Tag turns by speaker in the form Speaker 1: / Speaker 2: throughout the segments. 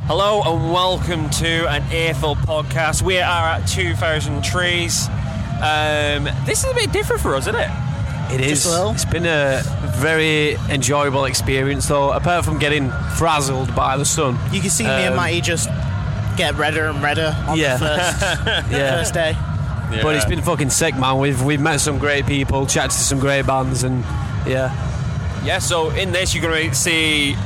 Speaker 1: Hello and welcome to an Airful podcast. We are at 2,000 trees. Um, this is a bit different for us, isn't it?
Speaker 2: It is.
Speaker 3: a little.
Speaker 2: It's been a very enjoyable experience, though. Apart from getting frazzled by the sun, Um,
Speaker 3: You can see me and Matty just get redder and redder on
Speaker 2: Yeah.
Speaker 3: the first,
Speaker 2: Yeah.
Speaker 3: first day.
Speaker 2: but it's been fucking sick, man. We've we've met some great people, chatted to some great bands, and yeah,
Speaker 1: Yeah, so in this, you're going to see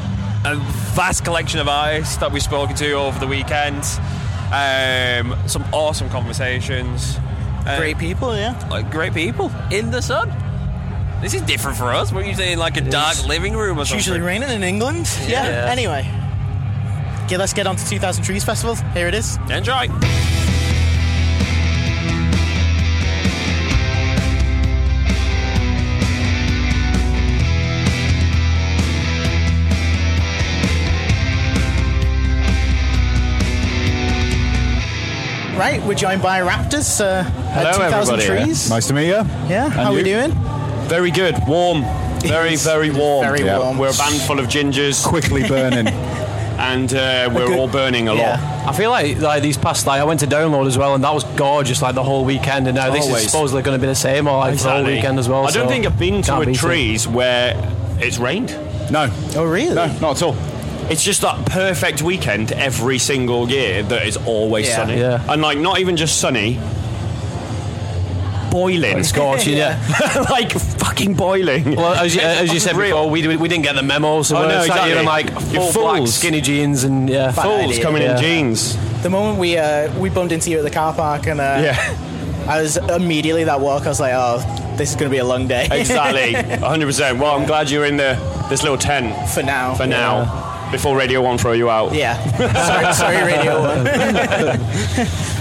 Speaker 1: a vast collection of artists that we've spoken to over the weekend. Um, some awesome conversations. Uh,
Speaker 3: Great people, yeah.
Speaker 1: like, great people in the sun. This is different for us. We're usually in like a dark
Speaker 2: is.
Speaker 1: living room or
Speaker 3: It's
Speaker 1: something.
Speaker 3: usually raining in England. Yeah.
Speaker 2: Yeah.
Speaker 3: Anyway. Okay, let's get on to 2000 Trees Festival. Here it is.
Speaker 1: Enjoy.
Speaker 3: Right, we're joined by Raptors uh, at 2000 Trees.
Speaker 4: Nice to meet you.
Speaker 3: Yeah, how we
Speaker 4: you?
Speaker 3: doing?
Speaker 4: Very good. Warm.
Speaker 3: Very, It's very
Speaker 4: warm.
Speaker 3: very Yeah. warm.
Speaker 4: We're a band full of gingers. Quickly burning. and uh, we're all burning a lot.
Speaker 3: Yeah.
Speaker 2: I feel like like these past like I went to download as well, and that was gorgeous, like the whole weekend. And now this
Speaker 4: Always.
Speaker 2: is supposedly going to be the same, or like for the whole
Speaker 4: Exactly.
Speaker 2: weekend as well.
Speaker 4: I don't
Speaker 2: so
Speaker 4: think I've been to
Speaker 2: can't
Speaker 4: a
Speaker 2: beat it.
Speaker 4: trees where it's rained. No.
Speaker 3: Oh, really?
Speaker 4: No, not at all. It's just that perfect weekend every single year that is always
Speaker 3: Yeah.
Speaker 4: sunny.
Speaker 2: Yeah.
Speaker 4: And like not even just sunny, boiling.
Speaker 2: It's scorching, yeah.
Speaker 4: like fucking boiling.
Speaker 2: Well, as you, uh, as you said
Speaker 4: Unreal.
Speaker 2: before, we, we didn't get the memo, so
Speaker 4: Oh,
Speaker 2: we're
Speaker 4: no,
Speaker 2: sat here in like
Speaker 4: exactly. You're
Speaker 2: full black
Speaker 4: fools.
Speaker 2: skinny jeans and yeah,
Speaker 4: Fools
Speaker 3: idea.
Speaker 4: coming
Speaker 2: Yeah.
Speaker 4: in jeans.
Speaker 3: The moment we uh, we bumped into you at the car park and uh, I was immediately that walk, I was like, oh, this is going to be a long day.
Speaker 4: Exactly, 100%. Well, I'm glad you're in the this little tent
Speaker 3: For now.
Speaker 4: for now before Radio 1 throw you out.
Speaker 3: Yeah. sorry, sorry, Radio One.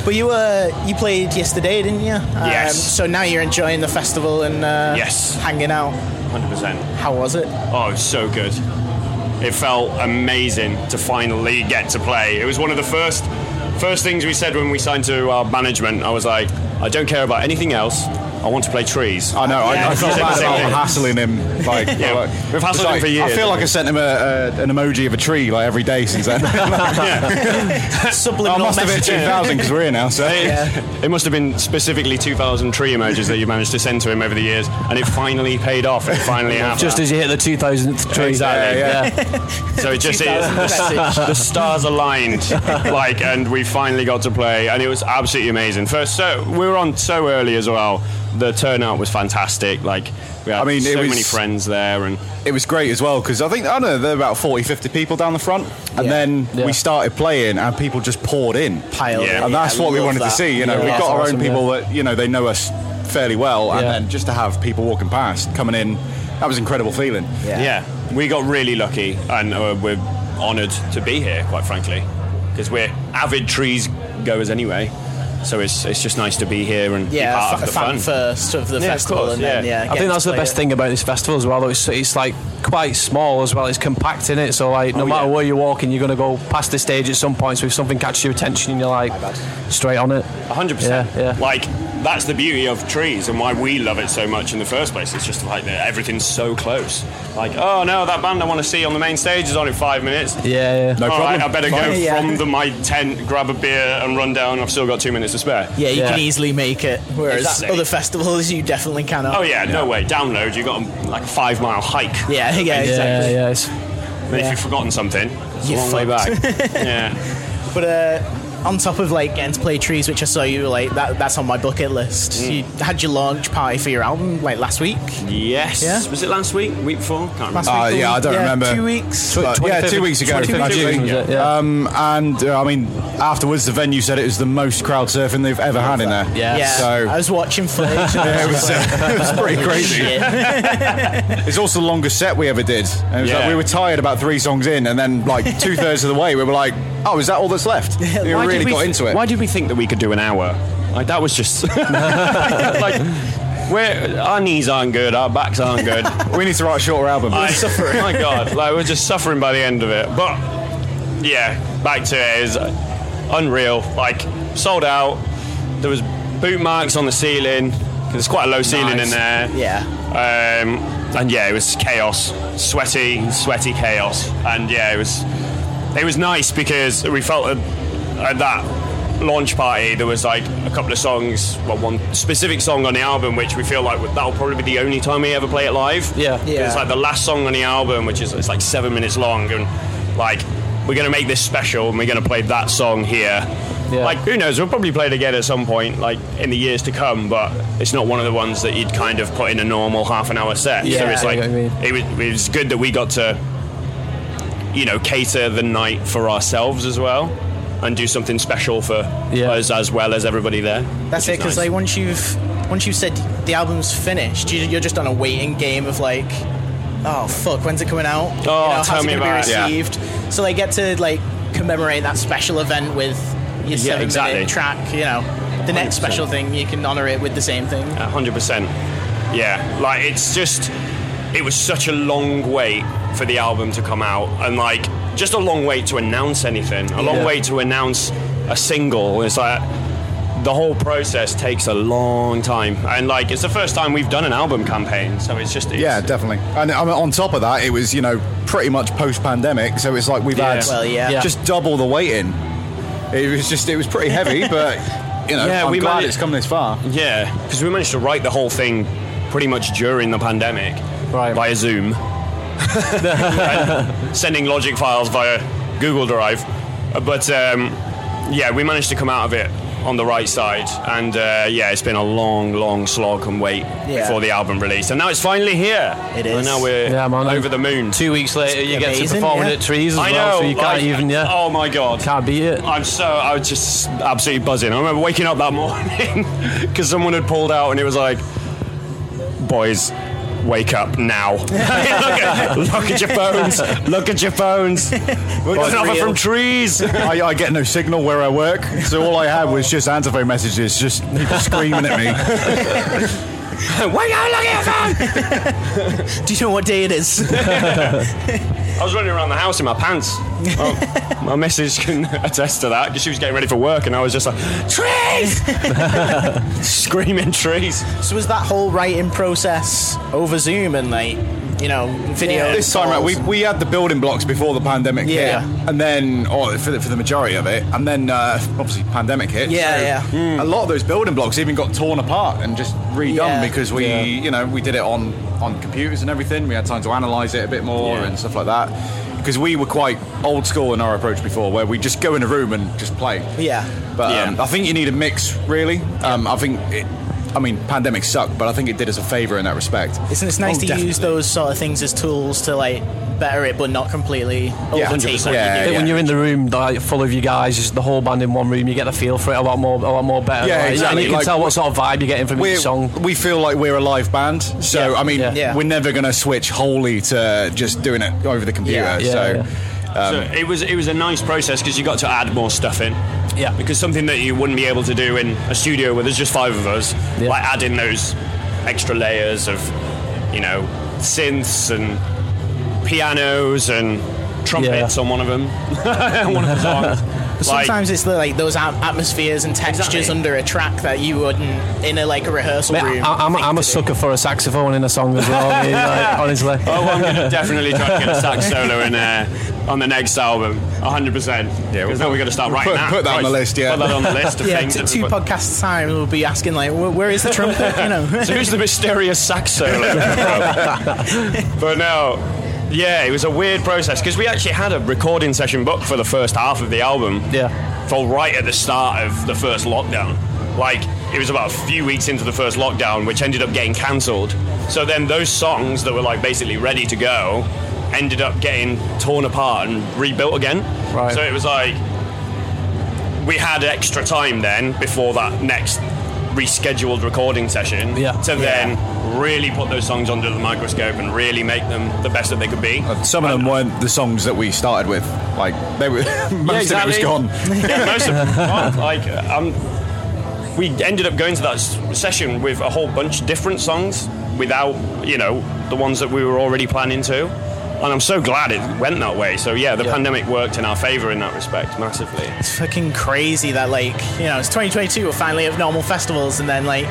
Speaker 3: but you uh, you played yesterday, didn't you? Um,
Speaker 4: Yes.
Speaker 3: So now you're enjoying the festival and uh,
Speaker 4: Yes.
Speaker 3: hanging out.
Speaker 4: 100%.
Speaker 3: How was it?
Speaker 4: Oh, it was so good. It felt amazing to finally get to play. It was one of the first first things we said when we signed to our management. I was like, I don't care about anything else. I want to play trees.
Speaker 5: I know.
Speaker 3: Yeah,
Speaker 5: I, I felt
Speaker 3: it's
Speaker 5: bad
Speaker 3: the same
Speaker 5: about
Speaker 4: thing.
Speaker 5: hassling him. Like,
Speaker 4: Yeah,
Speaker 5: like-
Speaker 4: we've hassled
Speaker 5: it's
Speaker 4: him
Speaker 5: like-
Speaker 4: for
Speaker 5: I
Speaker 4: years.
Speaker 5: feel like I sent him a, a, an emoji of a tree like every day since then. I
Speaker 3: Subliminal
Speaker 5: must have hit
Speaker 3: messaging.
Speaker 5: 2,000 because we're here now. So
Speaker 4: It, it must have been specifically 2,000 tree emojis that you managed to send to him over the years, and it finally paid off. It finally happened.
Speaker 2: Just as you hit the 2000th tree.
Speaker 4: Exactly,
Speaker 2: Yeah, yeah.
Speaker 4: So it just is.
Speaker 3: 2000 message.
Speaker 4: the stars aligned, like, and we finally got to play, and it was absolutely amazing. First, so we were on so early as well. The turnout was fantastic. Like, we had
Speaker 5: I mean, it
Speaker 4: so
Speaker 5: was-
Speaker 4: many friends there, and
Speaker 5: it was great as well because I think, I don't know, there were about 40, 50 people down the front. And
Speaker 3: Yeah.
Speaker 5: then
Speaker 2: Yeah.
Speaker 5: we started playing and people just poured in.
Speaker 3: Pile.
Speaker 4: Yeah.
Speaker 5: And
Speaker 3: Yeah,
Speaker 5: that's
Speaker 3: I
Speaker 5: what we
Speaker 3: love
Speaker 5: wanted
Speaker 3: that.
Speaker 5: to see. You know,
Speaker 2: Yeah,
Speaker 5: we've
Speaker 2: that's
Speaker 5: got our
Speaker 2: awesome,
Speaker 5: own people that, you know, they know us fairly well. And
Speaker 2: Yeah.
Speaker 5: then just to have people walking past coming in, that was an incredible feeling.
Speaker 3: Yeah.
Speaker 4: yeah, we got really lucky, and uh, we're honoured to be here, quite frankly, because we're avid trees goers anyway. So it's it's just nice to be here and
Speaker 3: Yeah,
Speaker 4: be part
Speaker 3: fa-
Speaker 4: of the
Speaker 3: fan
Speaker 4: fun.
Speaker 3: first of the
Speaker 4: Yeah, of
Speaker 3: festival,
Speaker 4: course,
Speaker 3: and then
Speaker 4: yeah.
Speaker 3: yeah.
Speaker 2: I
Speaker 3: get
Speaker 2: think that's
Speaker 3: to
Speaker 2: the
Speaker 3: play
Speaker 2: best
Speaker 3: it.
Speaker 2: thing about this festival as well. Though it's, it's like quite small as well. It's compact in it, so like no
Speaker 4: Oh,
Speaker 2: matter
Speaker 4: yeah.
Speaker 2: where you're walking, you're gonna go past the stage at some point. So if something catches your attention, and you're like straight on it.
Speaker 4: 100%.
Speaker 2: Yeah, yeah.
Speaker 4: Like, that's the beauty of trees and why we love it so much in the first place. It's just like that everything's so close. Like, oh no, that band I want to see on the main stage is on in five minutes.
Speaker 2: Yeah, yeah.
Speaker 5: No
Speaker 4: All right,
Speaker 5: problem.
Speaker 4: I better go
Speaker 3: Fine. Yeah.
Speaker 4: from the, my tent, grab a beer, and run down. I've still got two minutes to spare.
Speaker 3: Yeah, you
Speaker 2: Yeah.
Speaker 3: can easily make it, whereas
Speaker 4: Exactly.
Speaker 3: other festivals you definitely cannot.
Speaker 4: Oh, yeah, no way. Download, you got a, like a five mile hike.
Speaker 3: Yeah, yeah,
Speaker 2: Yeah,
Speaker 3: exactly.
Speaker 2: yeah. It's,
Speaker 4: And if you've forgotten something, it's a
Speaker 3: You're
Speaker 4: long way
Speaker 3: fucked.
Speaker 4: back. yeah.
Speaker 3: But uh, on top of like getting to play trees, which I saw you were like that, that's on my bucket list. You had your launch party for your album like last week.
Speaker 4: Yes.
Speaker 3: Yeah.
Speaker 4: Was it last week? Week before? Can't remember.
Speaker 3: Last
Speaker 5: Uh,
Speaker 3: week,
Speaker 5: yeah, I don't remember.
Speaker 3: Two weeks.
Speaker 5: Uh, yeah,
Speaker 2: 25th
Speaker 5: two weeks ago.
Speaker 2: 25th
Speaker 5: in
Speaker 2: June,
Speaker 5: June.
Speaker 2: was it? Yeah.
Speaker 5: Um, and uh, I mean, afterwards, the venue said it was the most crowd surfing they've ever had in there.
Speaker 2: Yeah.
Speaker 3: Yeah, I
Speaker 5: So
Speaker 3: was watching footage.
Speaker 5: yeah, it, was, uh, it was pretty crazy. It's also the longest set we ever did. And it was
Speaker 4: Yeah.
Speaker 5: like we were tired about three songs in, and then like two thirds of the way, we were like, "Oh, is that all that's left?" We
Speaker 4: Why did
Speaker 5: really
Speaker 4: we
Speaker 5: got
Speaker 4: th-
Speaker 5: into it.
Speaker 4: Why did we think that we could do an hour? Like that was just like we're, our knees aren't good, our backs aren't good.
Speaker 5: we need to write a shorter album.
Speaker 4: I, My God, like we're just suffering by the end of it. But yeah, back to it is unreal. Like sold out. There was boot marks on the ceiling. 'cause There's quite a low ceiling in there.
Speaker 3: yeah.
Speaker 4: Um, and yeah, it was chaos, sweaty, sweaty chaos. And yeah, it was it was nice because we felt at, at that launch party there was like a couple of songs, well, one specific song on the album which we feel like that'll probably be the only time we ever play it live.
Speaker 2: Yeah.
Speaker 3: Yeah.
Speaker 4: It's like the last song on the album, which is it's like seven minutes long, and like we're gonna make this special and we're gonna play that song here.
Speaker 2: Yeah.
Speaker 4: Like who knows? We'll probably play it again at some point, like in the years to come. But it's not one of the ones that you'd kind of put in a normal half an hour set. so
Speaker 2: Yeah,
Speaker 4: it's
Speaker 2: I
Speaker 4: like
Speaker 2: know what you mean.
Speaker 4: it was, it was good that we got to, you know, cater the night for ourselves as well, and do something special for
Speaker 2: Yeah.
Speaker 4: us as well as everybody there.
Speaker 3: That's
Speaker 4: which is
Speaker 3: it, because
Speaker 4: nice.
Speaker 3: like once you've once you've said the album's finished, you, you're just on a waiting game of like, oh fuck, when's it coming out? you
Speaker 4: Oh, tell
Speaker 3: know, how's
Speaker 4: me
Speaker 3: it gonna
Speaker 4: about it,
Speaker 3: be
Speaker 4: yeah.
Speaker 3: received? So they get to like commemorate that special event with your seven
Speaker 4: exactly.
Speaker 3: minute track. You know, the next special thing you can honor it with the same thing.
Speaker 4: hundred percent. Yeah, like it's just, it was such a long wait for the album to come out, and like just a long wait to announce anything, a long
Speaker 2: Yeah.
Speaker 4: wait to announce a single. It's like the whole process takes a long time, and like it's the first time we've done an album campaign, so it's just it's,
Speaker 6: Yeah, definitely. And
Speaker 5: um,
Speaker 6: I mean, on top of that, it was you know pretty much post-pandemic, so it's like we've had
Speaker 3: Well, yeah. Yeah.
Speaker 6: just double the waiting. It was just it was pretty heavy, but you know
Speaker 4: Yeah,
Speaker 6: I'm
Speaker 4: we
Speaker 6: glad
Speaker 4: managed-
Speaker 6: it's come this far.
Speaker 4: Yeah, because we managed to write the whole thing pretty much during the pandemic
Speaker 2: Right.
Speaker 4: via Zoom, And sending logic files via Google Drive. Uh, But um, yeah, we managed to come out of it on the right side, and uh, yeah, it's been a long, long slog and wait
Speaker 3: Yeah.
Speaker 4: before the album release, and now it's finally here.
Speaker 3: It
Speaker 4: And
Speaker 3: is.
Speaker 4: now we're
Speaker 2: Yeah, man.
Speaker 4: over the moon.
Speaker 2: Two weeks later, you get to
Speaker 3: amazing,
Speaker 2: perform
Speaker 3: yeah.
Speaker 2: at trees as
Speaker 4: I
Speaker 2: well,
Speaker 4: know.
Speaker 2: so you can't
Speaker 4: like,
Speaker 2: even yeah,
Speaker 4: Oh my god.
Speaker 2: can't beat it.
Speaker 4: I'm so I was just absolutely buzzing. I remember waking up that morning because someone had pulled out and it was like, "Boys, wake up now! look, at, look at your phones! Look at your phones! It's an offer
Speaker 3: real.
Speaker 4: from trees!"
Speaker 6: I, I get no signal where I work, so all I had was just antiphone messages, just people screaming at me.
Speaker 4: wake up! Look at your phone!
Speaker 3: Do you know what day it is?
Speaker 4: I was running around the house in my pants. Oh, my missus can attest to that because she was getting ready for work and I was just like, "Trees!" Screaming trees.
Speaker 3: so was that whole writing process over Zoom and like you know video?
Speaker 6: Yeah, this time
Speaker 3: calls
Speaker 6: around, we, we had the building blocks before the pandemic
Speaker 3: Yeah.
Speaker 6: hit, and then or for the, for the majority of it, and then uh, obviously pandemic hit.
Speaker 3: Yeah, yeah.
Speaker 6: A lot of those building blocks even got torn apart and just redone
Speaker 3: Yeah.
Speaker 6: because we, you know, we did it on on computers and everything. We had time to analyze it a bit more
Speaker 4: Yeah.
Speaker 6: and stuff like that. Because we were quite old school in our approach before, where we just go in a room and just play.
Speaker 3: yeah.
Speaker 6: But
Speaker 4: Yeah.
Speaker 6: um, I think you need a mix, really. Um, I think, it, I mean, pandemic sucked, but I think it did us a favour in that respect.
Speaker 3: Isn't it nice
Speaker 6: Oh,
Speaker 3: to
Speaker 6: definitely.
Speaker 3: use those sort of things as tools to like better it, but not completely
Speaker 2: Oh,
Speaker 3: overtake what
Speaker 4: 100%.
Speaker 3: you
Speaker 6: Yeah,
Speaker 3: do?
Speaker 2: When you're in the room like, full of you guys, just the whole band in one room, you get the feel for it a lot more, a lot more better.
Speaker 6: Yeah,
Speaker 2: like, And
Speaker 6: exactly,
Speaker 2: Uh, you can
Speaker 6: like-
Speaker 2: tell what sort of vibe you're getting from
Speaker 6: We're,
Speaker 2: each song.
Speaker 6: We feel like we're a live band, so
Speaker 2: Yeah.
Speaker 6: I mean,
Speaker 2: Yeah.
Speaker 3: Yeah.
Speaker 6: we're never going to switch wholly to just doing it over the computer.
Speaker 3: Yeah.
Speaker 2: Yeah,
Speaker 6: so. um,
Speaker 2: yeah.
Speaker 4: So it was it was a nice process because you got to add more stuff in.
Speaker 2: Yeah.
Speaker 4: Because something that you wouldn't be able to do in a studio where there's just five of us,
Speaker 2: Yeah.
Speaker 4: like adding those extra layers of, you know, synths and pianos and trumpets
Speaker 2: Yeah.
Speaker 4: on one of them, one of the songs. Like,
Speaker 3: Sometimes it's the, like those at- atmospheres and textures
Speaker 4: Exactly.
Speaker 3: under a track that you wouldn't in a like a rehearsal
Speaker 2: Mate,
Speaker 3: room.
Speaker 2: I, I'm,
Speaker 3: think
Speaker 2: I'm a
Speaker 3: to do.
Speaker 2: sucker for a saxophone in a song as well. I mean, like, honestly.
Speaker 4: Oh, I'm gonna definitely try to get a sax solo in there on the next album, 100. percent Yeah, because now we're gonna start writing
Speaker 6: put-
Speaker 4: that.
Speaker 6: put that on the list, yeah.
Speaker 4: put that on the list of
Speaker 3: Yeah,
Speaker 4: things.
Speaker 3: t-
Speaker 4: that-
Speaker 3: two podcasts time we'll be asking like, "Wh- where is the trumpet? You know.
Speaker 4: So who's the mysterious sax solo? but no, yeah, it was a weird process because we actually had a recording session booked for the first half of the album.
Speaker 2: Yeah.
Speaker 4: For right at the start of the first lockdown. Like, it was about a few weeks into the first lockdown, which ended up getting cancelled. So then those songs that were like basically ready to go ended up getting torn apart and rebuilt again.
Speaker 2: Right.
Speaker 4: So it was like, we had extra time then before that next rescheduled recording session
Speaker 2: Yeah.
Speaker 4: to then really put those songs under the microscope and really make them the best that they could be.
Speaker 6: Uh, Some of them weren't the songs that we started with. Like they were, most of it was
Speaker 4: exactly.
Speaker 6: gone.
Speaker 4: Yeah, most of them. Well, like, um, we ended up going to that s- session with a whole bunch of different songs without, you know, the ones that we were already planning to. And I'm so glad it went that way. So yeah, the pandemic worked in our favour in that respect massively.
Speaker 3: It's fucking crazy that like you know it's 2022. We're finally at normal festivals, and then like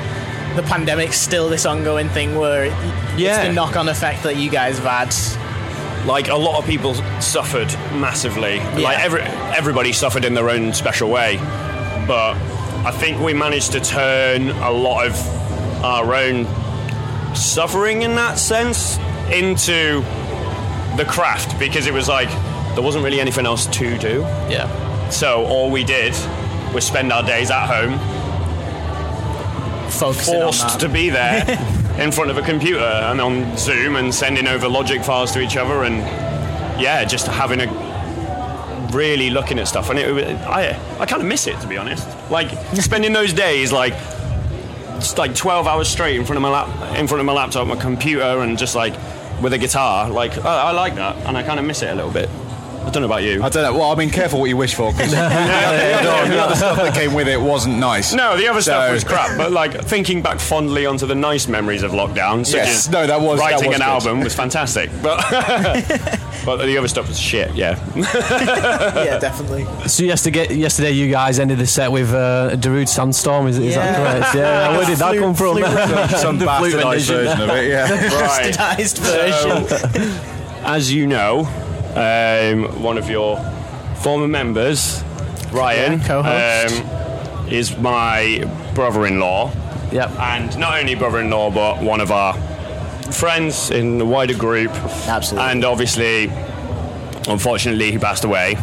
Speaker 3: the pandemic's still this ongoing thing where it-
Speaker 2: Yeah.
Speaker 3: it's the knock-on effect that you guys have had.
Speaker 4: like a lot of people suffered massively. Like every everybody suffered in their own special way, but I think we managed to turn a lot of our own suffering in that sense into the craft because it was like there wasn't really anything else to do.
Speaker 3: Yeah.
Speaker 4: So all we did was spend our days at home
Speaker 3: Focusing on that.
Speaker 4: forced to be there in front of a computer and on Zoom and sending over logic files to each other and yeah, just having a really looking at stuff. And it, it- I I kind of miss it to be honest. Like spending those days like just like 12 hours straight in front of my lap in front of my laptop, my computer, and just like with a guitar. Like oh, I, I like that, and I kind of miss it a little bit. I don't know about you.
Speaker 5: I don't know. Well, I mean, careful what you wish for. 'cause the other stuff that came with it wasn't nice.
Speaker 4: No, the other stuff
Speaker 5: So-
Speaker 4: was crap. But like thinking back fondly onto the nice memories of lockdown, such
Speaker 5: Yes,
Speaker 4: as
Speaker 5: no, that was- that
Speaker 4: writing
Speaker 5: was
Speaker 4: an
Speaker 5: good.
Speaker 4: album was fantastic. But but the other stuff was shit. Yeah,
Speaker 3: yeah, definitely.
Speaker 2: So yesterday, yesterday you guys ended the set with uh, Darude Sandstorm. Is, is
Speaker 3: Yeah.
Speaker 2: that correct? Yeah. Where did that
Speaker 3: Flu-
Speaker 2: come from?
Speaker 3: flu
Speaker 5: Some
Speaker 2: The flute
Speaker 5: bastardized
Speaker 2: rendition.
Speaker 5: version of it, yeah.
Speaker 4: right.
Speaker 3: Diced version.
Speaker 4: As you know, um, one of your former members, Ryan,
Speaker 3: Yeah, co-host.
Speaker 4: um, is my brother-in-law,
Speaker 2: Yep.
Speaker 4: and not only brother-in-law, but one of our friends in the wider group.
Speaker 3: Absolutely.
Speaker 4: And obviously, unfortunately, he passed away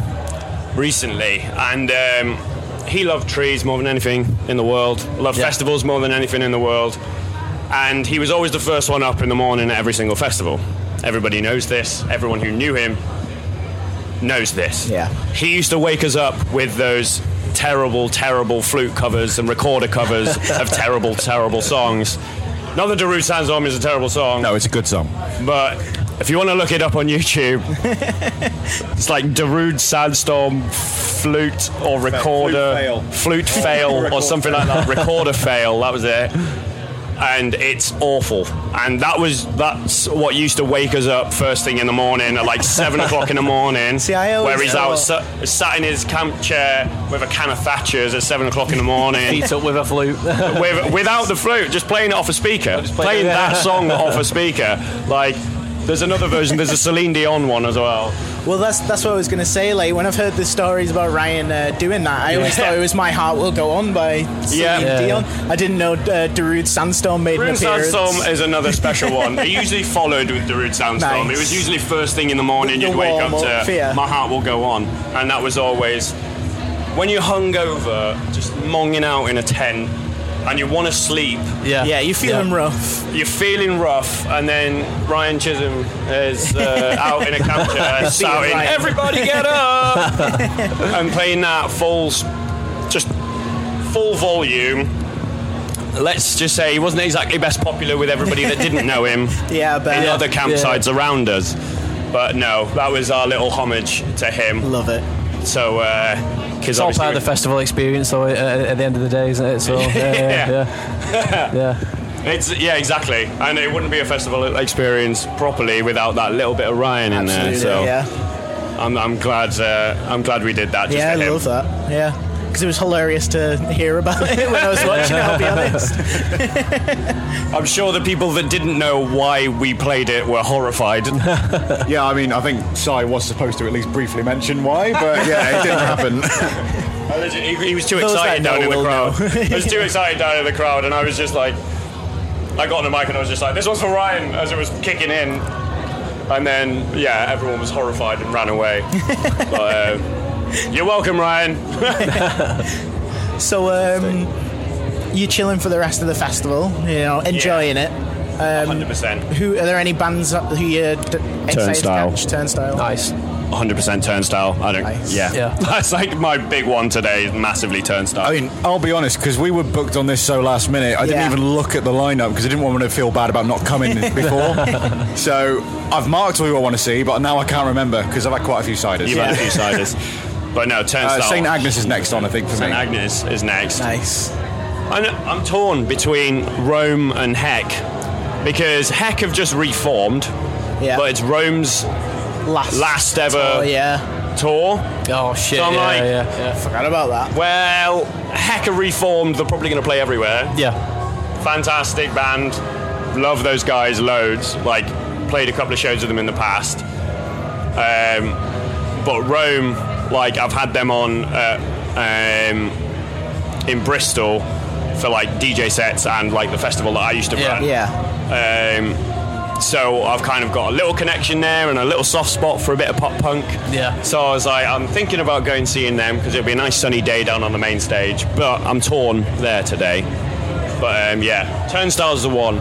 Speaker 4: recently. And um, he loved trees more than anything in the world, loved
Speaker 2: Yeah.
Speaker 4: festivals more than anything in the world. And he was always the first one up in the morning at every single festival. Everybody knows this, everyone who knew him knows this.
Speaker 3: Yeah.
Speaker 4: He used to wake us up with those terrible, terrible flute covers and recorder covers of terrible, terrible songs. Not that Darude Sandstorm is a terrible song.
Speaker 5: No, it's a good song.
Speaker 4: But if you want to look it up on YouTube, it's like Darude Sandstorm flute or recorder
Speaker 5: fail.
Speaker 4: flute fail or
Speaker 5: Record
Speaker 4: something like that. Recorder fail. That was it. And it's awful. And that was that's what used to wake us up first thing in the morning at like seven o'clock in the morning.
Speaker 3: See, I always
Speaker 4: where he's
Speaker 3: thought-
Speaker 4: out sat, sat in his camp chair with a can of Thatchers at seven o'clock in the morning
Speaker 2: Beat up with a flute.
Speaker 4: with, without the flute, just playing it off a speaker,
Speaker 2: play
Speaker 4: playing
Speaker 2: it, yeah.
Speaker 4: that song off a speaker. Like, there's another version. There's a Celine Dion one as well.
Speaker 3: Well, that's that's what I was gonna say. Like when I've heard the stories about Ryan uh, doing that, I always
Speaker 4: Yeah.
Speaker 3: thought it was "My Heart Will Go On" by Celine
Speaker 4: Yeah. Yeah.
Speaker 3: Dion. I didn't know uh, Darude Sandstorm made
Speaker 4: Rune
Speaker 3: an appearance.
Speaker 4: Sandstorm is another special one. It usually followed with the Rune Sandstorm.
Speaker 3: Nice.
Speaker 4: It was usually first thing in the morning.
Speaker 3: The
Speaker 4: You'd wake up
Speaker 3: warm-up,
Speaker 4: to
Speaker 3: yeah.
Speaker 4: "My Heart Will Go On," and that was always when you're hungover, just monging out in a tent, and you want to sleep.
Speaker 2: yeah.
Speaker 3: yeah, you feel
Speaker 2: Yeah.
Speaker 3: him rough.
Speaker 4: you're feeling rough, and then Ryan Chisholm is uh, out in a camp chair shouting,
Speaker 3: Ryan.
Speaker 4: "Everybody get up!" and playing that full, s- just full volume. Let's just say he wasn't exactly best popular with everybody that didn't know him
Speaker 3: Yeah, but
Speaker 4: in other campsites
Speaker 2: Yeah.
Speaker 4: around us. But no, that was our little homage to him.
Speaker 3: love it.
Speaker 4: So, uh,
Speaker 2: It's
Speaker 4: because
Speaker 2: all part of the festival experience, though. At, at the end of the day, isn't it? So yeah, yeah, yeah. yeah.
Speaker 4: It's yeah, exactly, and it wouldn't be a festival experience properly without that little bit of Ryan in there. So
Speaker 3: yeah,
Speaker 4: I'm, I'm glad uh, I'm glad we did that. Just
Speaker 3: yeah, I
Speaker 4: for him.
Speaker 3: love that. Yeah. Because it was hilarious to hear about it when I was watching it, I'll be honest.
Speaker 4: I'm sure the people that didn't know why we played it were horrified.
Speaker 5: Yeah, I mean, I think Cy was supposed to at least briefly mention why, but yeah, it didn't happen.
Speaker 4: I legit- he, he was too
Speaker 3: Those
Speaker 4: excited
Speaker 3: that
Speaker 4: down
Speaker 3: know
Speaker 4: in the
Speaker 3: will
Speaker 4: crowd. I was too excited down in the crowd, and I was just like, I got on the mic and I was just like, this one's for Ryan as it was kicking in, and then yeah, everyone was horrified and ran away. but, uh, you're welcome, Ryan.
Speaker 3: So, um, you're chilling for the rest of the festival, you know, enjoying it. Um,
Speaker 4: 100%.
Speaker 3: Who are there any bands that- who you're d- excited to
Speaker 4: Turnstile.
Speaker 3: catch? Turnstile.
Speaker 2: Nice.
Speaker 4: 100% turnstile. I don't.
Speaker 3: Nice.
Speaker 4: Yeah.
Speaker 2: Yeah.
Speaker 4: That's like my big one today. is Massively turnstile.
Speaker 5: I
Speaker 3: Oh,
Speaker 5: mean, I'll be honest, because we were booked on this so last minute, I
Speaker 3: Yeah.
Speaker 5: didn't even look at the lineup because I didn't want to feel bad about not coming before. so I've marked who I want to see, but now I can't remember because I've had quite a few ciders.
Speaker 4: you've had a few ciders, but no
Speaker 5: Uh,
Speaker 4: turnstile.
Speaker 5: St. Agnes is next on, I think, for
Speaker 4: St.
Speaker 5: me.
Speaker 4: Agnes is next.
Speaker 3: Nice.
Speaker 4: I'm, I'm torn between Rome and Heck because Heck have just reformed,
Speaker 3: Yeah.
Speaker 4: but it's Rome's
Speaker 3: last.
Speaker 4: last ever
Speaker 3: Oh yeah.
Speaker 4: tour.
Speaker 2: Oh shit.
Speaker 4: So I'm
Speaker 2: yeah,
Speaker 4: like-
Speaker 2: yeah,
Speaker 3: Forgot about that.
Speaker 4: Well, Heck are reformed. They're probably going to play everywhere.
Speaker 2: yeah. Yeah.
Speaker 4: fantastic band. Love those guys loads. Like played a couple of shows with them in the past. Um, but Rome, like I've had them on uh, um, in Bristol for like DJ sets and like the festival that I used to
Speaker 2: Yeah.
Speaker 4: run.
Speaker 3: Yeah.
Speaker 4: Um, so I've kind of got a little connection there and a little soft spot for a bit of pop punk.
Speaker 2: Yeah.
Speaker 4: So I was like, I'm thinking about going seeing them because it'll be a nice sunny day down on the main stage. But I'm torn there today. But um, yeah, Turnstiles the one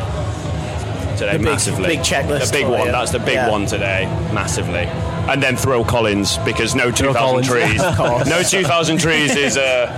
Speaker 4: today
Speaker 3: The big-
Speaker 4: massively.
Speaker 3: big checklist
Speaker 4: The big
Speaker 3: for
Speaker 4: one.
Speaker 3: you.
Speaker 4: That's the big
Speaker 3: Yeah.
Speaker 4: one today massively. And then Thrill Collins because no 2000
Speaker 2: Collins.
Speaker 4: trees. no 2000 trees is uh,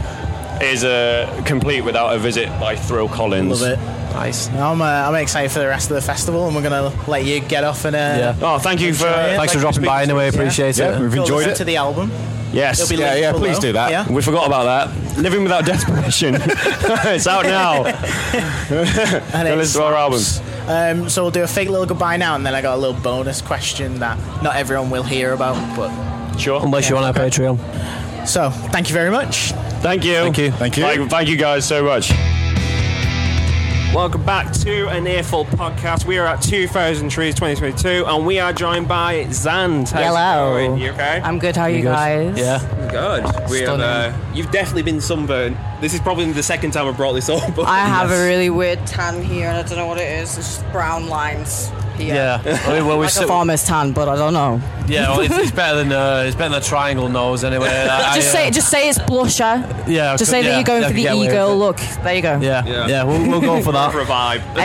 Speaker 4: is uh, complete without a visit by Thrill Collins.
Speaker 3: Love it.
Speaker 2: Nice.
Speaker 3: I'm, uh, I'm excited for the rest of the festival, and we're gonna let you get off and uh,
Speaker 2: Yeah.
Speaker 4: Oh, thank you for
Speaker 3: Enjoy it.
Speaker 2: Thanks
Speaker 3: Like
Speaker 2: for dropping by anyway. Appreciate
Speaker 5: Yeah,
Speaker 2: it.
Speaker 5: we've
Speaker 3: go
Speaker 5: enjoyed
Speaker 3: listen
Speaker 5: it.
Speaker 3: to the album.
Speaker 4: Yes.
Speaker 3: It'll be
Speaker 5: Yeah,
Speaker 3: linked
Speaker 5: yeah,
Speaker 3: below.
Speaker 5: please do that.
Speaker 3: Yeah.
Speaker 4: We forgot about that. Living Without Desperation. it's out now.
Speaker 3: And
Speaker 4: Go
Speaker 3: it's-
Speaker 4: listen to our album.
Speaker 3: Um, so we'll do a fake little goodbye now, and then I got a little bonus question that not everyone will hear about. But
Speaker 4: Sure.
Speaker 2: Unless you're on our Patreon.
Speaker 3: so, thank you very much.
Speaker 4: Thank you. Thank
Speaker 2: you.
Speaker 5: Thank you.
Speaker 4: Thank, you guys so much.
Speaker 1: Welcome back to an Earful podcast. We are at 2000 Trees 2022 and we are joined by Zand. How's it
Speaker 7: Hello.
Speaker 1: going? You okay?
Speaker 7: I'm good. How are you,
Speaker 2: Good.
Speaker 7: guys?
Speaker 2: Yeah.
Speaker 1: good. We have,
Speaker 7: Stunning.
Speaker 1: uh, you've definitely been sunburned. This is probably the second time I've brought this up. but-
Speaker 7: I have a really weird tan here, and I don't know what it is. It's just brown lines here.
Speaker 2: Yeah. I mean, well, we
Speaker 7: Like a farmer's tan, but I don't know.
Speaker 2: yeah, well, it's, it's better than uh, it's better than a triangle nose anyway. I-
Speaker 7: just
Speaker 2: I, uh,
Speaker 7: say, just say it's blusher.
Speaker 2: Yeah, I
Speaker 7: Just
Speaker 2: could-
Speaker 7: say
Speaker 2: yeah,
Speaker 7: that you're going
Speaker 2: I
Speaker 7: for
Speaker 2: could
Speaker 7: the
Speaker 2: get away with
Speaker 7: e-girl
Speaker 2: it.
Speaker 7: look. There you go.
Speaker 2: Yeah,
Speaker 1: Yeah.
Speaker 2: yeah, we'll, we'll go for
Speaker 1: for a
Speaker 2: that.
Speaker 1: vibe.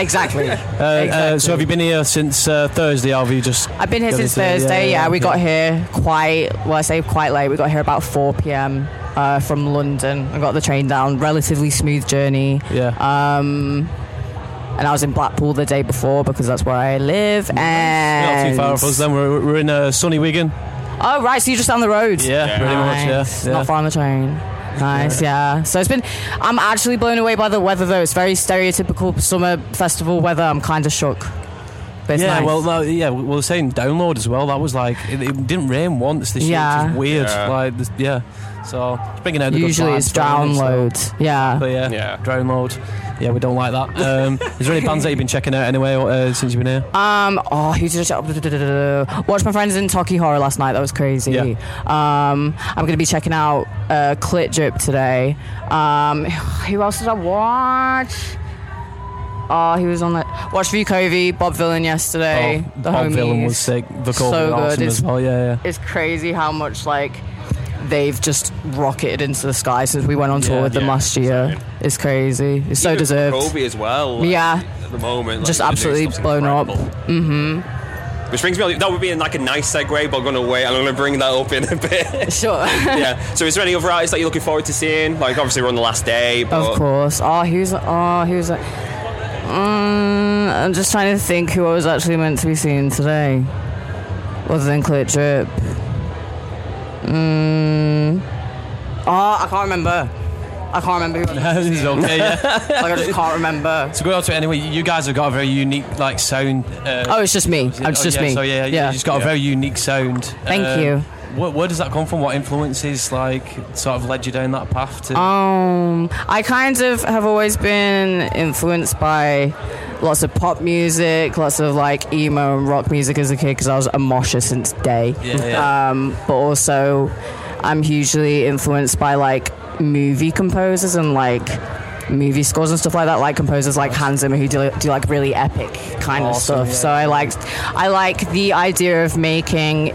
Speaker 7: Exactly.
Speaker 2: Uh, uh,
Speaker 7: exactly.
Speaker 2: so, have you been here since uh, Thursday? Or have you just?
Speaker 7: I've been here
Speaker 2: got
Speaker 7: since
Speaker 2: into-
Speaker 7: Thursday. Yeah, we got here quite. Well, I say quite late. We got here about 4 p.m. Uh, from London. I got the train down. Relatively smooth journey.
Speaker 2: Yeah.
Speaker 7: Um, and I was in Blackpool the day before because that's where I live.
Speaker 2: Not
Speaker 7: And
Speaker 2: too far off us. Then we're, we're in uh, sunny Wigan.
Speaker 7: Oh right, so you're just down the road.
Speaker 2: Yeah, pretty
Speaker 7: Nice.
Speaker 2: much. Yeah,
Speaker 7: Not far on the train. Nice, yeah. So it's been. I'm actually blown away by the weather, though. It's very stereotypical summer festival weather. I'm kind of shook. But it's
Speaker 2: yeah.
Speaker 7: nice.
Speaker 2: Well, no, yeah, we were saying download as well. That was like it, it didn't rain once this year.
Speaker 7: Yeah.
Speaker 2: Which is weird.
Speaker 1: Yeah.
Speaker 2: Like, this, yeah. So it's bringing out the good
Speaker 7: usually
Speaker 2: vibes
Speaker 7: it's
Speaker 2: for everything, so-
Speaker 7: download. Yeah.
Speaker 2: But yeah,
Speaker 1: Yeah.
Speaker 2: download. Yeah, we don't like that. Um, is there any bands that you've been checking out anyway uh, since you've been here?
Speaker 7: Um. Oh, who did I check? uh, Watched my friends in Toki Horror last night. That was crazy.
Speaker 2: Yeah.
Speaker 7: Um. I'm gonna be checking out uh, Clit Drip today. Um. Who else did I watch? Oh, he was on that. Watched Vukovi, Bob Villain
Speaker 2: Oh,
Speaker 7: yesterday. the
Speaker 2: Bob
Speaker 7: homies.
Speaker 2: Villain was sick. The so
Speaker 7: So good.
Speaker 2: awesome
Speaker 7: It's-
Speaker 2: as well. Yeah, yeah.
Speaker 7: It's crazy how much like they've just rocketed into the sky since we went on tour
Speaker 2: Yeah.
Speaker 7: with them
Speaker 1: Yeah,
Speaker 7: last year. It's crazy. It's so
Speaker 1: Even
Speaker 7: deserved.
Speaker 1: Kobe as well. like,
Speaker 7: Yeah.
Speaker 1: At the moment, like,
Speaker 7: Just
Speaker 1: the new
Speaker 7: absolutely
Speaker 1: stuff's
Speaker 7: blown up.
Speaker 1: Mm-hmm. Which brings me on, that would be like a nice segue, but I'm gonna wait. I'm gonna bring that up in a bit.
Speaker 7: Sure.
Speaker 1: yeah. So, is there any other artists that you're looking forward to seeing? Like, obviously, we're on the last day. But
Speaker 7: Of course. Oh, who's oh who's mm, I'm just trying to think who I was actually meant to be seeing today, other than Clit Drip. Mm, oh, I can't remember. I can't remember. Who I was
Speaker 2: it's okay. Yeah.
Speaker 7: like I just can't remember.
Speaker 2: so go out to it anyway. You guys have got a very unique like sound. Uh,
Speaker 7: Oh, it's just me. It's
Speaker 2: oh,
Speaker 7: just
Speaker 2: yeah,
Speaker 7: me.
Speaker 2: So yeah, you- you just got a very unique sound. Um,
Speaker 7: Thank you.
Speaker 2: Where, where does that come from? What influences like sort of led you down that path to?
Speaker 7: Um, I kind of have always been influenced by lots of pop music, lots of like emo and rock music as a kid because I was a mosher since day.
Speaker 2: Yeah, yeah.
Speaker 7: Um, but also, I'm hugely influenced by like movie composers and like movie scores and stuff like that. Like composers like Hans Zimmer who do, do like really epic kind of
Speaker 2: Awesome,
Speaker 7: stuff.
Speaker 2: yeah.
Speaker 7: So I liked, I like the idea of making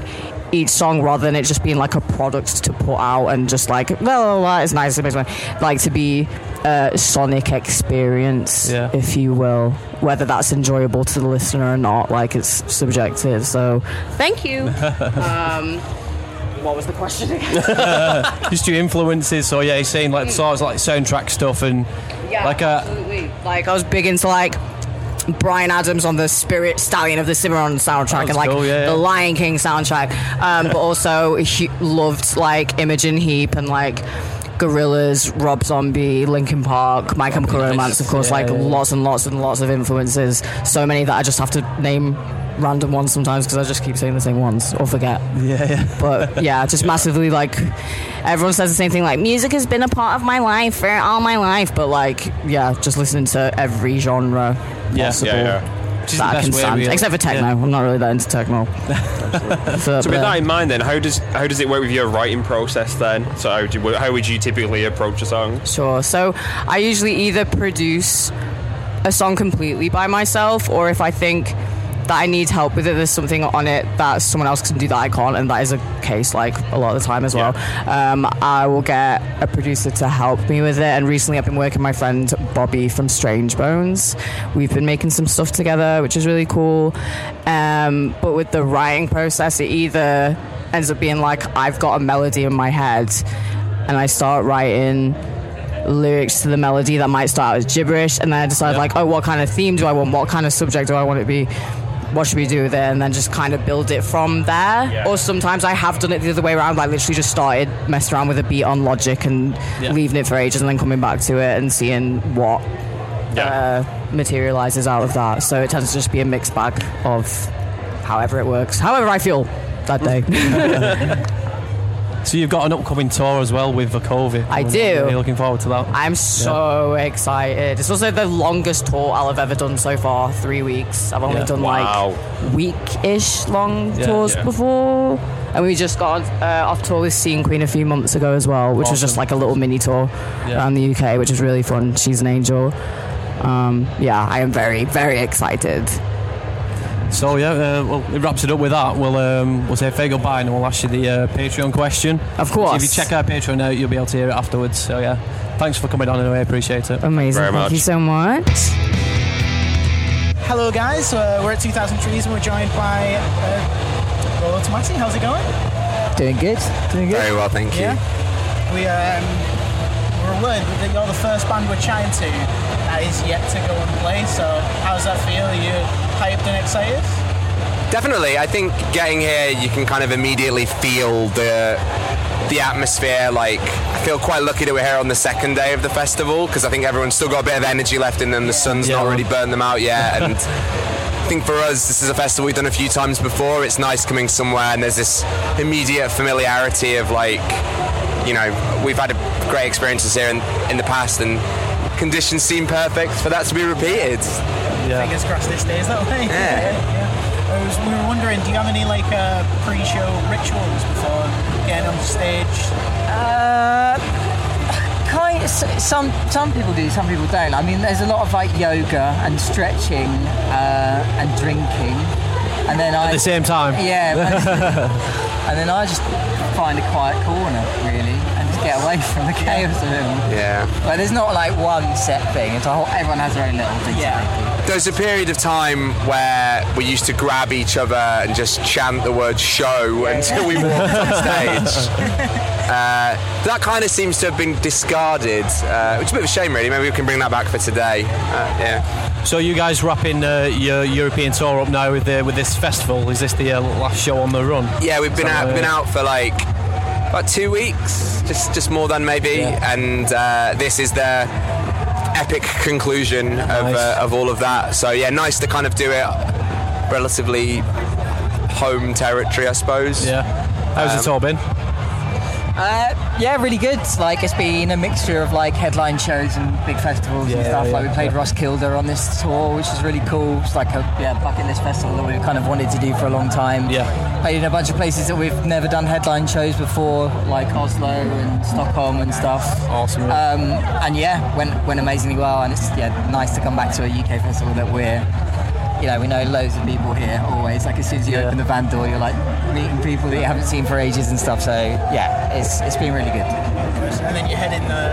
Speaker 7: each song rather than it just being like a product to put out and just like la la la. It's nice, it's amazing. Like to be a sonic experience,
Speaker 2: Yeah.
Speaker 7: if you will. Whether that's enjoyable to the listener or not, like it's subjective. So thank you. um, what was the question again? Uh,
Speaker 2: just your influences. So yeah, he's saying like sort of like soundtrack stuff and like uh, a.
Speaker 7: absolutely. Like I was big into like Brian Adams on the Spirit Stallion of the Cimarron soundtrack and like
Speaker 2: cool, yeah, yeah.
Speaker 7: the Lion King soundtrack, um, but also he loved like Imogen Heap and like. Gorillas, Rob Zombie, Linkin Park, My Chemical Romance, of course,
Speaker 2: yeah,
Speaker 7: like
Speaker 2: yeah, yeah.
Speaker 7: lots and lots and lots of influences. So many that I just have to name random ones sometimes because I just keep saying the same ones or forget.
Speaker 2: Yeah, yeah.
Speaker 7: But yeah, just massively like everyone says the same thing. Like music has been a part of my life for all my life. But like, yeah, just listening to every genre
Speaker 2: Yeah.
Speaker 7: possible.
Speaker 1: Yeah, yeah.
Speaker 2: is
Speaker 7: that
Speaker 2: the
Speaker 7: I
Speaker 2: best
Speaker 7: can
Speaker 2: way,
Speaker 7: stand,
Speaker 2: really.
Speaker 7: except for techno.
Speaker 2: Yeah.
Speaker 7: I'm not really that into techno. so,
Speaker 1: So with
Speaker 7: but-
Speaker 1: that in mind, then how does how does it work with your writing process? Then, so how, do, you- how would you typically approach a song?
Speaker 7: Sure. So I usually either produce a song completely by myself, or if I think that I need help with it, there's something on it that someone else can do that I can't, and that is a case like a lot of the time as well. Um, I will get a producer to help me with it, and recently I've been working with my friend Bobby from Strange Bones. We've been making some stuff together, which is really cool. Um, but with the writing process, it either ends up being like I've got a melody in my head, and I start writing lyrics to the melody that might start out as gibberish, and then I decide like, oh, what kind of theme do I want? What kind of subject do I want it to be? What should we do with it? And then just kind of build it from there. Or sometimes I have done it the other way around, like literally just started messing around with a beat on Logic and leaving it for ages, and then coming back to it and seeing what uh, materializes out of that. So it tends to just be a mixed bag of however it works, however I feel that day.
Speaker 2: So you've got an upcoming tour as well with Vakovi.
Speaker 7: I
Speaker 2: We're
Speaker 7: do.
Speaker 2: Really looking forward to that.
Speaker 7: I'm so excited. It's also the longest tour I'll have ever done so far. Three weeks. I've only
Speaker 2: Yeah.
Speaker 7: done
Speaker 1: Wow.
Speaker 7: like week-ish long
Speaker 2: Yeah,
Speaker 7: tours
Speaker 1: yeah.
Speaker 7: before. And we just got on, uh, off tour with Scene Queen a few months ago as well, which was just
Speaker 2: Awesome.
Speaker 7: like a little mini tour
Speaker 2: Yeah.
Speaker 7: around the UK, which is really fun. She's an angel. Um, yeah, I am very, very excited.
Speaker 2: So yeah, uh, well, it wraps it up with that. We'll um, we'll say a fair goodbye and we'll ask you the uh, Patreon question.
Speaker 7: Of
Speaker 2: So
Speaker 7: course.
Speaker 2: if you check our Patreon out, you'll be able to hear it afterwards. So yeah, thanks for coming on anyway. Appreciate it.
Speaker 7: Amazing.
Speaker 1: Very
Speaker 7: Thank you
Speaker 1: much.
Speaker 7: so much.
Speaker 3: Hello, guys. Uh, we're at 2,000 Trees and we're joined by uh, Rolo Tomasi. How's it going?
Speaker 8: Doing good. Doing good.
Speaker 9: Very well, thank you.
Speaker 3: Yeah. We, um, we're worried that you're the first band we're chatting to that is yet to go and play. So, how's that feel? Are you hyped and excited?
Speaker 9: Definitely, I think getting here, you can kind of immediately feel the the atmosphere. Like, I feel quite lucky that we're here on the second day of the festival because I think everyone's still got a bit of energy left in them. The sun's
Speaker 2: Yeah.
Speaker 9: not really burned them out yet, and. I think for us, this is a festival we've done a few times before. It's nice coming somewhere, and there's this immediate familiarity of like, you know, we've had a great experiences here in, in the past, and conditions seem perfect for that to be repeated.
Speaker 2: Yeah.
Speaker 3: Fingers crossed this day is that way.
Speaker 9: Yeah.
Speaker 3: Yeah. I was, we were wondering, do you have any like uh, pre-show rituals before getting on stage?
Speaker 8: Uh, Kind s- some some people do, some people don't. I mean, there's a lot of like yoga and stretching uh, and drinking, and then I
Speaker 2: At the same time.
Speaker 8: yeah, and then I just find a quiet corner really and just get away from the chaos of it. all.
Speaker 9: Yeah.
Speaker 8: But there's not like one set thing. It's a whole, everyone has their own little thing.
Speaker 3: Yeah.
Speaker 9: There's a period of time where we used to grab each other and just chant the word show until we walked on stage. Uh, that kind of seems to have been discarded, uh, which is a bit of a shame, really. Maybe we can bring that back for today. Uh, yeah.
Speaker 2: So you guys wrapping uh, your European tour up now with the, with this festival? Is this the uh, last show on the run?
Speaker 9: Yeah, we've been
Speaker 2: So,
Speaker 9: out,
Speaker 2: uh,
Speaker 9: been out for like about two weeks, just just more than maybe, and uh, this is the epic conclusion of,
Speaker 2: Nice.
Speaker 9: uh, of all of that. So yeah, nice to kind of do it relatively home territory, I suppose. Um,
Speaker 2: Yeah. How's the tour been?
Speaker 8: Uh, yeah, really good. Like it's been a mixture of like headline shows and big festivals and
Speaker 2: Yeah,
Speaker 8: stuff. like
Speaker 2: yeah,
Speaker 8: we played
Speaker 2: yeah.
Speaker 8: Ross Kilder on this tour, which is really cool. It's like a yeah bucket list festival that we've kind of wanted to do for a long time.
Speaker 2: Yeah.
Speaker 8: played in a bunch of places that we've never done headline shows before, like Oslo and Stockholm and stuff.
Speaker 2: Awesome.
Speaker 8: Um, and yeah, went went amazingly well. And it's yeah nice to come back to a UK festival that we're. You know, we know loads of people here always. Like as soon as you
Speaker 2: Yeah.
Speaker 8: open the van door, you're like meeting people that you haven't seen for ages and stuff. So yeah, it's it's been really good.
Speaker 3: And then you're heading the,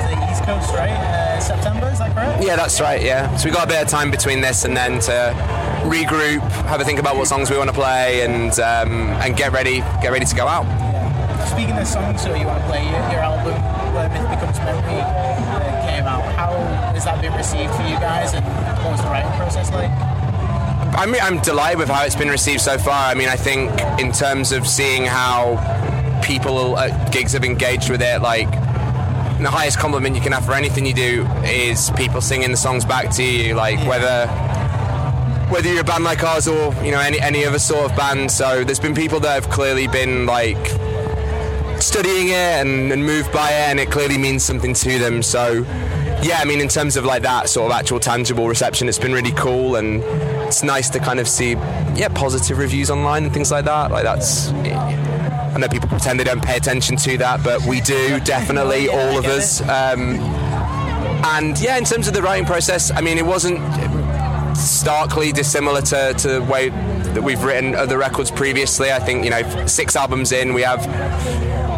Speaker 3: to the East Coast, right? Uh, September, is that correct?
Speaker 9: Yeah, that's right. Yeah, so we got a bit of time between this and then to regroup, have a think about what songs we want to play, and um, and get ready, get ready to go out.
Speaker 3: Speaking of songs, so you want to play your, your album, Where Myth Becomes Memory, uh, came out. How has that been received for you guys, and what was the writing process like?
Speaker 9: I'm I'm delighted with how it's been received so far. I mean, I think in terms of seeing how people at gigs have engaged with it, like the highest compliment you can have for anything you do is people singing the songs back to you, like whether. Whether you're a band like ours or you know any any other sort of band, so there's been people that have clearly been like studying it and, and moved by it, and it clearly means something to them. So yeah, I mean, in terms of like that sort of actual tangible reception, it's been really cool, and it's nice to kind of see, yeah, positive reviews online and things like that. Like that's, I know people pretend they don't pay attention to that, but we do definitely, all of us. Um, and yeah, in terms of the writing process, I mean, it wasn't starkly dissimilar to, to the way that we've written other records previously. I think you know, six albums in, we have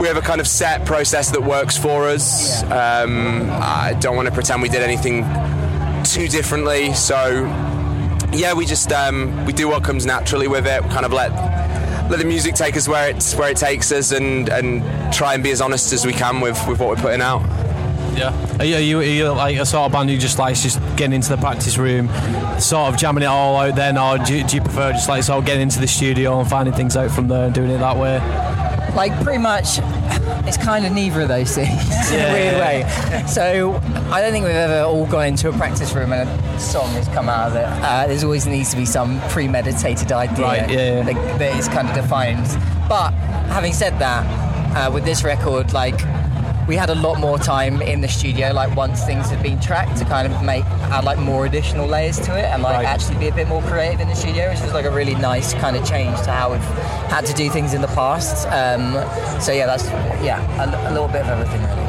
Speaker 9: we have a kind of set process that works for us. Um, I don't want to pretend we did anything too differently. So yeah, we just um, we do what comes naturally with it. We kind of let let the music take us where it's where it takes us, and and try and be as honest as we can with with what we're putting out.
Speaker 2: Yeah. Are you, are you, are you like a sort of band who just likes just getting into the practice room, sort of jamming it all out then, or do, you- do you prefer just like sort of getting into the studio and finding things out from there and doing it that way?
Speaker 8: like pretty much it's kind of neither of those things in a weird way so i don't think we've ever all gone into a practice room and a song has come out of it uh, there's always needs to be some premeditated idea
Speaker 2: Right, yeah, yeah.
Speaker 8: That, that is kind of defined but having said that uh, with this record like we had a lot more time in the studio like once things had been tracked to kind of make add like more additional layers to it and like
Speaker 2: Right.
Speaker 8: actually be a bit more creative in the studio which was like a really nice kind of change to how we've had to do things in the past um, so yeah that's yeah a, a little bit of everything really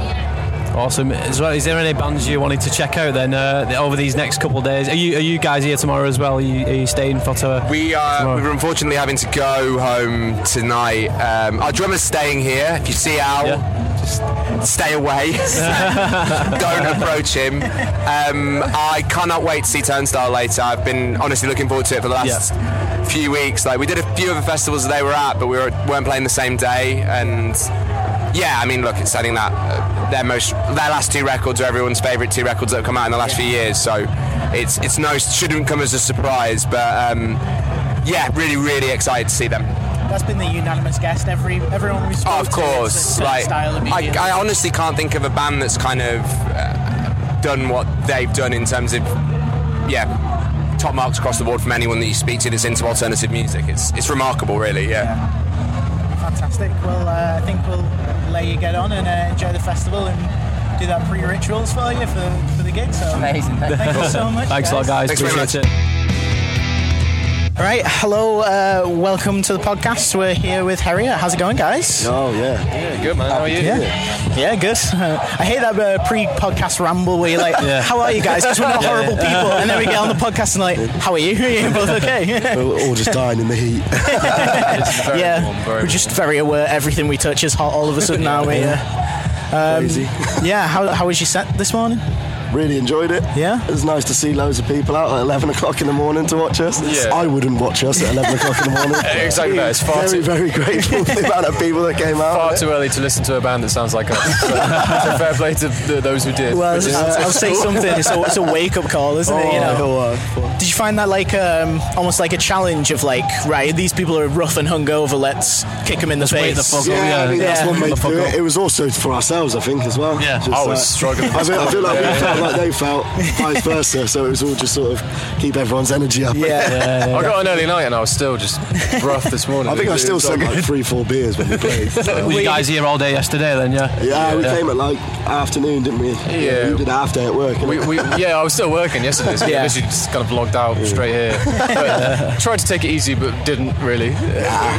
Speaker 2: Awesome. As well, is there any bands you wanted to check out then uh, over these next couple of days? Are you are you guys here tomorrow as well? Are you, are you staying for to?
Speaker 9: We are.
Speaker 2: tomorrow?
Speaker 9: uh, We were unfortunately having to go home tonight. Um, our drummer's staying here. If you see Al,
Speaker 2: Yeah.
Speaker 9: just stay away. Don't approach him. Um, I cannot wait to see Turnstile later. I've been honestly looking forward to it for the last few weeks. Like we did a few other festivals they were at, but we were, weren't playing the same day. And yeah, I mean, look, it's I think that uh, their most their last two records are everyone's favourite two records that have come out in the last few years. So it's it's no shouldn't come as a surprise, but. Um, yeah, really, really excited to see them.
Speaker 3: That's been the unanimous guest. Every everyone we spoke
Speaker 9: Oh, of
Speaker 3: to, it's
Speaker 9: course.
Speaker 3: a
Speaker 9: Like,
Speaker 3: style
Speaker 9: I,
Speaker 3: immediately.
Speaker 9: I honestly can't think of a band that's kind of uh, done what they've done in terms of, yeah, top marks across the board from anyone that you speak to that's into alternative music. It's it's remarkable, really. Yeah.
Speaker 3: Fantastic. Well, uh, I think we'll let you get on and uh, enjoy the festival and do that pre-rituals for you for, for the gig. So
Speaker 8: amazing
Speaker 3: Thank you so much.
Speaker 2: Thanks a lot, guys.
Speaker 9: Thanks very
Speaker 2: Appreciate
Speaker 9: much.
Speaker 2: it.
Speaker 3: All right. Hello. Uh, welcome to the podcast. We're here with Harriet. How's it going, guys?
Speaker 10: Oh yeah.
Speaker 11: Good man. How are you?
Speaker 3: Yeah. Yeah, good. Uh, I hate that uh, pre-podcast ramble where you're like, "How are you guys?" Because we're not horrible people, and then we get on the podcast and like, "How are you? Are you both okay?"
Speaker 10: We're all just dying in the heat.
Speaker 3: yeah, we're just very aware. Everything we touch is hot all of a sudden, aren't we? Yeah. Um,
Speaker 10: Crazy.
Speaker 3: yeah. How, how was your set this morning?
Speaker 10: Really enjoyed it.
Speaker 3: Yeah?
Speaker 10: It was nice to see loads of people out at 11 o'clock in the morning to watch us.
Speaker 11: Yeah.
Speaker 10: I wouldn't watch us at 11 o'clock in the morning.
Speaker 11: Exactly that. It's far
Speaker 10: very,
Speaker 11: too,
Speaker 10: very grateful for the amount of people that came out.
Speaker 11: far too early to listen to a band that sounds like us. So, so fair play to th- those who did.
Speaker 3: Well, uh,
Speaker 11: which is-
Speaker 3: I'll, I'll say something. It's a, it's a wake-up call, isn't it? You
Speaker 10: Oh,
Speaker 3: know.
Speaker 10: Go on.
Speaker 3: Did you find that like um, almost like a challenge of like, right, these people are rough and hungover, let's kick them in the
Speaker 2: wake
Speaker 3: face.
Speaker 2: the fuck up.
Speaker 10: Yeah, I mean,
Speaker 3: Yeah.
Speaker 10: that's one way to
Speaker 2: Fuck
Speaker 10: do
Speaker 2: up.
Speaker 10: it. It was also for ourselves, I think, as well.
Speaker 2: Yeah.
Speaker 10: Just
Speaker 11: I was
Speaker 10: like-
Speaker 11: struggling.
Speaker 10: I feel, I feel like we felt like they felt, vice versa. So it was all just sort of keep everyone's energy up.
Speaker 3: Yeah.
Speaker 11: I got an early night and I was still just rough this morning.
Speaker 10: I think I still
Speaker 11: It was
Speaker 10: sunk
Speaker 11: like-
Speaker 10: like three, four beers when we played. so-
Speaker 2: Were you guys here all day yesterday then? Yeah.
Speaker 10: Yeah, we came at like afternoon, didn't we?
Speaker 11: Yeah.
Speaker 10: We did half day at work. innit?
Speaker 11: We, we, yeah, I was still working yesterday, so
Speaker 3: Yeah.
Speaker 11: yeah. literally just kind of logged out straight here. But, uh, tried to take it easy, but didn't really. we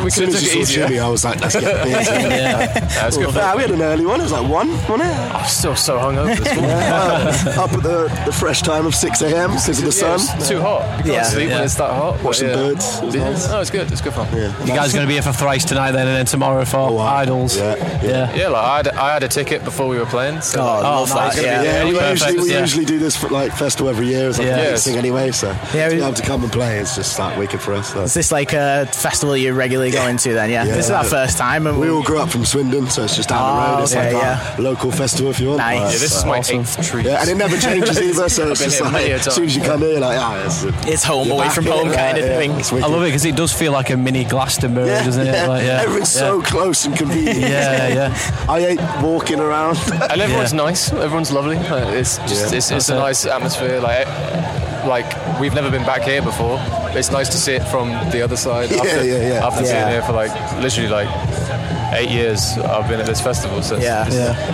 Speaker 10: as soon
Speaker 11: could have took
Speaker 10: as you
Speaker 11: it
Speaker 10: saw
Speaker 11: easier.
Speaker 10: Jimmy, I was like, let's get beers. in.
Speaker 11: Yeah, it's good fun.
Speaker 10: Nah, we had an early one. It was like one, wasn't it?
Speaker 11: I'm still so hungover this morning.
Speaker 10: Yeah. Up at the, the fresh time of 6 a.m. because of the
Speaker 11: Yeah,
Speaker 10: sun.
Speaker 11: it's too hot. You can't
Speaker 3: Yeah.
Speaker 11: sleep when it's that hot. but
Speaker 10: Watch some
Speaker 11: yeah.
Speaker 10: birds. It was
Speaker 11: Yeah.
Speaker 10: nice.
Speaker 11: No, it's good. It's good fun. Yeah,
Speaker 2: You guys going to be here for thrice tonight then, and then tomorrow for
Speaker 10: Oh, wow.
Speaker 2: Idols.
Speaker 10: Yeah, yeah.
Speaker 11: like I had, I had a ticket before we were playing. So.
Speaker 10: Oh, I
Speaker 2: Oh,
Speaker 10: love
Speaker 2: nice.
Speaker 10: that.
Speaker 2: Yeah.
Speaker 10: Yeah, we,
Speaker 2: Perfect,
Speaker 10: usually, we
Speaker 2: yeah.
Speaker 10: usually do this for, like festival every year. It's like
Speaker 2: Yeah.
Speaker 10: a big
Speaker 11: Yes.
Speaker 10: thing anyway, so
Speaker 3: Yeah,
Speaker 10: to
Speaker 3: we-
Speaker 10: be able to come and play is just like wicked for us. though.
Speaker 3: Is this like a festival you're regularly going to then? Yeah.
Speaker 10: Yeah.
Speaker 3: This is our first time. And
Speaker 10: We all grew up from Swindon, so it's just down the
Speaker 3: Oh,
Speaker 10: road. It's
Speaker 3: okay,
Speaker 10: like
Speaker 3: yeah.
Speaker 10: a local festival if you want.
Speaker 3: Nice.
Speaker 10: Like,
Speaker 3: Yeah,
Speaker 11: this is
Speaker 10: so-
Speaker 11: my eighth treat.
Speaker 10: yeah, and it never changes either. So it's
Speaker 11: been
Speaker 10: just
Speaker 11: here
Speaker 10: like
Speaker 11: many a
Speaker 10: as soon as you come here, like ah, it's,
Speaker 3: It's home,
Speaker 10: you're
Speaker 3: away
Speaker 10: back
Speaker 3: from
Speaker 10: in
Speaker 3: home
Speaker 10: it,
Speaker 3: kind
Speaker 10: yeah,
Speaker 3: of
Speaker 10: yeah,
Speaker 3: thing.
Speaker 10: It's wicked.
Speaker 2: I love it because it does feel like a mini Glastonbury, doesn't it? Like, yeah.
Speaker 10: Everyone's
Speaker 2: yeah.
Speaker 10: so close and convenient.
Speaker 2: Yeah, yeah.
Speaker 10: I hate walking around.
Speaker 11: And everyone's nice. Everyone's lovely. Like, it's just
Speaker 10: Yeah.
Speaker 11: it's, it's a
Speaker 2: That's it.
Speaker 11: nice atmosphere. Like eh, like we've never been back here before. It's nice to see it from the other side.
Speaker 10: Yeah,
Speaker 11: after,
Speaker 10: yeah, yeah.
Speaker 11: After
Speaker 3: Yeah.
Speaker 11: being here for like literally like eight years I've been at this festival. So it's,
Speaker 12: Yeah.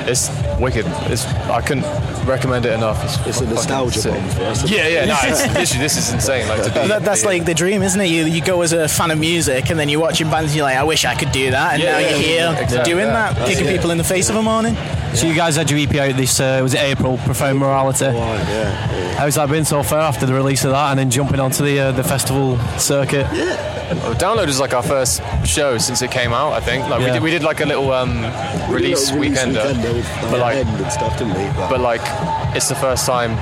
Speaker 11: it's, it's wicked. It's I couldn't recommend it enough. It's,
Speaker 10: It's a
Speaker 11: fucking
Speaker 10: nostalgia
Speaker 11: sick.
Speaker 10: bomb for us. isn't it?
Speaker 11: Yeah, yeah, no, it's, literally, this is insane. Like to be,
Speaker 3: That, that's
Speaker 11: yeah.
Speaker 3: like the dream, isn't it? You, you go as a fan of music and then you're watching bands and you're like, I wish I could do that. And
Speaker 11: Yeah,
Speaker 3: now
Speaker 11: yeah,
Speaker 3: you're here
Speaker 11: yeah, exactly,
Speaker 3: doing
Speaker 11: yeah.
Speaker 3: that,
Speaker 11: That's
Speaker 3: kicking
Speaker 11: it.
Speaker 3: people in the face of a morning.
Speaker 2: So you guys had your EP out this uh, was it April? Profound Morality.
Speaker 10: Right, yeah.
Speaker 2: How's that been so far after the release of that, and then jumping onto the uh, the festival circuit?
Speaker 11: Download was like our first show since it came out. I think like we
Speaker 2: Yeah.
Speaker 11: did we did like a little um, release,
Speaker 10: We did a
Speaker 11: weekender,
Speaker 10: weekender with
Speaker 11: but
Speaker 10: our
Speaker 11: like
Speaker 10: end and stuff, didn't we? But,
Speaker 11: but like it's the first time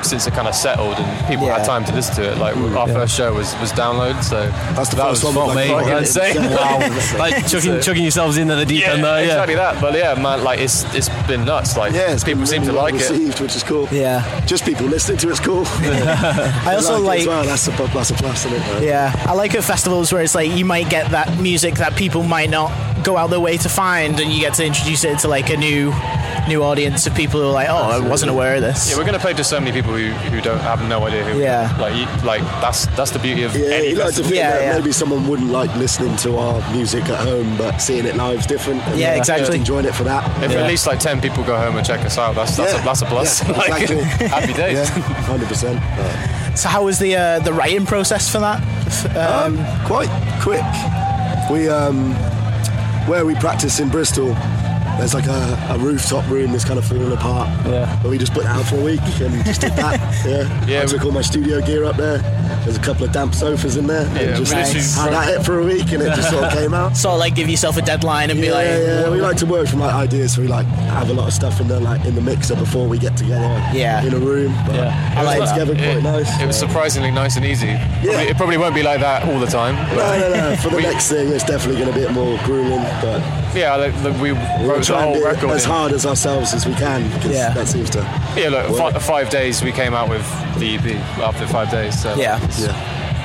Speaker 11: since it kind of settled and people
Speaker 12: Yeah.
Speaker 11: had time to listen to it. Like our first show was was download, so
Speaker 10: that's the
Speaker 11: that
Speaker 10: first
Speaker 11: was
Speaker 10: one
Speaker 11: fun.
Speaker 10: with
Speaker 2: mate.
Speaker 10: like,
Speaker 2: That's
Speaker 10: fucking-
Speaker 11: insane.
Speaker 10: uh, Wow.
Speaker 2: Like chucking, chucking yourselves into the deep
Speaker 11: uh, Yeah,
Speaker 2: end there. Yeah.
Speaker 11: exactly that. But yeah, man, like it's it's been nuts. Like
Speaker 10: yeah, it's
Speaker 11: people
Speaker 10: been
Speaker 11: seem to
Speaker 10: really well
Speaker 11: like it.
Speaker 10: received, which is cool.
Speaker 12: Yeah.
Speaker 10: Just people listening to it's cool.
Speaker 3: I also
Speaker 10: it as
Speaker 3: like.
Speaker 10: well. that's a bu- that's a plus, isn't it? man?
Speaker 3: Yeah, I like at festivals where it's like you might get that music that people might not go out their way to find, and you get to introduce it to like a new, new audience of people who are like, oh, I wasn't aware of this.
Speaker 11: Yeah, we're gonna play to so many people who, who don't have no idea who.
Speaker 12: Yeah.
Speaker 11: Like you, like that's that's the beauty of
Speaker 10: Yeah,
Speaker 11: any
Speaker 10: you like to
Speaker 11: festival.
Speaker 10: think
Speaker 3: Yeah,
Speaker 10: that
Speaker 3: yeah.
Speaker 10: maybe someone wouldn't like listening to our music at home, but seeing it live is different. and
Speaker 3: Yeah,
Speaker 10: they're just
Speaker 3: exactly.
Speaker 10: Enjoying it for that.
Speaker 11: If at least like ten people go home and check us out, that's that's,
Speaker 10: Yeah.
Speaker 11: a, that's a plus.
Speaker 10: Yeah,
Speaker 11: like,
Speaker 10: exactly.
Speaker 11: happy
Speaker 10: Yeah,
Speaker 11: days.
Speaker 10: hundred percent.
Speaker 3: So how was the uh, the writing process for that? F- Um,
Speaker 10: Quite quick. We um, where we practice in Bristol. There's like a, a rooftop room that's kind of falling apart.
Speaker 2: Yeah.
Speaker 10: But we just put it out for a week and just did that. Yeah.
Speaker 11: Yeah,
Speaker 10: I took all my studio gear up there. There's a couple of damp sofas in there.
Speaker 11: Yeah,
Speaker 10: and just
Speaker 11: we literally
Speaker 10: had
Speaker 11: wrote-
Speaker 10: at it for a week and it just sort of came out.
Speaker 3: sort of like give yourself a deadline and be
Speaker 10: Yeah,
Speaker 3: like,
Speaker 10: yeah, we like to work from like ideas, so we like have a lot of stuff in there, like in the mixer before we get together.
Speaker 3: Yeah.
Speaker 10: in a room. But
Speaker 2: Yeah.
Speaker 10: I like together quite
Speaker 11: it,
Speaker 10: nice.
Speaker 11: it was surprisingly nice and easy. Probably, it probably won't be like that all the time. But
Speaker 10: no, no, no. For the
Speaker 11: We-
Speaker 10: next thing, it's definitely going to be a bit more grueling, but
Speaker 11: yeah, like, like, we
Speaker 10: we'll
Speaker 11: wrote the
Speaker 10: try and
Speaker 11: whole
Speaker 10: do it
Speaker 11: record.
Speaker 10: as
Speaker 11: in-
Speaker 10: hard as ourselves as we can. 'cause
Speaker 12: Yeah.
Speaker 10: that seems to.
Speaker 11: Yeah, look,
Speaker 10: Well-
Speaker 11: five, five days we came out with the EP after five days. So
Speaker 12: Yeah.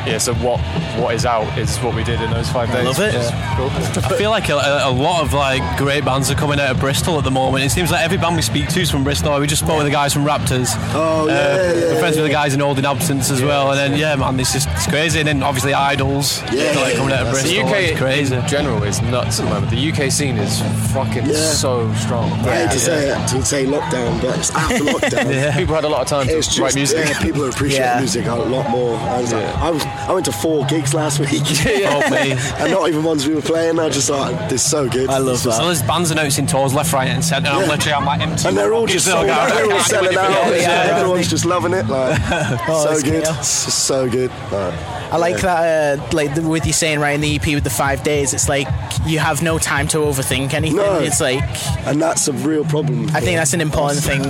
Speaker 11: yeah, So what what is out is what we did in those five days.
Speaker 3: love it.
Speaker 11: Yeah. Cool.
Speaker 2: I feel like a, a a lot of like great bands are coming out of Bristol at the moment. It seems like every band we speak to is from Bristol. We just spoke with the guys from Raptors. Uh,
Speaker 10: Oh, yeah, yeah,
Speaker 2: We're friends
Speaker 10: yeah.
Speaker 2: with the guys in Old in Absence as well. And then yeah, man, this is it's crazy. And then obviously Idols.
Speaker 10: Yeah,
Speaker 2: like, coming out of
Speaker 10: that's
Speaker 2: Bristol.
Speaker 11: The UK
Speaker 2: it's crazy.
Speaker 11: in general is nuts at the moment. The UK scene is fucking
Speaker 10: Yeah.
Speaker 11: so strong.
Speaker 10: I hate to say it, to say lockdown, but it's after lockdown.
Speaker 11: People had a lot of time to
Speaker 10: It's just
Speaker 11: write music.
Speaker 10: yeah, people appreciate
Speaker 12: Yeah.
Speaker 10: music a lot more. I, was like, I, was, I went to four gigs last week,
Speaker 2: Oh, mate.
Speaker 10: and not even ones we were playing. I just thought this is so good. I love
Speaker 2: So there's bands announcing tours left, right, and centre. I'm literally on my empty.
Speaker 10: And they're all just
Speaker 2: Still
Speaker 10: sold
Speaker 2: got-
Speaker 10: out. They're all selling out.
Speaker 2: Yeah,
Speaker 10: Yeah, everyone's just loving it. Like, so
Speaker 3: that's
Speaker 10: good.
Speaker 3: cool.
Speaker 10: It's just so good. Like,
Speaker 3: I like that, uh, like the, with you saying writing the EP with the five days, it's like you have no time to overthink anything.
Speaker 10: No.
Speaker 3: It's like
Speaker 10: And that's a real problem.
Speaker 3: I think that's an important thing.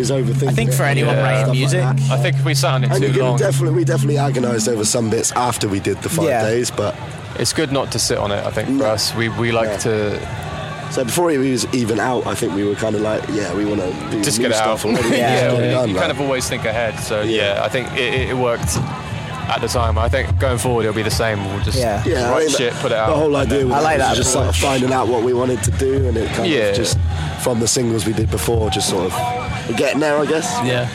Speaker 10: is overthinking.
Speaker 3: I think
Speaker 10: it.
Speaker 3: for anyone
Speaker 10: Yeah.
Speaker 3: writing
Speaker 10: Stuff like
Speaker 3: music,
Speaker 10: that.
Speaker 11: I think we sat on it
Speaker 10: and you
Speaker 11: too
Speaker 10: can
Speaker 11: long.
Speaker 10: definitely, we definitely agonised over some bits after we did the five
Speaker 12: Yeah.
Speaker 10: days, but
Speaker 11: it's good not to sit on it. I think for us, we we like to
Speaker 10: so before he was even out, I think we were kind of like, yeah, we want to do
Speaker 11: just
Speaker 10: new
Speaker 11: get it out.
Speaker 10: stuff already. It's already done,
Speaker 11: you
Speaker 10: like.
Speaker 11: kind of always think ahead. So yeah, I think it, it, it worked at the time. I think going forward it'll be the same. We'll just
Speaker 12: Yeah.
Speaker 10: yeah,
Speaker 11: write
Speaker 10: I mean,
Speaker 11: shit, put it out.
Speaker 10: The whole idea was,
Speaker 12: I like that
Speaker 10: was just sort of finding out what we wanted to do, and it kind
Speaker 11: Yeah.
Speaker 10: of just from the singles we did before, just sort of getting there, I guess.
Speaker 2: Yeah.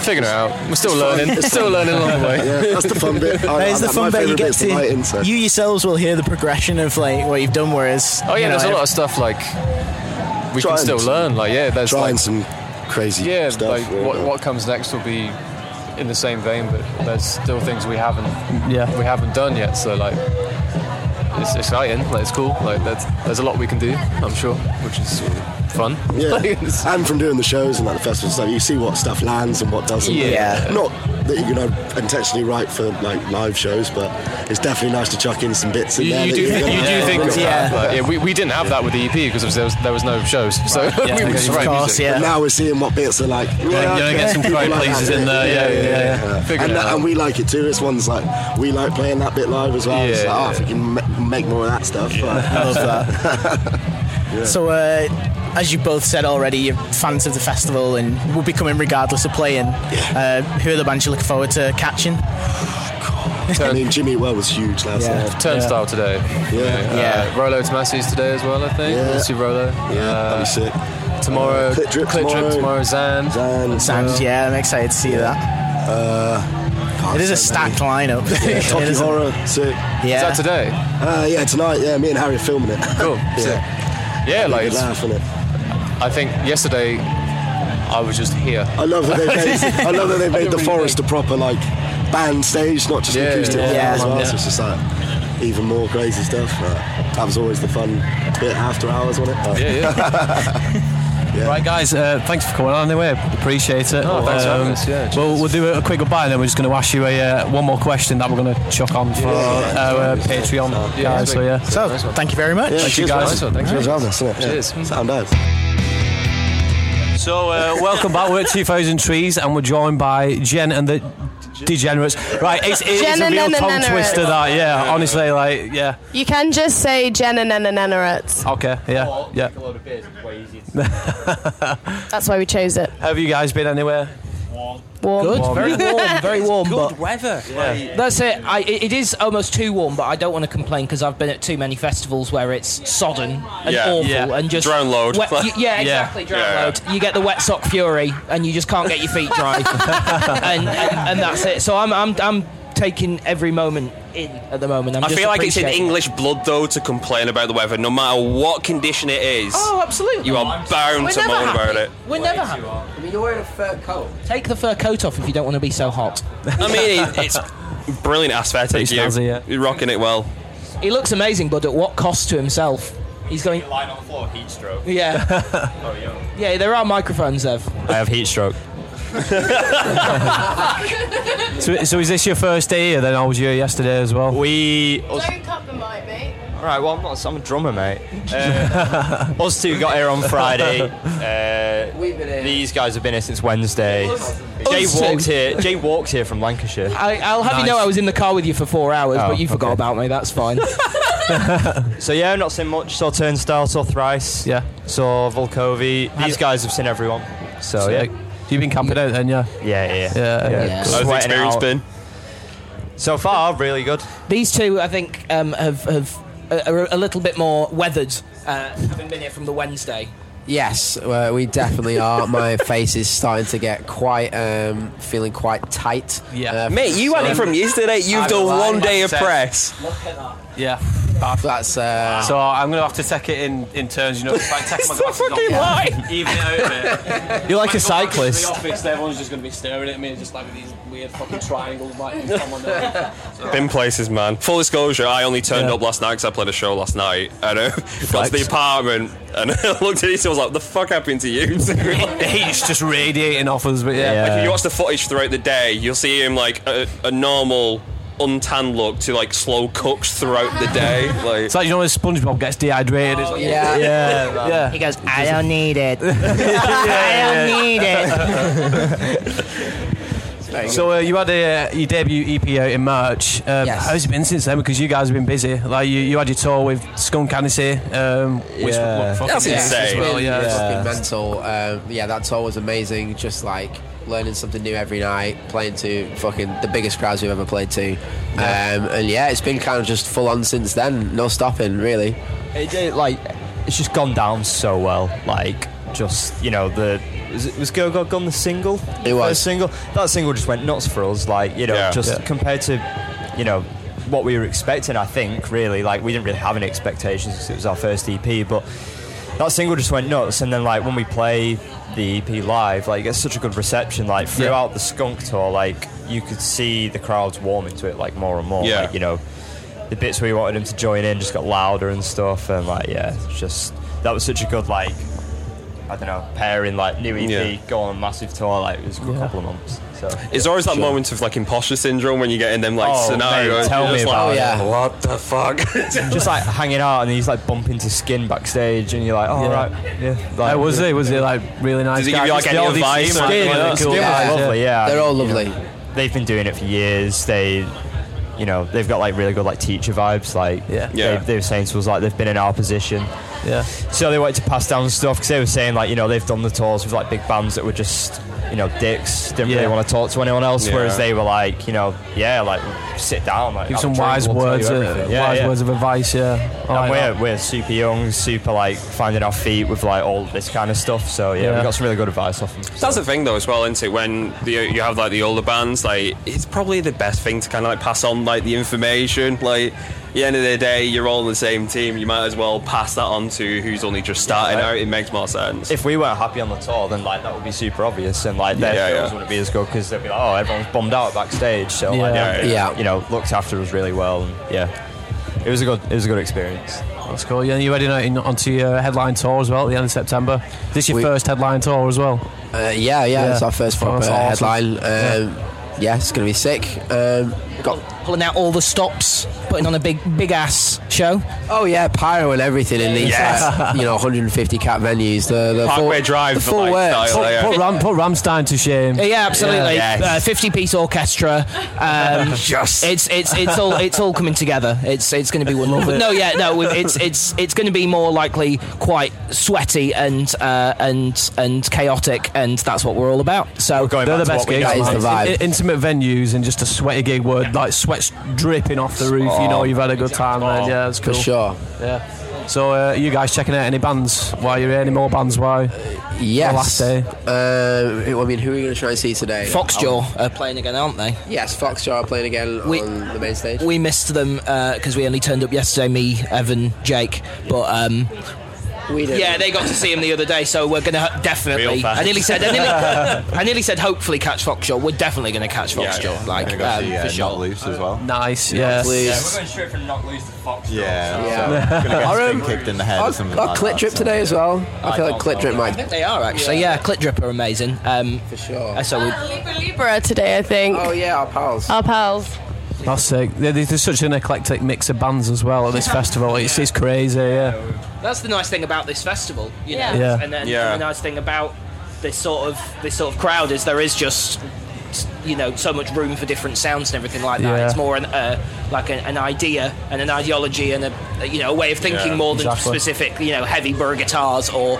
Speaker 11: Figuring it out. We're still learning. still learning along the way.
Speaker 10: Yeah, that's the fun bit. I,
Speaker 3: that is
Speaker 10: I-
Speaker 3: the
Speaker 10: my
Speaker 3: fun bit you
Speaker 10: favourite
Speaker 3: get
Speaker 10: bit's the
Speaker 3: to.
Speaker 10: writing, so.
Speaker 3: You yourselves will hear the progression of like what you've done. Whereas,
Speaker 11: Oh yeah,
Speaker 3: you know,
Speaker 11: there's a lot
Speaker 3: I-
Speaker 11: of stuff like we
Speaker 10: Trying
Speaker 11: can still
Speaker 10: to-
Speaker 11: learn. Like yeah, there's
Speaker 10: trying
Speaker 11: like,
Speaker 10: some crazy
Speaker 11: yeah,
Speaker 10: stuff.
Speaker 11: like
Speaker 10: yeah,
Speaker 11: what,
Speaker 10: but-
Speaker 11: what comes next will be in the same vein, but there's still things we haven't
Speaker 2: Yeah.
Speaker 11: we haven't done yet. So like it's exciting, like it's cool. Like there's there's a lot we can do, I'm sure, which is fun.
Speaker 10: Yeah,
Speaker 11: Like, it's-
Speaker 10: and from doing the shows and like the festival stuff, you see what stuff lands and what doesn't.
Speaker 11: Yeah.
Speaker 10: not that you know intentionally write for like live shows, but it's definitely nice to chuck in some bits in
Speaker 11: you,
Speaker 10: there.
Speaker 11: you
Speaker 10: that
Speaker 11: do
Speaker 10: you're
Speaker 11: think,
Speaker 10: gonna-
Speaker 11: you do think of
Speaker 3: Yeah.
Speaker 11: that. Like, yeah, we, we didn't have that with the EP because there was there was no shows, so we were just
Speaker 2: Of
Speaker 11: writing
Speaker 3: course,
Speaker 11: music.
Speaker 3: yeah.
Speaker 10: And now we're seeing what bits are like.
Speaker 2: Yeah, you're gonna get some
Speaker 10: people
Speaker 2: crowd
Speaker 10: like that
Speaker 2: pleasers
Speaker 10: bit.
Speaker 2: in there, yeah, yeah, yeah.
Speaker 11: Figuring
Speaker 10: And,
Speaker 11: it
Speaker 10: that-
Speaker 11: out.
Speaker 10: and we like it too. It's ones like we like playing that bit live as well. it's
Speaker 11: Yeah,
Speaker 10: like, oh,
Speaker 11: yeah.
Speaker 10: if we can ma- make more of that stuff.
Speaker 3: I
Speaker 10: Yeah.
Speaker 3: love that. So, uh, as you both said already, you're fans of the festival and will be coming regardless of playing. Uh, who are the bands you looking forward to catching?
Speaker 10: I mean, Jimmy Well was huge last
Speaker 12: Yeah.
Speaker 10: night.
Speaker 11: Turnstile today.
Speaker 10: Yeah.
Speaker 11: Uh, Rolo Tomasi's today as well, I think.
Speaker 10: Yeah.
Speaker 11: We'll see Rolo.
Speaker 10: Yeah,
Speaker 11: Uh,
Speaker 10: that'd be sick.
Speaker 11: Tomorrow,
Speaker 10: Clit Drip
Speaker 11: Clit
Speaker 10: tomorrow.
Speaker 11: tomorrow, Zan.
Speaker 10: And
Speaker 3: Sounds, yeah, I'm excited to see that. It is a stacked lineup. It
Speaker 10: Tocky
Speaker 3: is a-
Speaker 10: Horror, sick.
Speaker 3: Yeah.
Speaker 11: Is that today?
Speaker 10: Uh, yeah, tonight. Yeah, me and Harry are filming it.
Speaker 11: Cool.
Speaker 10: yeah.
Speaker 11: Sick.
Speaker 13: Yeah,
Speaker 10: Make
Speaker 13: like
Speaker 10: it
Speaker 13: it's,
Speaker 10: laugh, innit?
Speaker 13: I think yesterday I was just here.
Speaker 10: I love that they made, I love that they
Speaker 13: I
Speaker 10: made
Speaker 13: don't
Speaker 10: the
Speaker 13: really
Speaker 10: forest a proper like band stage, not just
Speaker 13: Yeah,
Speaker 10: an acoustic
Speaker 13: yeah,
Speaker 10: one
Speaker 13: yeah.
Speaker 10: as well.
Speaker 13: Yeah.
Speaker 10: So it's just like even more crazy stuff. But that was always the fun bit after hours, wasn't it? Like,
Speaker 13: Yeah, yeah.
Speaker 2: Right, guys, uh, thanks for coming on anyway. Appreciate it. Um,
Speaker 13: No, thanks for having us, yeah,
Speaker 2: we'll, we'll do a quick goodbye and then we're just going to ask you a, uh, one more question that we're going to chuck on for our uh, Patreon guys. So, yeah.
Speaker 14: So, thank you very much.
Speaker 10: Yeah,
Speaker 2: Thank you,
Speaker 10: cheers,
Speaker 2: guys.
Speaker 10: man.
Speaker 13: Thanks for
Speaker 10: Cheers, well done, isn't it?
Speaker 13: Cheers.
Speaker 10: Yeah. Sound does.
Speaker 2: So, uh, welcome back. We're at 2000 Trees and we're joined by Jen and the Degenerates. Right, it's, it's
Speaker 15: Jen
Speaker 2: a
Speaker 15: and
Speaker 2: real
Speaker 15: the
Speaker 2: tongue
Speaker 15: Degenerates.
Speaker 2: twister, that, yeah. Honestly, like, yeah.
Speaker 15: You can just say Jen and Nenanenarets.
Speaker 2: Okay, yeah. Yeah.
Speaker 15: That's why we chose it.
Speaker 2: Have you guys been anywhere?
Speaker 15: Warm.
Speaker 2: Warm,
Speaker 16: very warm, very warm.
Speaker 17: Good
Speaker 16: but
Speaker 17: weather.
Speaker 16: that's it. I, it it is almost too warm, but I don't want to complain because I've been at too many festivals where it's sodden and
Speaker 18: Yeah.
Speaker 16: awful
Speaker 2: Yeah.
Speaker 16: and just
Speaker 18: Drone load.
Speaker 16: Wet, y- yeah, exactly. Drone
Speaker 18: Yeah.
Speaker 16: load. You get the wet sock fury, and you just can't get your feet dry, and, and and that's it. So I'm I'm I'm taking every moment in at the moment. I'm
Speaker 1: I
Speaker 16: just
Speaker 1: feel like it's in
Speaker 16: appreciating it.
Speaker 1: English blood though to complain about the weather, no matter what condition it is.
Speaker 16: Oh, absolutely.
Speaker 1: you are bound
Speaker 16: We're
Speaker 1: to
Speaker 16: never
Speaker 1: moan
Speaker 16: happy.
Speaker 1: about it.
Speaker 16: We're never happy.
Speaker 17: I mean, you're wearing a fur coat.
Speaker 16: Take the fur coat off if you don't want to be so hot.
Speaker 1: I mean, it- it's brilliant aesthetic.
Speaker 2: Pretty
Speaker 1: You,
Speaker 2: snazzy, yeah.
Speaker 1: You're rocking it well.
Speaker 16: He looks amazing, but at what cost to himself? He's going.
Speaker 18: Lying on the floor, heat stroke.
Speaker 16: Yeah,
Speaker 18: Oh, yeah.
Speaker 16: yeah. There are microphones, Ev.
Speaker 13: I have heat stroke.
Speaker 2: So, so is this your first day here then? I was here yesterday as well.
Speaker 13: We
Speaker 15: Don't cut the mic, mate.
Speaker 13: Right, well, I'm not. I'm a drummer, mate. Uh, us two got here on Friday. Uh,
Speaker 17: We've been here.
Speaker 13: These guys have been here since Wednesday. Jay
Speaker 16: Us two.
Speaker 13: walked here. Jay walked here from Lancashire.
Speaker 16: I, I'll have
Speaker 2: Nice.
Speaker 16: you know I was in the car with you for four hours,
Speaker 13: Oh,
Speaker 16: but you forgot
Speaker 13: okay.
Speaker 16: about me. That's fine.
Speaker 13: So yeah, not seen much. Saw Turnstile, saw Thrice,
Speaker 2: Yeah.
Speaker 13: saw Volkovi. These guys have seen everyone. So yeah,
Speaker 2: Sick. You've been camping out then, yeah?
Speaker 13: yeah, yeah.
Speaker 2: Yeah,
Speaker 16: yeah.
Speaker 1: How's the
Speaker 13: Sweating
Speaker 1: experience
Speaker 13: out.
Speaker 1: been?
Speaker 13: So far, really good.
Speaker 16: These two, I think, um, have have uh, are a little bit more weathered, uh, having been here from the Wednesday.
Speaker 17: Yes, uh, we definitely are. My face is starting to get quite, um, feeling quite tight. Uh,
Speaker 2: Yeah.
Speaker 1: Mate, you had it from yesterday. You've
Speaker 17: I'm
Speaker 1: done
Speaker 17: alive.
Speaker 1: one day of
Speaker 13: Upset.
Speaker 1: press.
Speaker 2: Yeah.
Speaker 17: That's uh,
Speaker 2: So I'm going to have to take it in, in turns, you know, if I take my glasses
Speaker 16: fucking
Speaker 2: off, even uh, it out a bit.
Speaker 13: You're like a
Speaker 16: office, everyone's just going to be staring at me, just like with these weird fucking triangles, like
Speaker 1: Been places, man. Full disclosure, I only turned up last night because I played a show last night. And uh, got to the apartment and I looked at it. I was like, "The fuck happened to you?"
Speaker 2: The heat's just radiating off us, but yeah.
Speaker 1: Like if
Speaker 13: Uh,
Speaker 1: you watch the footage throughout the day, you'll see him like a, a normal untanned look to like slow cooks throughout the day. Like
Speaker 2: It's like, you know, when SpongeBob gets dehydrated. it's like,
Speaker 17: Oh, yeah.
Speaker 2: yeah. yeah.
Speaker 17: He goes, I don't need it. I don't need it.
Speaker 2: So uh, you had uh, your debut EP out in March. Um,
Speaker 17: Yes.
Speaker 2: How's it been since then? Because you guys have been busy. Like you, you had your tour with Skunk Anansie, um, which
Speaker 13: Yeah.
Speaker 2: was fucking
Speaker 1: That's
Speaker 2: as
Speaker 1: insane.
Speaker 2: well. Yeah.
Speaker 17: Fucking mental. Um, yeah, that tour was amazing. Just like learning something new every night, playing to fucking the biggest crowds we've ever played to. Um, and yeah, it's been kind of just full on since then. No stopping, really.
Speaker 13: It did, like, it's just gone down so well. Like, just you know, the was, it, was Go Go Gone the single?
Speaker 17: It was.
Speaker 13: First single. That single just went nuts for us. Like, you know,
Speaker 1: Yeah.
Speaker 13: just
Speaker 2: Yeah.
Speaker 13: compared to, you know, what we were expecting. I think really, like, we didn't really have any expectations 'cause it was our first EP, but that single just went nuts. And then like when we play the EP live, like, it gets such a good reception. Like throughout the Skunk tour, like you could see the crowds warming to it like more and more.
Speaker 1: Yeah.
Speaker 13: Like, you know the bits where we wanted him to join in just got louder and stuff and like yeah it's just that was such a good like I don't know pairing like new EP
Speaker 1: Yeah.
Speaker 13: go on a massive tour like it was a good couple of months so
Speaker 1: it's always that moment of like imposter syndrome when you get in them like
Speaker 13: Oh,
Speaker 1: scenarios.
Speaker 13: mate, tell
Speaker 1: You're
Speaker 13: me
Speaker 1: just like,
Speaker 13: about it.
Speaker 17: Yeah.
Speaker 1: Oh, What the fuck?
Speaker 13: just like hanging out and he's like bumping to Skin backstage and you're like oh
Speaker 2: Yeah.
Speaker 13: right yeah like,
Speaker 2: How was he? Was he like really nice?
Speaker 1: Does he give
Speaker 2: guy?
Speaker 1: you, like,
Speaker 2: Just
Speaker 1: any
Speaker 2: all these
Speaker 1: advice
Speaker 2: team,
Speaker 1: or
Speaker 2: like,
Speaker 1: anything
Speaker 2: really
Speaker 1: like that?
Speaker 2: cool
Speaker 13: Skin
Speaker 2: guys,
Speaker 13: was lovely yeah
Speaker 17: They're all
Speaker 13: You know,
Speaker 17: lovely.
Speaker 13: they've been doing it for years they you know they've got like really good like teacher vibes like
Speaker 2: Yeah.
Speaker 1: Yeah.
Speaker 13: They, they were saying to us like they've been in our position
Speaker 2: Yeah.
Speaker 13: So they wanted to pass down stuff because they were saying like you know they've done the tours with like big bands that were just you know dicks didn't
Speaker 2: Yeah.
Speaker 13: really want to talk to anyone else
Speaker 1: Yeah.
Speaker 13: whereas they were like you know yeah like sit down like
Speaker 2: Give
Speaker 13: have a
Speaker 2: some
Speaker 13: drink,
Speaker 2: wise
Speaker 13: we'll tell
Speaker 2: words,
Speaker 13: you
Speaker 2: uh,
Speaker 13: everything." yeah,
Speaker 2: wise
Speaker 13: yeah.
Speaker 2: words of advice. Yeah. I
Speaker 13: and
Speaker 2: like
Speaker 13: we're,
Speaker 2: that.
Speaker 13: we're super young super like finding our feet with like all this kind of stuff so yeah,
Speaker 2: Yeah.
Speaker 13: we got some really good advice off them so.
Speaker 1: That's the thing though as well, isn't it? When the, you have like the older bands, like it's probably the best thing to kind of like pass on like the information, like. at the end of the day, you're all in the same team. You might as well pass that on to who's only just starting
Speaker 13: Yeah, I-
Speaker 1: out. It makes more sense.
Speaker 13: If we weren't happy on the tour, then like that would be super obvious, and like their
Speaker 1: Yeah,
Speaker 13: feels
Speaker 1: yeah.
Speaker 13: wouldn't be as good because they'd be like, oh, everyone's bombed out backstage. So like,
Speaker 2: Yeah.
Speaker 13: they,
Speaker 2: Yeah.
Speaker 13: you know, looked after us really well. And, yeah, it was a good, it was a good experience.
Speaker 2: That's cool. Yeah, you're heading out in, onto your uh, headline tour as well at the end of September. This your first headline tour as well?
Speaker 17: Uh, yeah, yeah, it's our first
Speaker 2: Oh,
Speaker 17: proper
Speaker 2: that's awesome.
Speaker 17: headline. Um, yeah. it's gonna be sick. Um, got
Speaker 16: pulling out all the stops, putting on a big big ass show.
Speaker 17: Oh yeah, pyro and everything in these,
Speaker 16: Yes.
Speaker 17: like, you know, 150 cap venues. The, the
Speaker 2: Parkway
Speaker 17: full-
Speaker 2: Drive
Speaker 17: the
Speaker 2: for
Speaker 17: full
Speaker 2: like
Speaker 17: works.
Speaker 2: Put, put, Ram, put Ramstein to shame.
Speaker 16: Uh, Yeah, absolutely.
Speaker 2: Yeah.
Speaker 16: Uh, Fifty-piece orchestra. Um,
Speaker 17: Yes.
Speaker 16: It's it's it's all it's all coming together. It's it's going to be wonderful.
Speaker 2: it.
Speaker 16: No, yeah, no. we- It's it's it's going to be more likely quite sweaty and uh, and and chaotic, and that's what we're all about. So
Speaker 2: They're the best gigs. man. In- intimate venues and just a sweaty gig where like sweat's dripping off the roof. You know you've had a good time, man. Yeah, that's
Speaker 17: For
Speaker 2: cool.
Speaker 17: sure.
Speaker 2: Yeah. So uh, you guys checking out any bands while you're here? Any more bands? Why?
Speaker 17: Yes.
Speaker 2: The last day.
Speaker 17: Uh, who- I mean, who are we going to try and see today?
Speaker 16: Foxjaw are playing again, aren't they?
Speaker 17: Yes, Foxjaw are playing again on the main stage.
Speaker 16: We missed them because we only turned up yesterday. Me, Evan, Jake, but. Um,
Speaker 17: we
Speaker 16: did. Yeah, they got to see him the other day, so we're going to definitely.
Speaker 17: Real fans.
Speaker 16: I nearly said, I nearly, I nearly said, hopefully catch Foxjaw. We're definitely going to catch
Speaker 2: Yeah,
Speaker 16: Foxjaw,
Speaker 2: yeah.
Speaker 16: like
Speaker 2: We're gonna
Speaker 16: um,
Speaker 2: go see, uh,
Speaker 16: for sure.
Speaker 2: Not
Speaker 19: Loose as well.
Speaker 2: Nice. Yes.
Speaker 13: straight from not lose to Fox.
Speaker 19: Yeah.
Speaker 17: Yeah.
Speaker 19: So, gonna get
Speaker 17: Our,
Speaker 19: his
Speaker 17: um,
Speaker 19: feet kicked in the head or
Speaker 17: Our,
Speaker 19: something
Speaker 17: our
Speaker 19: like
Speaker 17: clit
Speaker 19: that,
Speaker 17: drip
Speaker 19: so-
Speaker 17: today as well. I,
Speaker 19: I
Speaker 17: feel like
Speaker 19: don't
Speaker 17: clit
Speaker 19: know.
Speaker 17: drip
Speaker 19: I
Speaker 17: might.
Speaker 19: think
Speaker 16: They are actually, yeah. Clip Drip are amazing. Um,
Speaker 17: for
Speaker 19: uh,
Speaker 17: sure.
Speaker 16: So we,
Speaker 15: Libra Libra today, I think.
Speaker 17: Oh yeah, our pals.
Speaker 15: Our pals.
Speaker 2: That's sick. There- There's, there's such an eclectic mix of bands as well at this festival. It's, it's crazy. Yeah.
Speaker 16: that's the nice thing about this festival, you know.
Speaker 2: Yeah. Yeah.
Speaker 16: And then
Speaker 2: Yeah.
Speaker 16: the nice thing about this sort of this sort of crowd is there is just you know so much room for different sounds and everything like that.
Speaker 2: Yeah.
Speaker 16: It's more an uh, like an, an idea and an ideology and a you know a way of thinking
Speaker 2: Yeah.
Speaker 16: more than
Speaker 2: Exactly.
Speaker 16: specific you know heavy burr guitars or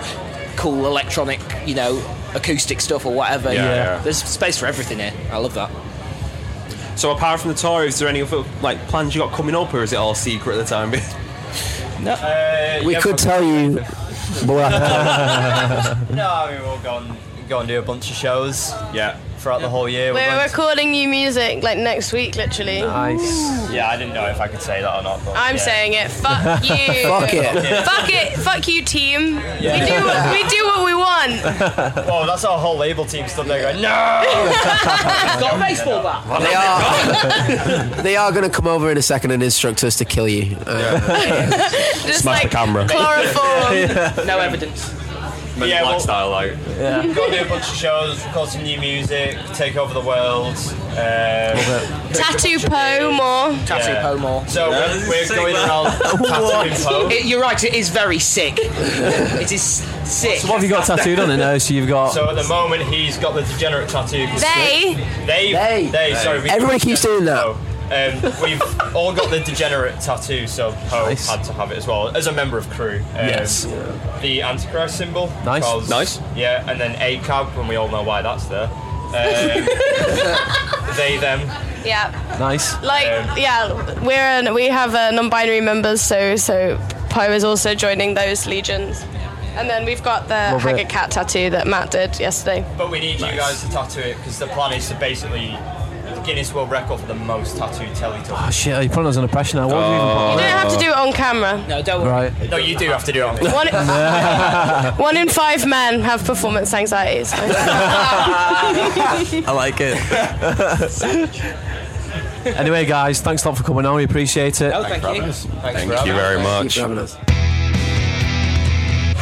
Speaker 16: cool electronic you know acoustic stuff or whatever.
Speaker 1: Yeah, yeah.
Speaker 16: There's space for everything here. I love that.
Speaker 1: So apart from the tour, is there any other like plans you got coming up, or is it all secret at the time?
Speaker 16: no.
Speaker 17: we could tell you.
Speaker 13: no, I mean we'll go and go and do a bunch of shows.
Speaker 1: Yeah,
Speaker 13: throughout the whole year. We're
Speaker 15: We're
Speaker 13: going to-
Speaker 15: recording new music like next week, literally.
Speaker 13: Yeah, I didn't know if I could say that or not. But
Speaker 15: I'm
Speaker 13: yeah.
Speaker 15: saying it. Fuck you.
Speaker 13: Fuck it.
Speaker 15: Fuck it. Fuck you, team. We
Speaker 13: Yeah.
Speaker 15: do. What, we do what we want.
Speaker 13: oh, that's our whole label team stood there going, no! got
Speaker 16: a baseball bat.
Speaker 17: They are. they are going to come over in a second and instruct us to kill you. Uh,
Speaker 15: Just
Speaker 17: Smash the
Speaker 15: like
Speaker 17: camera.
Speaker 15: Chloroform.
Speaker 16: No evidence.
Speaker 13: Yeah, well-
Speaker 1: like.
Speaker 13: Yeah. Go do a bunch of shows, record some new music, take over the world. Um,
Speaker 15: Tattoo Poe more.
Speaker 13: Tattoo Yeah. Poe
Speaker 16: more.
Speaker 13: So we're- Yeah, we're sick, going man. around tattooing Poe.
Speaker 16: It- you're right. It is very sick. it is sick.
Speaker 2: So what have you got tattooed on it now? So you've got.
Speaker 13: so at the moment, he's got the degenerate tattoo.
Speaker 15: They?
Speaker 13: They.
Speaker 17: They.
Speaker 13: They, sorry. we-
Speaker 17: Everybody keeps doing that.
Speaker 13: Um, we've all got the degenerate tattoo, so Poe had to have it as well as a member of crew. Um,
Speaker 2: Yes.
Speaker 13: The Antichrist symbol.
Speaker 2: Nice.
Speaker 13: because-
Speaker 2: Nice.
Speaker 13: Yeah, and then ACAB, and we all know why that's there. Um, they them. Um,
Speaker 15: Yeah.
Speaker 2: Nice.
Speaker 15: Like yeah, we're an, we have uh, non-binary members, so so Poe is also joining those legions. Uh, And then we've got the
Speaker 13: Love
Speaker 15: Haggard
Speaker 13: it.
Speaker 15: cat tattoo that Matt did yesterday.
Speaker 13: But we need you guys to tattoo it because the plan is to basically Guinness World Record for the most tattooed Teletubbies.
Speaker 2: Oh shit! You're putting us on a pressure now. What have you even put on
Speaker 15: Oh. You don't
Speaker 2: it?
Speaker 15: have to do it on camera.
Speaker 16: No, don't
Speaker 2: Right.
Speaker 13: No, you do have to do it.
Speaker 15: One, one in five men have performance anxiety.
Speaker 2: I
Speaker 15: So.
Speaker 2: like it. anyway, guys, thanks a lot for coming on. We appreciate it.
Speaker 16: Oh, thank Thanks for you. having us.
Speaker 1: Thank you very much.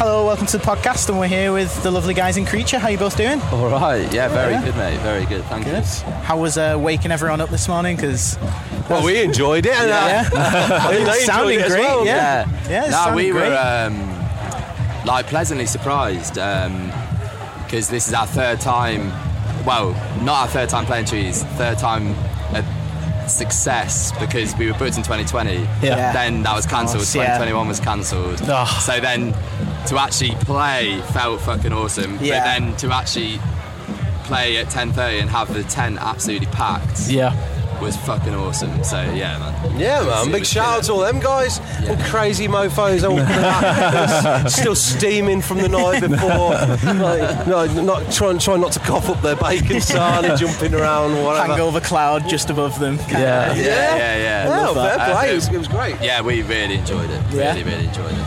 Speaker 3: Hello, welcome to the podcast, and we're here with the lovely guys in Creature. How you both doing?
Speaker 19: All right. Yeah. Very
Speaker 3: Yeah.
Speaker 19: good, mate. Very good. Thank you.
Speaker 3: How was uh, waking everyone up this morning? Because
Speaker 19: Well, we enjoyed it. and, uh, I
Speaker 3: Yeah.
Speaker 19: think they enjoyed
Speaker 3: Sounding
Speaker 19: it as
Speaker 3: great,
Speaker 19: well.
Speaker 3: yeah. Yeah,
Speaker 19: no,
Speaker 3: it sounded
Speaker 19: we
Speaker 3: great.
Speaker 19: were um, like pleasantly surprised because this is our third time. Well, not our third time playing trees. Third time. A, Success because we were booked in 2020.
Speaker 2: Yeah.
Speaker 19: Then that was cancelled.
Speaker 2: Course, yeah.
Speaker 19: 2021 was cancelled. So then to actually play felt fucking awesome.
Speaker 2: Yeah.
Speaker 19: But then to actually play at 10:30 and have the tent absolutely packed
Speaker 2: Yeah.
Speaker 19: was fucking awesome. So yeah, man.
Speaker 20: Yeah, man. Big shout out to all them guys. All crazy mofos. All crackers, still steaming from the night before. Like, no, not trying, trying not to cough up their bacon sarnie, jumping around or whatever.
Speaker 3: Hangover cloud just above them.
Speaker 20: Yeah.
Speaker 19: yeah, yeah, yeah.
Speaker 20: Yeah,
Speaker 19: Love
Speaker 20: fair
Speaker 19: that.
Speaker 20: play. It was- it was great.
Speaker 19: Yeah, we really enjoyed it.
Speaker 20: Yeah.
Speaker 19: Really, really enjoyed it.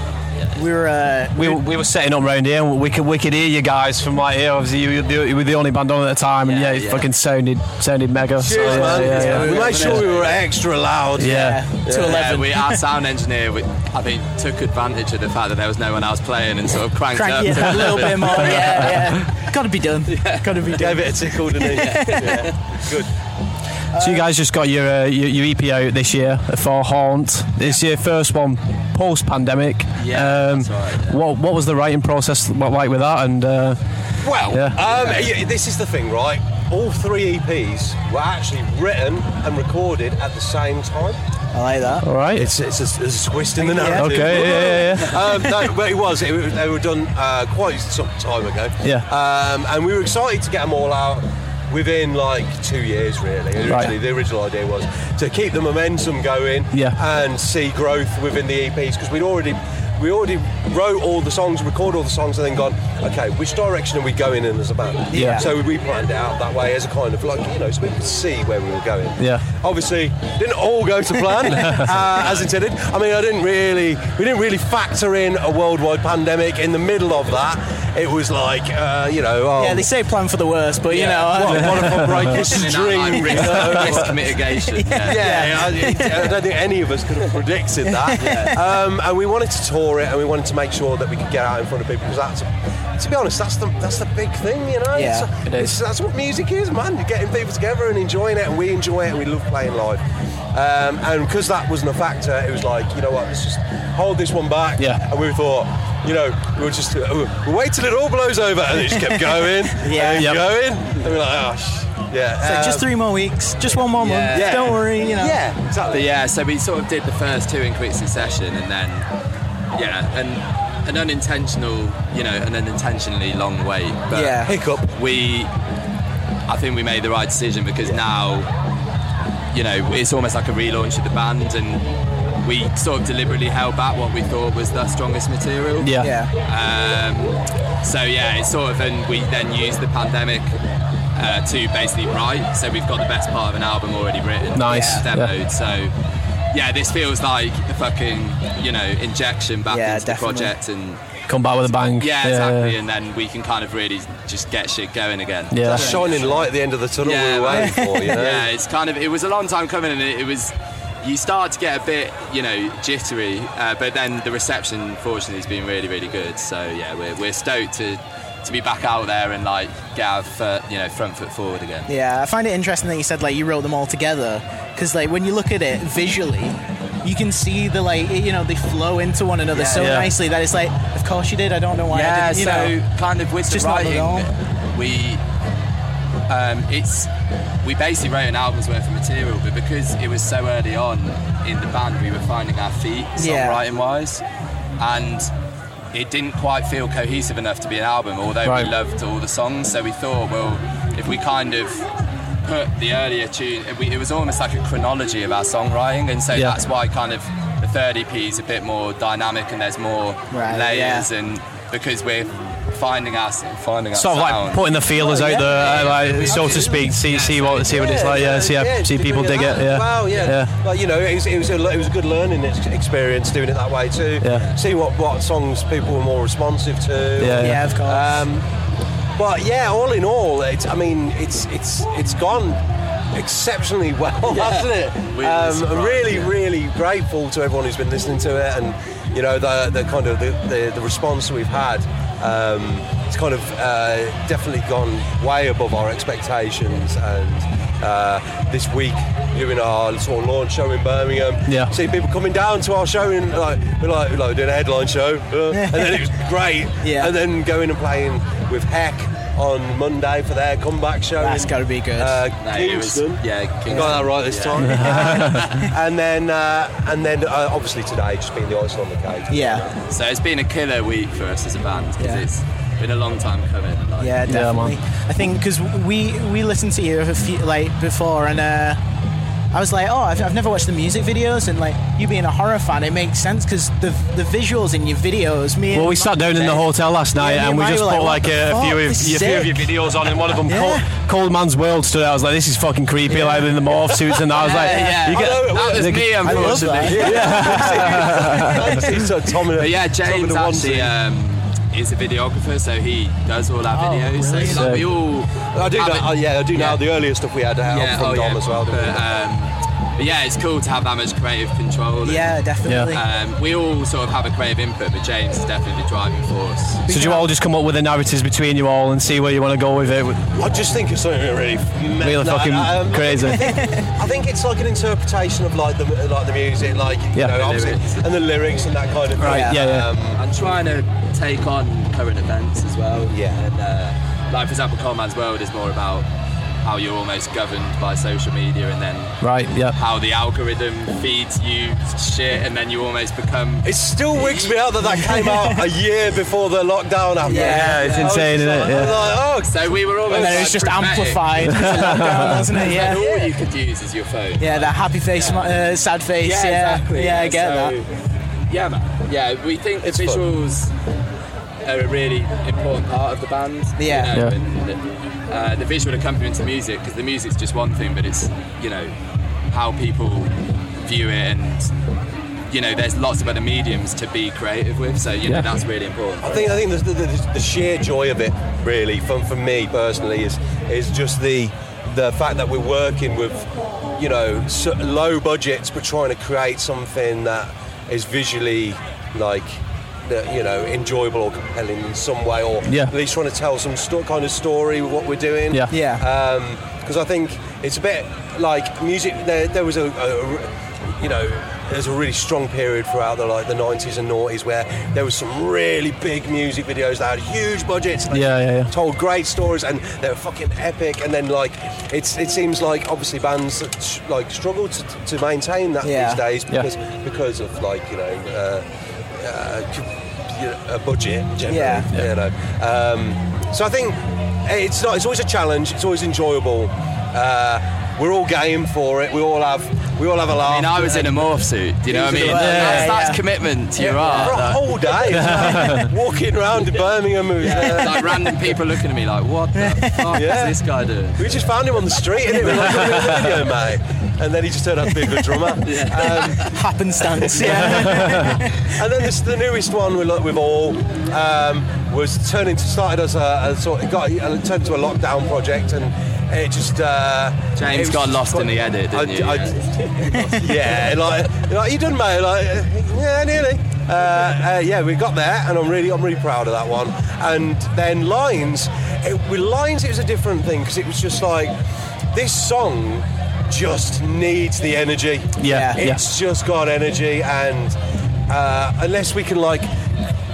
Speaker 3: We were, uh,
Speaker 2: we, we were setting up round here, and we could we could hear you guys from right here. Obviously, you, were the- you were the only band on at the time, and yeah, it
Speaker 20: yeah.
Speaker 2: fucking sounded sounded mega. So,
Speaker 20: Cheers,
Speaker 2: yeah,
Speaker 20: man.
Speaker 2: yeah, yeah.
Speaker 20: We made sure we were extra loud.
Speaker 2: Yeah. Yeah.
Speaker 19: Yeah, we, our sound engineer, we, I think, took advantage of the fact that there was no one else playing and sort of cranked
Speaker 3: Crank
Speaker 19: up
Speaker 3: it
Speaker 19: to
Speaker 3: up a little bit more. Yeah,
Speaker 19: yeah.
Speaker 3: Gotta be done. Gotta be done.
Speaker 20: Gave it a tickle, didn't it? Yeah. Good.
Speaker 2: So you guys just got your, uh, your your EP out this year for Haunt. It's your first one post pandemic. Yeah, um, What what was the writing process li- like with that? And uh,
Speaker 20: Well,
Speaker 2: yeah.
Speaker 20: um, y- this is the thing, right? All three EPs were actually written and recorded at the same time.
Speaker 3: I like that.
Speaker 2: All right.
Speaker 20: It's, it's a, there's a twist in the narrative.
Speaker 2: Okay, yeah, yeah, yeah.
Speaker 20: um, no, but it was. It, was- they were done uh, quite some time ago.
Speaker 2: Yeah.
Speaker 20: Um, and we were excited to get them all out within like two years, really. Originally,
Speaker 2: Right.
Speaker 20: the original idea was to keep the momentum going
Speaker 2: Yeah.
Speaker 20: and see growth within the EPs because we'd already. We already wrote all the songs, recorded all the songs, and then gone, okay, which direction are we going in as a band?
Speaker 2: Yeah.
Speaker 20: So we planned it out that way as a kind of like, you know, so we could see where we were going.
Speaker 2: Yeah.
Speaker 20: Obviously, didn't all go to plan uh, as intended. I mean, I didn't really, we didn't really factor in a worldwide pandemic in the middle of that. It was like, uh, you know, oh,
Speaker 3: Yeah, they say plan for the worst, but you know.
Speaker 20: what, what if I break
Speaker 3: Isn't
Speaker 20: this
Speaker 3: that
Speaker 20: dream?
Speaker 3: like risk-
Speaker 19: risk mitigation, yeah.
Speaker 20: yeah, I, I don't think any of us could have predicted that. Um, and we wanted to tour it, and we wanted to make sure that we could get out in front of people because that's, to be honest, that's the that's the big thing, you know.
Speaker 3: Yeah,
Speaker 20: it's,
Speaker 3: it
Speaker 20: it's-
Speaker 3: is.
Speaker 20: that's what music is, man. You're getting people together and enjoying it, and we enjoy it, and we love playing live. Um, and because that wasn't a factor, it was like, you know what, let's just hold this one back. Yeah. And we thought, you know, we were just uh, we waited till it all blows over, and it just kept going,
Speaker 3: Yeah.
Speaker 20: and
Speaker 3: Yep.
Speaker 20: going, and we're like, oh, sh-. yeah.
Speaker 3: So
Speaker 20: um,
Speaker 3: just three more weeks, just one more month.
Speaker 20: Yeah.
Speaker 3: Don't worry, you know.
Speaker 20: Yeah,
Speaker 19: But yeah, so we sort of did the first two in quick succession, and then yeah, and an unintentional, you know, an unintentionally long wait. But
Speaker 3: Yeah.
Speaker 20: hiccup.
Speaker 19: We, I think we made the right decision because now, you know, it's almost like a relaunch of the band, and we sort of deliberately held back what we thought was the strongest material.
Speaker 2: Yeah. Yeah.
Speaker 19: Um, so yeah, it's sort of, and we then used the pandemic. Uh, to basically write, so we've got the best part of an album already written.
Speaker 2: Nice.
Speaker 19: Yeah.
Speaker 2: Yeah.
Speaker 19: demoed. So yeah, this feels like the fucking you know injection back into
Speaker 2: definitely.
Speaker 19: the project and
Speaker 2: come back with a bang.
Speaker 19: yeah, exactly, and then we can kind of really just get shit going again.
Speaker 2: Yeah. That
Speaker 20: shining light at the end of the tunnel we were
Speaker 19: man.
Speaker 20: waiting for, you know?
Speaker 19: yeah, it's kind of it was a long time coming, and it, it was you start to get a bit you know jittery, uh, but then the reception fortunately has been really really good. So yeah, we're, we're stoked to to be back out there and like get our foot, you know front foot forward again.
Speaker 3: Yeah, I find it interesting that you said like you wrote them all together because like when you look at it visually, you can see the like it- you know they flow into one another
Speaker 19: Yeah.
Speaker 3: so
Speaker 19: Yeah.
Speaker 3: nicely that it's like of course you did. I don't know why.
Speaker 19: yeah,
Speaker 3: I didn't, you
Speaker 19: so
Speaker 3: know.
Speaker 19: kind of with
Speaker 3: It's
Speaker 19: the
Speaker 3: just not
Speaker 19: writing,
Speaker 3: at all.
Speaker 19: we um, it's we basically wrote an album's worth of material, but because it was so early on in the band, we were finding our feet
Speaker 3: Yeah.
Speaker 19: songwriting wise, and it didn't quite feel cohesive enough to be an album. Although
Speaker 2: Right.
Speaker 19: we loved all the songs, so we thought, well, if we kind of put the earlier tune, it, we, it was almost like a chronology of our songwriting, and so
Speaker 2: Yeah.
Speaker 19: that's why kind of the third EP is a bit more dynamic and there's more
Speaker 2: Right,
Speaker 19: layers and because we're finding us finding
Speaker 2: Sort of
Speaker 19: our
Speaker 2: like
Speaker 19: sound.
Speaker 2: putting the feelers out there, uh, like, so to speak. See, see what, see what it's like. Yeah, see, how, see people dig it. Yeah.
Speaker 20: Wow, yeah. Like, you know, it was, it, was a, it was a good learning ex- experience doing it that way too.
Speaker 2: Yeah.
Speaker 20: See what, what songs people were more responsive to.
Speaker 2: Yeah, yeah. Yeah,
Speaker 3: of course.
Speaker 20: Um, but yeah, all in all, it's, I mean, it's it's it's gone exceptionally well,
Speaker 19: Yeah.
Speaker 20: hasn't it?
Speaker 19: Really
Speaker 20: Um,
Speaker 19: surprised,
Speaker 20: I'm really,
Speaker 19: yeah.
Speaker 20: really grateful to everyone who's been listening to it, and you know the, the kind of the, the, the response we've had. Um, it's kind of uh, definitely gone way above our expectations, and uh, this week doing our sort of launch show in Birmingham,
Speaker 2: Yeah.
Speaker 20: see people coming down to our show and like we're like, we're like doing a headline show, uh, and then it was great,
Speaker 3: Yeah.
Speaker 20: and then going and playing with Heck on Monday for their comeback show.
Speaker 3: That's
Speaker 20: in,
Speaker 3: gotta be good.
Speaker 20: Uh,
Speaker 19: No, it was-
Speaker 20: Kingston.
Speaker 19: yeah,
Speaker 20: Got
Speaker 19: Kingston,
Speaker 20: that right this
Speaker 19: yeah.
Speaker 20: time. and then, uh, and then uh, obviously today just being the icing on the cake.
Speaker 3: Yeah.
Speaker 19: So it's been a killer week for us as a band because
Speaker 3: Yeah.
Speaker 19: it's been a long time coming. Like,
Speaker 3: Yeah, definitely. I think because we we listened to you a few, like before, and uh, I was like, oh, I've, I've never watched the music videos, and like you being a horror fan, it makes sense because the the visuals in your videos. Me.
Speaker 2: Well, we sat down in the hotel last night and
Speaker 3: Yeah, me and
Speaker 2: we
Speaker 3: Mike
Speaker 2: just
Speaker 3: were
Speaker 2: put like,
Speaker 3: like, what the
Speaker 2: a,
Speaker 3: fuck?
Speaker 2: few of,
Speaker 3: This is
Speaker 2: a few of your
Speaker 3: sick.
Speaker 2: videos on, and one of them, Cold, Cold Man's World, stood out. I was like, this is fucking creepy, like in the morph suits, and I was like,
Speaker 19: Yeah, yeah.
Speaker 2: you get-
Speaker 19: That was
Speaker 2: they-
Speaker 19: me,
Speaker 2: I love that.
Speaker 19: unfortunately.
Speaker 20: so Tom and
Speaker 19: But yeah,
Speaker 20: Tom and
Speaker 19: James
Speaker 20: the
Speaker 19: actually um, is a videographer, so he does all our videos.
Speaker 20: Oh, really?
Speaker 19: So like, we
Speaker 20: Sick.
Speaker 19: all.
Speaker 20: I do know.
Speaker 19: have it-
Speaker 20: oh, yeah, I do know.
Speaker 19: Yeah.
Speaker 20: The earlier stuff we had to help
Speaker 19: Yeah,
Speaker 20: from
Speaker 19: oh,
Speaker 20: Uh, Dom
Speaker 19: yeah.
Speaker 20: as well.
Speaker 19: But, um, but yeah, it's cool to have that much creative control.
Speaker 3: Yeah, definitely.
Speaker 19: Um, we all sort of have a creative input, but James is definitely the driving force.
Speaker 2: So do you all just come up with the narratives between you all and see where you want to go with it?
Speaker 20: I just think it's something really, No,
Speaker 2: really fucking
Speaker 20: I- um,
Speaker 2: crazy.
Speaker 20: I think it's like an interpretation of like the like the music, like you
Speaker 2: Yeah.
Speaker 20: know,
Speaker 2: The
Speaker 20: obviously, and the lyrics and that kind of thing. Um,
Speaker 19: Um, I'm trying to take on current events as well. Yeah. And, uh, like, for example, Cold Man's World is more about how you're almost governed by social media and then
Speaker 2: Right, yeah.
Speaker 19: how the algorithm feeds you shit and then you almost become.
Speaker 20: It still wigs me out that that came out a year before the lockdown happened.
Speaker 19: Yeah, it's
Speaker 20: I was
Speaker 2: insane,
Speaker 20: just
Speaker 2: isn't
Speaker 20: like-
Speaker 2: it?
Speaker 20: I was
Speaker 2: Yeah.
Speaker 20: like, oh,
Speaker 19: So we were almost.
Speaker 20: And then
Speaker 19: like,
Speaker 20: it's just
Speaker 19: prophetic.
Speaker 20: amplified.
Speaker 3: It's a lockdown, wasn't it?
Speaker 19: It's like
Speaker 3: Yeah.
Speaker 19: All you could use is your phone.
Speaker 3: Yeah, that happy face, mo- uh, sad face. Yeah,
Speaker 19: exactly.
Speaker 3: yeah, I get that.
Speaker 19: so- Yeah, man. Yeah, we think
Speaker 3: It's
Speaker 19: visuals are a really important part of the band. you
Speaker 3: Yeah.
Speaker 19: know,
Speaker 3: Yeah.
Speaker 19: And the, uh, the visual accompaniment to music, because the music's just one thing, but it's, you know, how people view it and, you know, there's lots of other mediums to be creative with, so, you know,
Speaker 20: Yeah.
Speaker 19: that's really important.
Speaker 20: I think I think the, the, the, the sheer joy of it, really, from for me personally, is is just the the fact that we're working with you know so low budgets, but trying to create something that is visually like that, you know enjoyable or compelling in some way, or
Speaker 2: Yeah.
Speaker 20: at least trying to tell some sto- kind of story with what we're doing.
Speaker 2: Yeah.
Speaker 3: Yeah.
Speaker 20: Because Um, I think it's a bit like music. There, there was a, a- you know, there's a really strong period throughout the like the 90s and 90s where there was some really big music videos that had huge budgets. They
Speaker 2: Yeah, yeah, yeah.
Speaker 20: Told great stories and they were fucking epic. And then like it's it seems like obviously bands that sh- like struggle to, to maintain that
Speaker 3: Yeah.
Speaker 20: these days
Speaker 3: Yeah.
Speaker 20: because because of like you know. Uh, uh, c- you know, a budget generally.
Speaker 3: Yeah.
Speaker 20: You know. Um, so I think it's not. It's always a challenge. It's always enjoyable. Uh, we're all game for it. We all have. We all have a laugh.
Speaker 19: I mean, I was in a morph suit. Do you know what I mean?
Speaker 20: Yeah,
Speaker 19: that's, that's
Speaker 20: yeah.
Speaker 19: commitment to your
Speaker 20: Yeah,
Speaker 19: art.
Speaker 20: For a
Speaker 19: though.
Speaker 20: whole day. It's like walking around Birmingham. It was,
Speaker 19: Yeah,
Speaker 20: uh,
Speaker 19: like random people looking at me like, what the fuck
Speaker 20: Yeah.
Speaker 19: is this guy doing?
Speaker 20: We just found him on the street, and it was like, "Look at the video, mate. And then he just turned out to be a good drummer. Um,
Speaker 3: Happenstance, yeah.
Speaker 20: and then this, the newest one we with all um, was turning to started as a, a sort of got it turned to a lockdown project, and it just uh, it
Speaker 19: James
Speaker 20: was
Speaker 19: got
Speaker 20: just
Speaker 19: lost
Speaker 20: quite-
Speaker 19: in the edit, didn't
Speaker 20: I-
Speaker 19: you?
Speaker 20: I- yeah, like, like you done, mate. Like, uh, yeah, nearly. Uh, uh, yeah, we got there, and I'm really, I'm really proud of that one. And then lines, it, with lines, it was a different thing because it was just like this song just needs the energy.
Speaker 2: Yeah, yeah.
Speaker 20: it's just got energy, and uh, unless we can like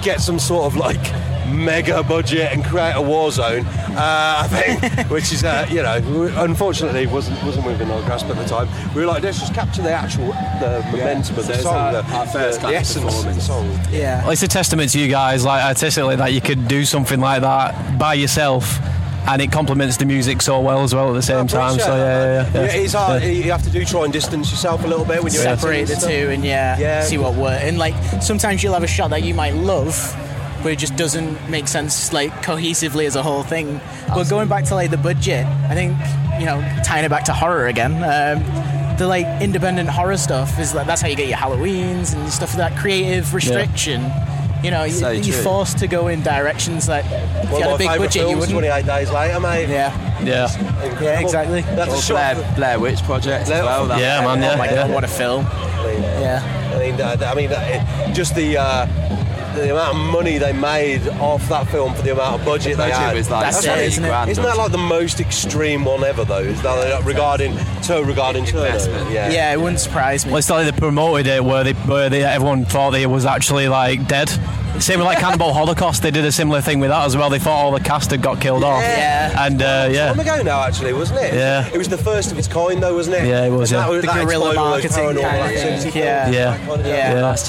Speaker 20: get some sort of like mega budget and create a war zone, uh, I think, which is uh, you know, we- unfortunately wasn't wasn't within our grasp at the time. We were like, let's just capture the actual the momentum of
Speaker 19: So
Speaker 20: the
Speaker 19: it's
Speaker 20: song,
Speaker 19: our-
Speaker 20: the,
Speaker 19: our first
Speaker 20: the,
Speaker 19: kind
Speaker 20: the
Speaker 19: of
Speaker 20: essence of the
Speaker 19: performance.
Speaker 20: song.
Speaker 3: Yeah.
Speaker 2: Well, it's a testament to you guys, like artistically, that you could do something like that by yourself, and it complements the music so well as well at the same time. So yeah, yeah, yeah.
Speaker 20: Yeah, it's hard.
Speaker 2: Yeah.
Speaker 20: You have to do try and distance yourself a little bit when you
Speaker 3: separate the two and yeah,
Speaker 20: Yeah.
Speaker 3: see what works. And like sometimes you'll have a shot that you might love, but it just doesn't make sense like cohesively as a whole thing. But going back to like the budget, I think you know tying it back to horror again. Um, the like independent horror stuff is like that's how you get your Halloweens and stuff like that creative restriction. You know, you,
Speaker 20: So
Speaker 3: you're
Speaker 20: true.
Speaker 3: forced to go in directions that if
Speaker 20: One
Speaker 3: you had a
Speaker 20: of my
Speaker 3: big
Speaker 20: favourite
Speaker 3: budget, you
Speaker 20: films,
Speaker 3: wouldn't.
Speaker 20: 28 Days Later, mate.
Speaker 3: Yeah.
Speaker 2: Yeah.
Speaker 20: Incredible.
Speaker 3: exactly.
Speaker 20: That's
Speaker 19: Or
Speaker 20: a shot.
Speaker 19: Blair, Blair Witch Project as well. that-
Speaker 2: Yeah, man, yeah, Oh my God, yeah. what
Speaker 3: a film.
Speaker 20: Yeah. I mean, uh, I mean, uh, just the uh, the amount of money they made off that film for the amount of budget they
Speaker 19: Budget
Speaker 20: had.
Speaker 19: was like That's it, 30
Speaker 20: isn't,
Speaker 19: grand
Speaker 20: it?
Speaker 19: or
Speaker 20: isn't that like the most extreme one ever, though? Is that like, regarding to regarding turnover? Yeah.
Speaker 3: Yeah, it wouldn't surprise me.
Speaker 2: Well, it's not like they promoted it where they where they everyone thought they was actually like dead. Same with like Cannibal Holocaust, they did a similar thing with that as well. They thought all the cast had got killed off.
Speaker 20: Yeah.
Speaker 2: And uh,
Speaker 3: Oh
Speaker 2: yeah.
Speaker 20: Time ago now, actually, wasn't it?
Speaker 2: Yeah.
Speaker 20: It was the first of its kind, though, wasn't it?
Speaker 2: Yeah, it was,
Speaker 20: And
Speaker 2: yeah.
Speaker 20: That,
Speaker 2: The
Speaker 20: that
Speaker 2: guerrilla
Speaker 20: explained all those
Speaker 2: marketing
Speaker 20: paranormal
Speaker 2: kind of thing,
Speaker 20: activity
Speaker 2: yeah.
Speaker 20: films, that
Speaker 2: Yeah.
Speaker 20: kind of thing.
Speaker 3: Yeah.
Speaker 19: That's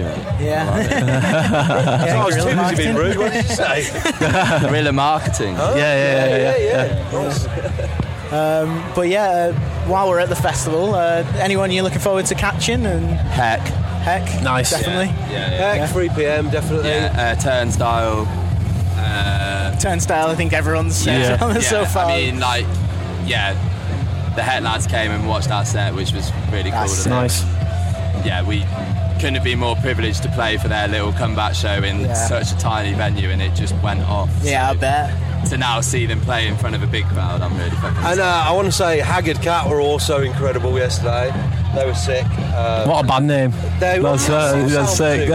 Speaker 19: man.
Speaker 3: Yeah.
Speaker 20: So I was
Speaker 3: guerrilla
Speaker 20: too busy being
Speaker 3: marketing.
Speaker 20: rude. What did you say?
Speaker 19: Guerrilla marketing.
Speaker 2: Yeah, yeah, yeah, yeah, yeah.
Speaker 20: yeah.
Speaker 3: Um, but yeah, uh, while we're at the festival, uh, anyone you're looking forward to catching? And
Speaker 19: Heck.
Speaker 3: Heck. Definitely.
Speaker 19: Yeah, yeah, yeah.
Speaker 3: Heck,
Speaker 20: 3 p.m. definitely.
Speaker 19: Yeah, uh, turnstile. Uh,
Speaker 3: Turnstile, I think everyone's said on
Speaker 19: yeah,
Speaker 3: the so far.
Speaker 19: I mean, like, yeah, the Het lads came and watched our set, which was really cool.
Speaker 2: That's
Speaker 19: of them.
Speaker 2: nice.
Speaker 19: Yeah, we couldn't have been more privileged to play for their little comeback show in
Speaker 3: Yeah.
Speaker 19: such a tiny venue, and it just went off.
Speaker 3: yeah, I bet.
Speaker 19: To now see them play in front of a big crowd, I'm really fucking.
Speaker 20: And uh, I want to say Haggard Cat were also incredible yesterday. They were sick. Um,
Speaker 2: What a band name.
Speaker 20: They were
Speaker 2: That's, uh,
Speaker 20: massive
Speaker 2: that's
Speaker 20: sound
Speaker 2: sick.
Speaker 20: too.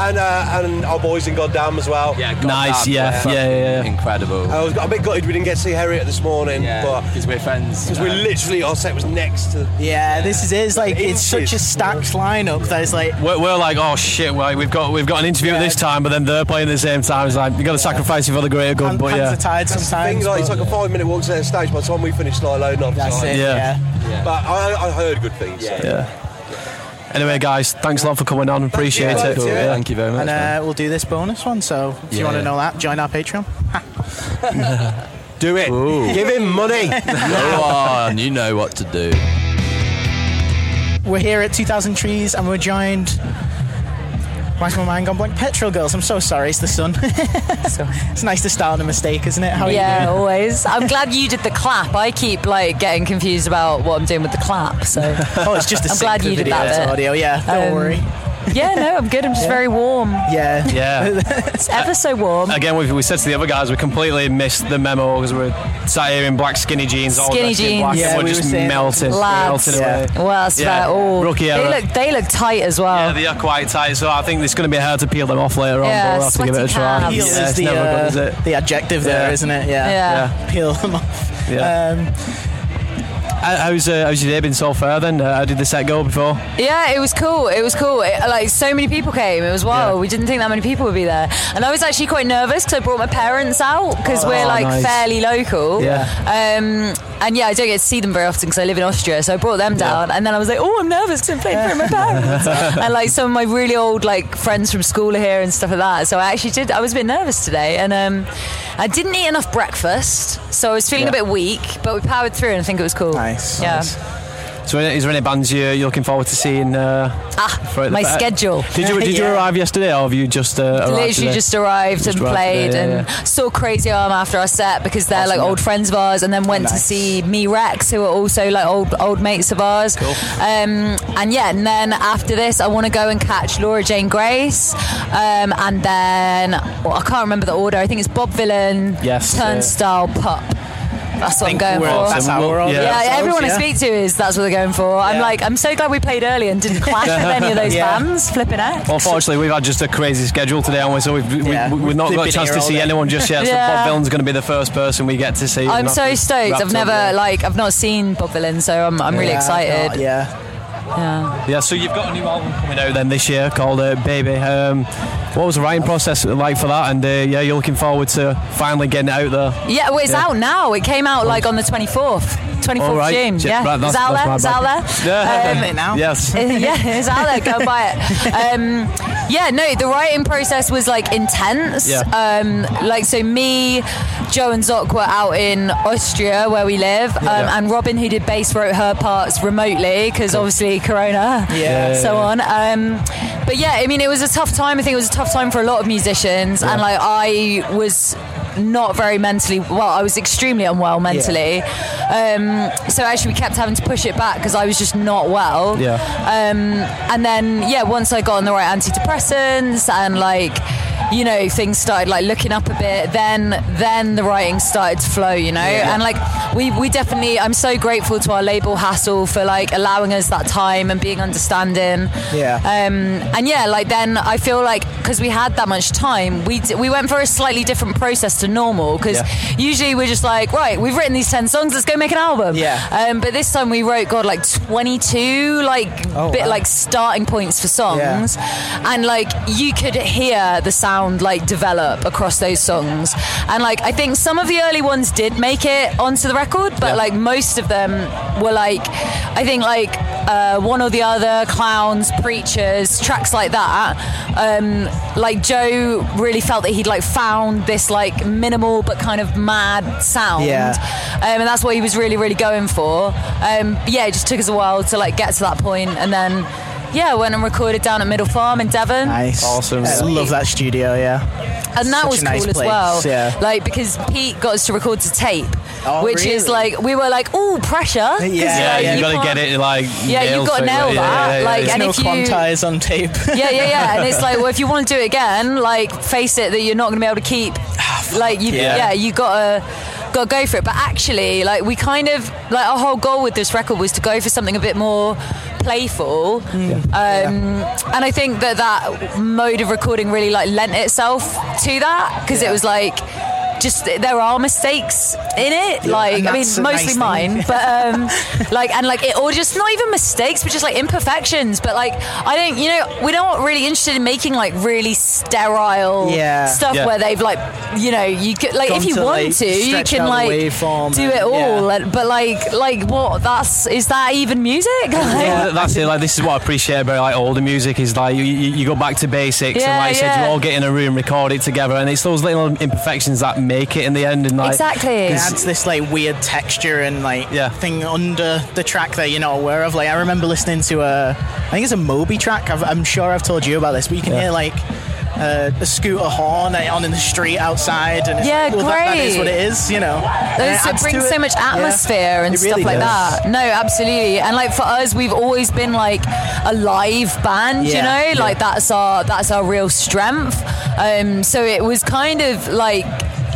Speaker 20: and uh, and our boys in Goddamn as well.
Speaker 19: Yeah,
Speaker 2: Nice, yeah, yeah, yeah, yeah.
Speaker 19: Incredible.
Speaker 20: I was a bit gutted we didn't get to see Harriet this morning, but
Speaker 19: because we're friends.
Speaker 20: Because we
Speaker 3: um,
Speaker 20: literally our set was next to.
Speaker 3: Yeah, this is it. It's like it's such a
Speaker 20: Inches.
Speaker 3: stacked lineup that it's like
Speaker 2: We're, we're like, oh shit, like, we've got we've got an interview at this time, but then they're playing at the same time. It's like, you've got to sacrifice it for the greater good, but Oh, yeah.
Speaker 20: That's the Thing, like, it's like a five minute walk to their stage by the time we finished like loading up. it's
Speaker 2: That's
Speaker 20: like-
Speaker 2: it, Yeah. yeah.
Speaker 20: But I, I heard good things. so.
Speaker 2: Yeah. Anyway, guys, thanks a lot for coming on. Appreciate it. Yeah.
Speaker 3: And uh, we'll do this bonus one. So if you
Speaker 2: Yeah.
Speaker 3: want to know that, join our Patreon.
Speaker 20: Do it. Give him money.
Speaker 21: Go on, you know what to do.
Speaker 3: We're here at 2000 Trees, and we're joined. Why's my mind gone blank? Petrol Girls. I'm so sorry. It's the sun. so it's nice to start on a mistake, isn't it? How are
Speaker 22: yeah,
Speaker 3: you doing?
Speaker 22: always. I'm glad you did the clap. I keep like getting confused about what I'm doing with the clap. So
Speaker 3: Oh, it's just a
Speaker 22: I'm glad you did
Speaker 3: video
Speaker 22: that
Speaker 3: to
Speaker 22: bit.
Speaker 3: audio. Yeah, don't
Speaker 22: Um,
Speaker 3: worry.
Speaker 22: Yeah, no, I'm good. I'm just very warm.
Speaker 3: Yeah.
Speaker 2: Yeah.
Speaker 22: It's ever so
Speaker 3: uh, um,
Speaker 22: warm.
Speaker 2: Again, we, we said to the other guys, we completely missed the memo because we're sat here in black skinny jeans, all
Speaker 22: Skinny
Speaker 2: dressed in
Speaker 22: jeans.
Speaker 2: black, and we're just melting,
Speaker 22: Lads.
Speaker 2: melting away.
Speaker 22: Well, that's
Speaker 2: Yeah.
Speaker 22: about all.
Speaker 2: Rookie
Speaker 22: they
Speaker 2: error.
Speaker 22: look, they look tight as well.
Speaker 2: Yeah, they are quite tight, so I think it's going to be hard to peel them off later on.
Speaker 22: Yeah,
Speaker 2: but we'll have to give it a
Speaker 22: sweaty
Speaker 2: try.
Speaker 22: calves.
Speaker 2: Yeah,
Speaker 22: Peel
Speaker 3: is
Speaker 2: it's
Speaker 3: the,
Speaker 2: never
Speaker 3: uh,
Speaker 2: good, is it?
Speaker 3: the adjective there,
Speaker 2: Yeah.
Speaker 3: isn't it? Yeah.
Speaker 2: Yeah.
Speaker 3: Peel them off.
Speaker 2: Yeah.
Speaker 3: Um,
Speaker 2: How- How's, uh, how's your day been so far then? Uh, how did the set go before?
Speaker 22: Yeah, it was cool. It was cool. It, like so many people came. It was wild. We didn't think that many people would be there, and I was actually quite nervous because I brought my parents out because
Speaker 7: Oh,
Speaker 22: we're like
Speaker 7: nice.
Speaker 22: fairly local.
Speaker 7: Yeah.
Speaker 22: Um, and yeah, I don't get to see them very often because I live in Austria, so I brought them down, and then I was like, oh, I'm nervous because I'm playing for my parents, and like some of my really old like friends from school are here and stuff like that. So I actually did. I was a bit nervous today, and um, I didn't eat enough breakfast, so I was feeling
Speaker 2: Yeah.
Speaker 22: a bit weak, but we powered through, and I think it was cool. Nice. Yeah.
Speaker 2: So is there any bands you're, you're looking forward to seeing? Uh,
Speaker 22: Ah,
Speaker 2: for the
Speaker 22: my
Speaker 2: fair?
Speaker 22: schedule.
Speaker 2: Did you, did you
Speaker 22: Yeah.
Speaker 2: arrive yesterday or have you just uh, arrived
Speaker 22: literally
Speaker 2: today?
Speaker 22: just arrived
Speaker 2: Just
Speaker 22: and
Speaker 2: arrived
Speaker 22: played
Speaker 2: today,
Speaker 22: and saw Crazy Arm after our set because they're like old friends of ours and then went to
Speaker 7: Nice.
Speaker 22: see me Rex who are also like old old mates of ours um, and yeah and then after this I want to go and catch Laura Jane Grace um, and then well, I can't remember the order I think it's Bob Villain
Speaker 2: Yes, yeah.
Speaker 22: Turnstile Pup that's what I'm
Speaker 2: think
Speaker 22: going
Speaker 2: we're-
Speaker 22: for.
Speaker 2: that's how we're all-
Speaker 22: yeah,
Speaker 2: yeah.
Speaker 22: everyone I
Speaker 2: Yeah.
Speaker 22: speak to is that's what they're going for. I'm
Speaker 2: Yeah.
Speaker 22: like, I'm so glad we played early and didn't clash with any of those
Speaker 2: Yeah.
Speaker 22: bands. Flipping out.
Speaker 2: Well, unfortunately, we've had just a crazy schedule today, haven't we? So we've, we,
Speaker 22: Yeah.
Speaker 2: we- we've not
Speaker 22: They've
Speaker 2: got a
Speaker 22: been
Speaker 2: chance
Speaker 22: here
Speaker 2: to
Speaker 22: all
Speaker 2: see
Speaker 22: day.
Speaker 2: anyone just yet. So
Speaker 22: Yeah.
Speaker 2: Bob Villain's going to be the first person we get to see.
Speaker 22: I'm
Speaker 2: We've
Speaker 22: so
Speaker 2: wrapped-
Speaker 22: stoked. I've
Speaker 2: wrapped up
Speaker 22: never
Speaker 2: there.
Speaker 22: like I've not seen Bob Villain, so I'm, I'm really
Speaker 2: Yeah,
Speaker 22: excited.
Speaker 2: not-
Speaker 3: yeah.
Speaker 22: Yeah.
Speaker 2: Yeah, so you've got a new album coming out then this year called uh, Baby. Um, what was the writing process like for that? And uh, yeah, you're looking forward to finally getting it out there.
Speaker 22: Yeah, well, it's
Speaker 2: Yeah.
Speaker 22: out now. It came out like on the 24th. 24th
Speaker 2: All right.
Speaker 22: June.
Speaker 2: Yeah,
Speaker 22: Yeah.
Speaker 2: right,
Speaker 22: it's
Speaker 2: that's-
Speaker 22: out there. It's
Speaker 2: that's my bad.
Speaker 22: out there.
Speaker 2: Yeah.
Speaker 22: Um,
Speaker 2: Have it now. Yes.
Speaker 22: yeah, it's out there. Go buy it. Um, yeah, no, the writing process was like intense.
Speaker 7: Yeah.
Speaker 22: Um, like, so me, Joe, and Zoc were out in Austria where we live. Um,
Speaker 7: Yeah.
Speaker 22: And Robin, who did bass, wrote her parts remotely because obviously Corona.
Speaker 7: Yeah.
Speaker 22: So on. Um, but yeah, I mean, it was a tough time. I think it was a tough time for a lot of musicians. And
Speaker 7: Yeah.
Speaker 22: like, I was not very mentally well i was extremely unwell mentally um, so actually we kept having to push it back because i was just not well
Speaker 7: Yeah.
Speaker 22: um, and then yeah once i got on the right antidepressants and like you know things started like looking up a bit then then the writing started to flow you know
Speaker 7: Yeah.
Speaker 22: and like we we definitely i'm so grateful to our label hassle for like allowing us that time and being understanding
Speaker 3: Yeah.
Speaker 22: um, and yeah, like then I feel like because we had that much time, we d- we went for a slightly different process to normal. Because
Speaker 7: Yeah.
Speaker 22: usually we're just like, right, we've written these ten songs, let's go make an album.
Speaker 7: Yeah.
Speaker 22: Um, but this time we wrote, God, like twenty two, like
Speaker 7: Oh,
Speaker 22: bit
Speaker 7: wow.
Speaker 22: like starting points for songs, and like you could hear the sound sound like develop across those songs. And like I think some of the early ones did make it onto the record, but like most of them were like I think like uh, one or the other, clowns, preachers, tracks like that. Um, like Joe really felt that he'd like found this like minimal but kind of mad sound.
Speaker 3: Yeah.
Speaker 22: Um, and that's what he was really, really going for. Um, but yeah, it just took us a while to like get to that point, and then yeah, went and recorded down at Middle Farm in Devon.
Speaker 3: Nice. I love that studio, yeah.
Speaker 22: And that
Speaker 3: Such
Speaker 22: was
Speaker 3: a nice
Speaker 22: cool
Speaker 3: place,
Speaker 22: as well.
Speaker 3: yeah.
Speaker 22: Like because Pete got us to record to tape,
Speaker 3: Oh,
Speaker 22: which is
Speaker 3: really?
Speaker 22: like we were like, oh, pressure. 'Cause, like,
Speaker 2: you got to
Speaker 22: can't-
Speaker 2: get it like.
Speaker 22: Yeah, you've
Speaker 2: nailed
Speaker 22: gotta
Speaker 2: so-
Speaker 22: nail
Speaker 2: yeah,
Speaker 22: that,
Speaker 2: yeah, yeah,
Speaker 22: like,
Speaker 2: yeah.
Speaker 22: and if you-
Speaker 3: Quantize on tape.
Speaker 22: yeah, yeah, yeah. And it's like, well, if you want to do it again, like, face it that you're not going to be able to keep. Like, you,
Speaker 3: Yeah.
Speaker 22: yeah. you gotta gotta go for it. But actually, like, we kind of like our whole goal with this record was to go for something a bit more playful.
Speaker 3: Mm.
Speaker 22: Um, And I think that that mode of recording really like lent itself to that because it was like. Just there are mistakes in it,
Speaker 3: Yeah,
Speaker 22: like
Speaker 3: and
Speaker 22: I mean,
Speaker 3: that's a nice
Speaker 22: mostly
Speaker 3: thing.
Speaker 22: mine, but um, like and like it or just not even mistakes but just like imperfections but like i don't you know we're not really interested in making like really sterile
Speaker 3: Yeah.
Speaker 22: stuff
Speaker 3: Yeah.
Speaker 22: where they've like you know you could like
Speaker 3: Gone
Speaker 22: if you
Speaker 3: to,
Speaker 22: want
Speaker 3: like,
Speaker 22: to you
Speaker 3: stretch out
Speaker 22: can
Speaker 3: the
Speaker 22: like
Speaker 3: waveform
Speaker 22: do
Speaker 3: and-
Speaker 22: it all and- but like like what that's is that even music Like-
Speaker 2: Yeah, that- that's it. Like this is what I appreciate about like older music is like you, you, you go back to basics and
Speaker 22: Yeah,
Speaker 2: like I said
Speaker 22: yeah.
Speaker 2: you all get in a room, record it together, and it's those little imperfections that make it in the end. And like
Speaker 3: It
Speaker 2: 'cause-
Speaker 3: adds this like weird texture and like thing under the track that you're not aware of. Like I remember listening to a, I think it's a Moby track. I've, I'm sure I've told you about this, but you can hear like uh, a scooter horn on in the street outside, and it's
Speaker 22: Yeah,
Speaker 3: like, well, that- that is
Speaker 22: great.
Speaker 3: what it is, you know. And
Speaker 22: Those- it
Speaker 3: adds
Speaker 22: brings
Speaker 3: to
Speaker 22: so
Speaker 3: it.
Speaker 22: much
Speaker 3: Yeah.
Speaker 22: atmosphere and
Speaker 3: It
Speaker 22: stuff
Speaker 3: really
Speaker 22: like
Speaker 3: does.
Speaker 22: that. No, absolutely. And like for us, we've always been like a live band,
Speaker 3: Yeah,
Speaker 22: you know,
Speaker 3: yeah.
Speaker 22: like that's our that's our real strength. Um, so it was kind of like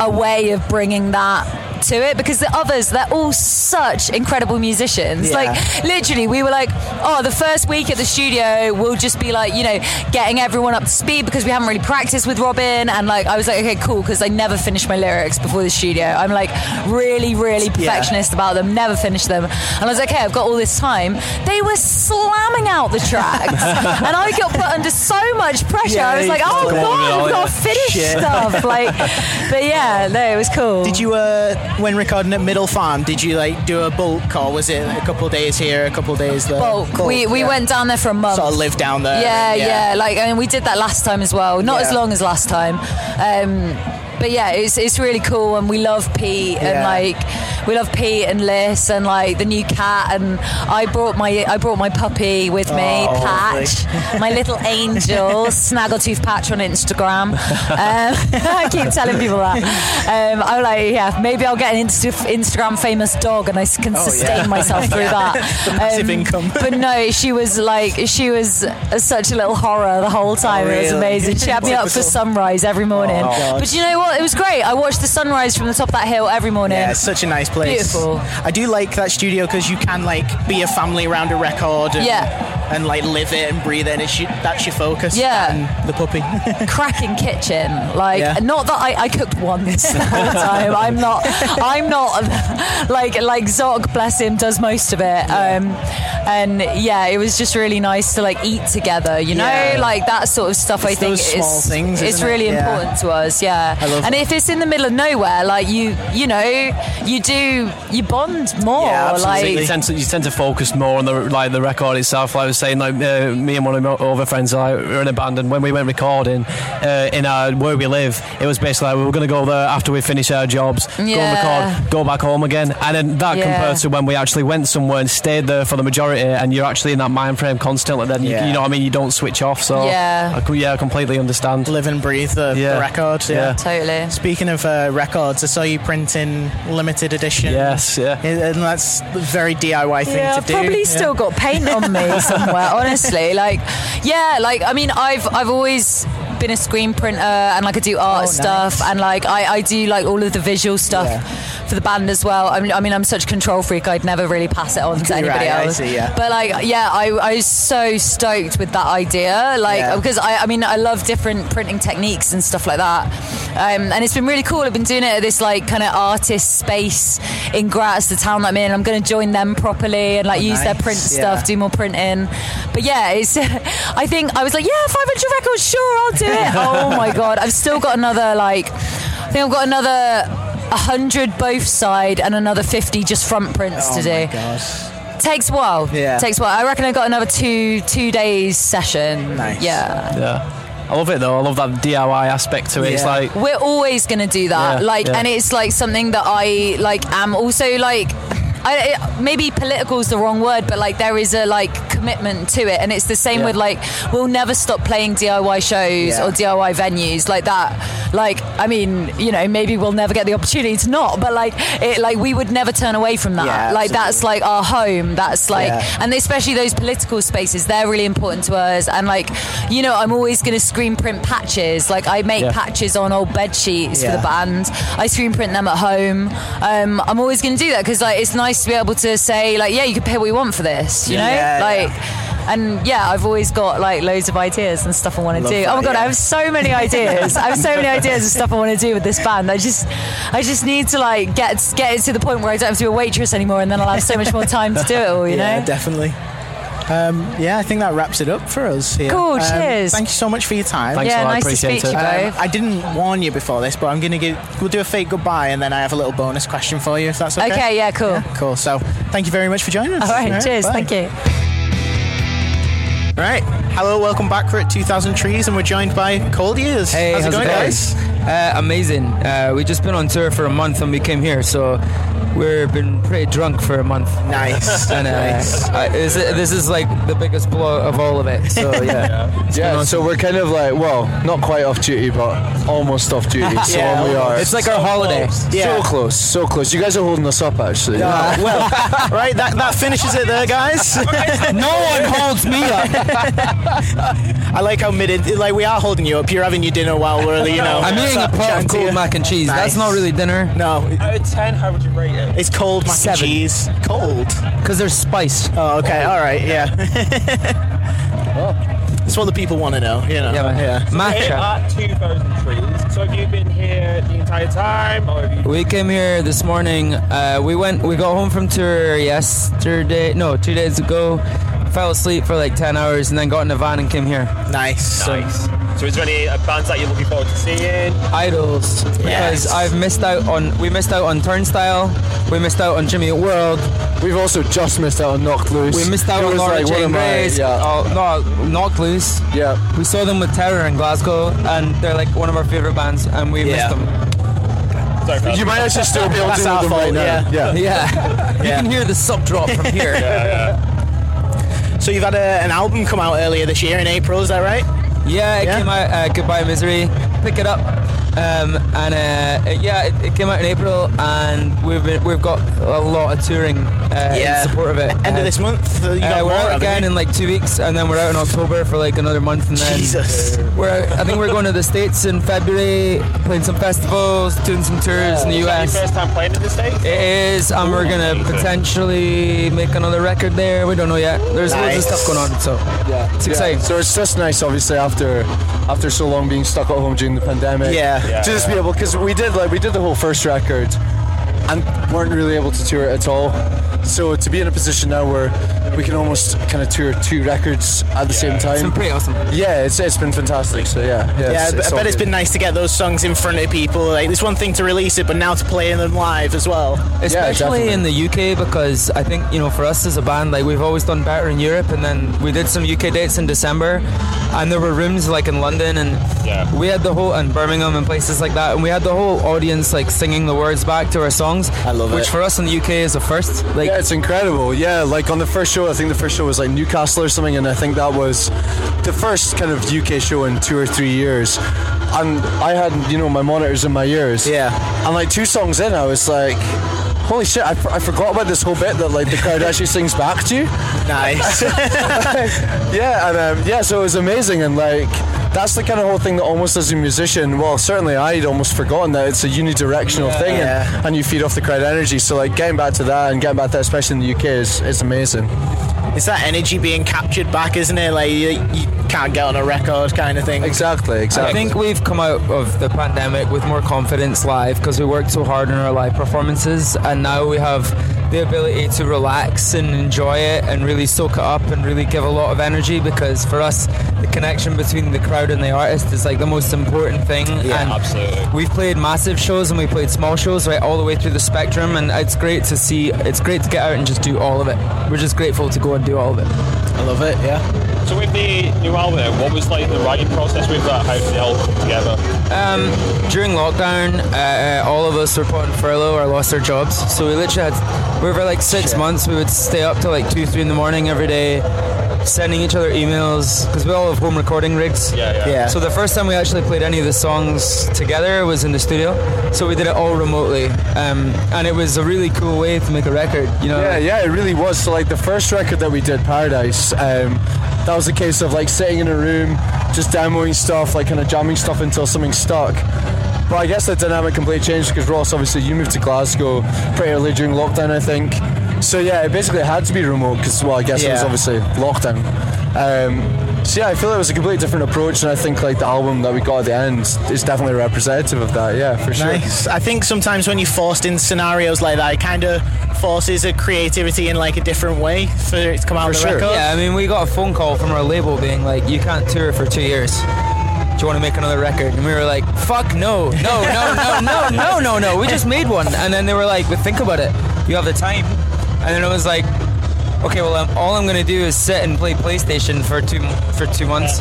Speaker 22: a way of bringing that to it because the others they're all such incredible musicians
Speaker 23: Yeah.
Speaker 22: like literally we were like oh the first week at the studio we'll just be like you know getting everyone up to speed because we haven't really practiced with robin and like i was like okay cool because i never finished my lyrics before the studio i'm like really really perfectionist about them never finished them and i was like okay i've got all this time they were slamming out the tracks and i got put under so much pressure
Speaker 3: Yeah,
Speaker 22: i was like
Speaker 3: you
Speaker 22: oh
Speaker 3: just don't
Speaker 22: god
Speaker 3: know,
Speaker 22: i've got to
Speaker 3: yeah.
Speaker 22: finish
Speaker 3: Shit.
Speaker 22: stuff like but yeah Uh, no it was cool
Speaker 3: Did you, uh, when recording at Middle Farm, did you like do a bulk or was it a couple days here, a couple days there? Bulk.
Speaker 22: we, we
Speaker 3: yeah.
Speaker 22: went down there for a month
Speaker 3: Sort of live down there.
Speaker 22: Yeah, yeah, Like, I mean, we did that last time as well. Not
Speaker 3: Yeah.
Speaker 22: as long as last time. Um, but yeah, it's, it's really cool, and we love Pete, and
Speaker 3: Yeah.
Speaker 22: like we love Pete and Liz, and like the new cat, and I brought my I brought my puppy with me,
Speaker 3: Oh,
Speaker 22: Patch, my little angel, Snaggletooth Patch on Instagram. Um, I keep telling people that. Um, I'm like, yeah, maybe I'll get an Insta- Instagram famous dog, and I s- can
Speaker 3: Oh, yeah.
Speaker 22: sustain myself through that. Um,
Speaker 3: The passive income.
Speaker 22: But no, she was like, she was such a little horror the whole time. It was
Speaker 3: Oh, really?
Speaker 22: amazing. She had me up for
Speaker 3: Typical.
Speaker 22: sunrise every morning.
Speaker 3: Oh, God.
Speaker 22: but you know what? It was great. I watched the sunrise from the top of that hill every morning.
Speaker 3: Yeah, it's such a nice place.
Speaker 22: Beautiful.
Speaker 3: I do like that studio because you can like be a family around a record. And,
Speaker 22: Yeah.
Speaker 3: And like live it and breathe it. And it's, your- that's your focus.
Speaker 22: Yeah.
Speaker 3: And the puppy.
Speaker 22: Cracking kitchen, like
Speaker 3: Yeah.
Speaker 22: not that I, I cooked once the whole time. I'm not, I'm not like like Zog, bless him, does most of it. Um, and yeah, it was just really nice to like eat together, you know,
Speaker 3: Yeah.
Speaker 22: like that sort of stuff. I
Speaker 3: It's
Speaker 22: think
Speaker 3: those small
Speaker 22: is
Speaker 3: things,
Speaker 22: it's
Speaker 3: isn't it?
Speaker 22: really
Speaker 3: Yeah.
Speaker 22: important to us yeah
Speaker 3: I love
Speaker 22: and
Speaker 3: that.
Speaker 22: if it's in the middle of nowhere like you you know you do you bond more
Speaker 2: you,
Speaker 22: like
Speaker 2: tend to, you tend to focus more on the like the record itself. Like I was saying, like uh, me and one of my other friends, like, we were in a band, and when we went recording uh, in our where we live, it was basically like we were going to go there after we finish our jobs, go
Speaker 22: Yeah.
Speaker 2: and record, go back home again, and then that
Speaker 22: Yeah.
Speaker 2: compared to when we actually went somewhere and stayed there for the majority, and you're actually in that mind frame constantly. Then you,
Speaker 3: Yeah.
Speaker 2: you know what I mean. You don't switch off. So
Speaker 3: Yeah.
Speaker 2: I, co- yeah, I completely understand.
Speaker 3: Live and breathe the, the record. Yeah.
Speaker 22: Totally.
Speaker 3: Speaking of uh, records, I saw you printing limited edition. Yes,
Speaker 2: yeah.
Speaker 3: And and that's a very DIY thing
Speaker 22: yeah,
Speaker 3: to
Speaker 22: I've
Speaker 3: do.
Speaker 22: probably
Speaker 3: Yeah.
Speaker 22: still got paint on me somewhere. honestly, like, yeah, like I mean, I've I've always been a screen printer and like I do art
Speaker 3: Oh,
Speaker 22: stuff and like I, I do like all of the visual stuff for the band as well. I mean, I mean, I'm such a control freak. I'd never really pass it on to anybody
Speaker 3: Right, I
Speaker 22: else.
Speaker 3: see, yeah.
Speaker 22: But like, yeah, I, I was so stoked with that idea, like
Speaker 3: Yeah.
Speaker 22: because I I mean I love different printing techniques and stuff like that. Um, and it's been really cool. I've been doing it at this like kind of artist space in Graz, the town that I'm in. I'm going to join them properly and like
Speaker 8: Oh,
Speaker 22: use their
Speaker 8: nice.
Speaker 22: print
Speaker 8: Yeah.
Speaker 22: stuff, do more printing. But yeah, it's. I think I was like, yeah, 500 records, sure, I'll do it. oh my god, I've still got another like. I think I've got another 100 both side and another 50 just front prints
Speaker 3: Oh
Speaker 22: to do.
Speaker 3: my gosh.
Speaker 22: Takes a while.
Speaker 3: Yeah.
Speaker 22: Takes a while. I reckon I got another two two days session. Nice. Yeah.
Speaker 2: Yeah. I love it though. I love that DIY aspect to it. It's like
Speaker 22: we're always gonna do that.
Speaker 2: Yeah,
Speaker 22: like,
Speaker 2: yeah.
Speaker 22: and it's like something that I like am also like. I, it, maybe political is the wrong word, but like there is a like commitment to it, and it's the same
Speaker 8: Yeah.
Speaker 22: with like we'll never stop playing DIY shows
Speaker 8: Yeah.
Speaker 22: or DIY venues like that. Like, I mean, you know, maybe we'll never get the opportunity to not, but like it, like we would never turn away from that.
Speaker 8: Yeah,
Speaker 22: like that's like our home. That's like,
Speaker 8: Yeah.
Speaker 22: and especially those political spaces, they're really important to us. And like, you know, I'm always gonna screen print patches. Like I make
Speaker 8: Yeah.
Speaker 22: patches on old bed sheets for
Speaker 8: Yeah.
Speaker 22: the band. I screen print them at home. Um, I'm always going to do that because like it's nice to be able to say like, yeah, you can pay what you want for this, you
Speaker 8: Yeah.
Speaker 22: know,
Speaker 8: Yeah,
Speaker 22: like. And yeah, I've always got like loads of ideas and stuff I want to
Speaker 8: Love
Speaker 22: do.
Speaker 8: that,
Speaker 22: oh my god,
Speaker 8: yeah.
Speaker 22: I have so many ideas. I have so many ideas of stuff I want to do with this band. I just, I just need to like get get it to the point where I don't have to be a waitress anymore, and then I'll have so much more time to do it all. You
Speaker 3: yeah,
Speaker 22: know.
Speaker 3: definitely. Um, yeah, I think that wraps it up for us here.
Speaker 22: Cool,
Speaker 3: Um,
Speaker 22: cheers.
Speaker 3: Thank you so much for your time.
Speaker 22: Thanks Yeah, a lot, nice to appreciate speak to you it. both.
Speaker 3: Um, I didn't warn you before this, but I'm gonna give we'll do a fake goodbye, and then I have a little bonus question for you if that's okay.
Speaker 22: Okay, yeah, cool.
Speaker 3: cool. So, thank you very much for joining us.
Speaker 22: All right, cheers.
Speaker 3: bye.
Speaker 22: Thank you.
Speaker 3: All right. Hello, welcome back. We're at 2000 Trees, and we're joined by Cold Years.
Speaker 23: Hey, how's,
Speaker 3: it going, guys?
Speaker 23: Uh, amazing. Uh, we just been on tour for a month and we came here, so we've been pretty drunk for a month.
Speaker 3: Nice.
Speaker 23: and uh,
Speaker 3: Nice.
Speaker 23: I, is it- this is like the biggest blow of all of it. So yeah. It's been
Speaker 24: Yeah,
Speaker 23: awesome.
Speaker 24: so we're kind of like, well, not quite off duty, but almost off duty. So
Speaker 23: Yeah,
Speaker 24: we are.
Speaker 23: almost. It's like our
Speaker 24: So
Speaker 23: holiday.
Speaker 24: close.
Speaker 23: Yeah.
Speaker 24: So close, so close. You guys are holding us up, actually.
Speaker 3: Uh, well, right, that, that finishes it there, guys.
Speaker 23: no one holds me up.
Speaker 3: I like how mid it, like we are holding you up. You're having your dinner while we're, you know.
Speaker 23: I'm eating a pot of cold mac and cheese. That's not really dinner.
Speaker 3: No.
Speaker 23: Out of ten, how would you rate it?
Speaker 3: It's cold mac
Speaker 23: Seven.
Speaker 3: and cheese. Cold.
Speaker 23: Because there's spice.
Speaker 3: Oh, okay. All right. Yeah. That's what the people want to know. You know. Yeah.
Speaker 1: At 2,000 trees. So have you been here the entire time, or have you?
Speaker 23: We came here this morning. Uh, we went. We got home from tour yesterday. No, two days ago. Fell asleep for like ten hours and then got in a van and came here.
Speaker 3: Nice.
Speaker 23: Nice.
Speaker 1: So is there any uh, bands that you're looking forward to seeing?
Speaker 23: Idols. Because I've missed out on. We missed out on Turnstile. We missed out on Jimmy Eat World.
Speaker 24: We've also just missed out on Knocked Loose.
Speaker 23: We missed out
Speaker 24: It
Speaker 23: on
Speaker 24: was
Speaker 23: Laura
Speaker 24: like one
Speaker 23: Jane
Speaker 24: of my-
Speaker 23: Grace.
Speaker 24: yeah.
Speaker 23: Oh, no, Knock Loose.
Speaker 24: Yeah.
Speaker 23: We saw them with Terror in Glasgow, and they're like one of our favorite bands, and we
Speaker 24: Yeah.
Speaker 23: missed them.
Speaker 24: You might actually still be able to
Speaker 23: That's
Speaker 24: do
Speaker 23: our
Speaker 24: them
Speaker 23: fault,
Speaker 24: right now.
Speaker 23: yeah.
Speaker 24: Yeah.
Speaker 23: You can hear the sub drop from here.
Speaker 3: So you've had a, an album come out earlier this year in April. Is that right?
Speaker 23: Yeah, it came out. Uh, Goodbye Misery. Pick it up. Um, and uh, it- yeah, it, it came out in April, and we've been, we've got a lot of touring uh,
Speaker 3: Yeah.
Speaker 23: in support of it.
Speaker 3: End
Speaker 23: Uh,
Speaker 3: of this month. You got
Speaker 23: uh, we're
Speaker 3: more,
Speaker 23: out
Speaker 3: haven't
Speaker 23: again
Speaker 3: you?
Speaker 23: in like two weeks, and then we're out in October for like another month, and then
Speaker 3: Jesus.
Speaker 23: we're out, I think we're going to the states in February, playing some festivals, doing some tours in the
Speaker 1: Is that
Speaker 23: US.
Speaker 1: your first time playing in the states?
Speaker 23: It is, and we're gonna potentially make another record there. We don't know yet. There's loads of stuff going on, so
Speaker 24: yeah,
Speaker 23: it's exciting.
Speaker 24: So it's just nice, obviously, after after so long being stuck at home during the pandemic.
Speaker 23: Yeah. Yeah.
Speaker 24: to just be able because we did like we did the whole first record, and weren't really able to tour it at all. So to be in a position now where we can almost kind of tour two records at the same time.
Speaker 23: It's been pretty awesome.
Speaker 24: Yeah, it's, it's been fantastic. So yeah, yeah.
Speaker 3: Yeah,
Speaker 24: it's-
Speaker 3: I,
Speaker 24: it's
Speaker 3: I
Speaker 24: all
Speaker 3: bet it's
Speaker 24: good.
Speaker 3: been nice to get those songs in front of people. Like, it's one thing to release it, but now to play them live as well.
Speaker 23: especially in the UK because I think you know for us as a band like we've always done better in Europe and then we did some UK dates in December and there were rooms like in London and we had the whole and Birmingham and places like that and we had the whole audience like singing the words back to our songs I love which
Speaker 24: it.
Speaker 23: for us in the UK is a first like
Speaker 24: yeah, it's incredible. Yeah, like on the first show, I think the first show was like Newcastle or something, and I think that was the first kind of UK show in two or three years. And I had, you know, my monitors in my ears. Yeah. And like two songs in, I was like, holy shit, I, for- I forgot about this whole bit that like the crowd actually sings back to you.
Speaker 3: Nice.
Speaker 24: yeah, and um, yeah, so it was amazing. And like, that's the kind of whole thing that almost as a musician, well, certainly I'd almost forgotten that it's a unidirectional
Speaker 23: Yeah.
Speaker 24: thing. and-
Speaker 23: Yeah.
Speaker 24: and you feed off the crowd energy. So like getting back to that and getting back to that, especially in the UK, is, is amazing.
Speaker 3: It's that energy being captured back, isn't it? Like you, you can't get on a record kind of thing.
Speaker 23: Exactly, I think we've come out of the pandemic with more confidence live because we worked so hard on our live performances, and now we have the ability to relax and enjoy it and really soak it up and really give a lot of energy because for us the connection between the crowd and the artist is like the most important thing
Speaker 13: Yeah,
Speaker 23: and
Speaker 13: absolutely.
Speaker 23: we've played massive shows and we played small shows right all the way through the spectrum and it's great to see it's great to get out and just do all of it we're just grateful to go and do all of it I
Speaker 3: love it yeah
Speaker 1: So with the new album, what was like the writing process with that? How did it all come together?
Speaker 23: Um, during lockdown, uh, uh, all of us were put on furlough or lost our jobs. So we literally had, we were for like six months, we would stay up till like two, three in the morning every day, sending each other emails because we all have home recording rigs.
Speaker 1: yeah.
Speaker 3: Yeah.
Speaker 23: So the first time we actually played any of the songs together was in the studio. So we did it all remotely, um, and it was a really cool way to make a record. You know.
Speaker 24: Yeah, yeah, it really was. So like the first record that we did, Paradise, um, that was a case of like sitting in a room, just demoing stuff, like kind of jamming stuff until something stuck. But I guess the dynamic completely changed because Ross, obviously, you moved to Glasgow pretty early during lockdown, I think. So yeah, it basically had to be remote because well, I guess it was
Speaker 23: Yeah.
Speaker 24: obviously lockdown. Um, so yeah, I feel it was a completely different approach, and I think like the album that we got at the end is definitely representative of that. Yeah, for sure.
Speaker 3: Nice. I think sometimes when you're forced in scenarios like that, it kind of forces a creativity in like a different way for it to come out on the record.
Speaker 23: Yeah, I mean, we got a phone call from our label being like, "You can't tour for two years. Do you want to make another record?" And we were like, "Fuck no, no, no, no, no, no, no, no. We just made one." And then they were like, "But think about it. You have the time." And then it was like, "Okay, well, um, all I'm gonna do is sit and play PlayStation for two for two months.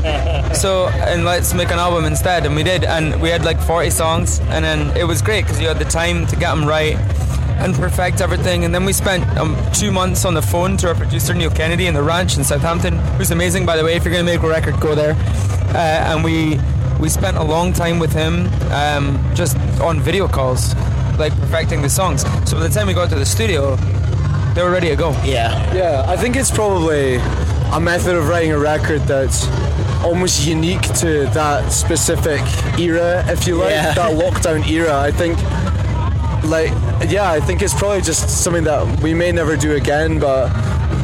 Speaker 23: So and let's make an album instead." And we did, and we had like 40 songs, and then it was great because you had the time to get them right and perfect everything. And then we spent um, two months on the phone to our producer Neil Kennedy in the ranch in Southampton, who's amazing, by the way. If you're going to make a record, go there. Uh, and we we spent a long time with him, um, just on video calls, like perfecting the songs. So by the time we got to the studio, they were ready to go.
Speaker 3: Yeah.
Speaker 24: Yeah, I think it's probably a method of writing a record that's almost unique to that specific era, if you like,
Speaker 3: Yeah.
Speaker 24: that lockdown era. I think, like, yeah, I think it's probably just something that we may never do again, but.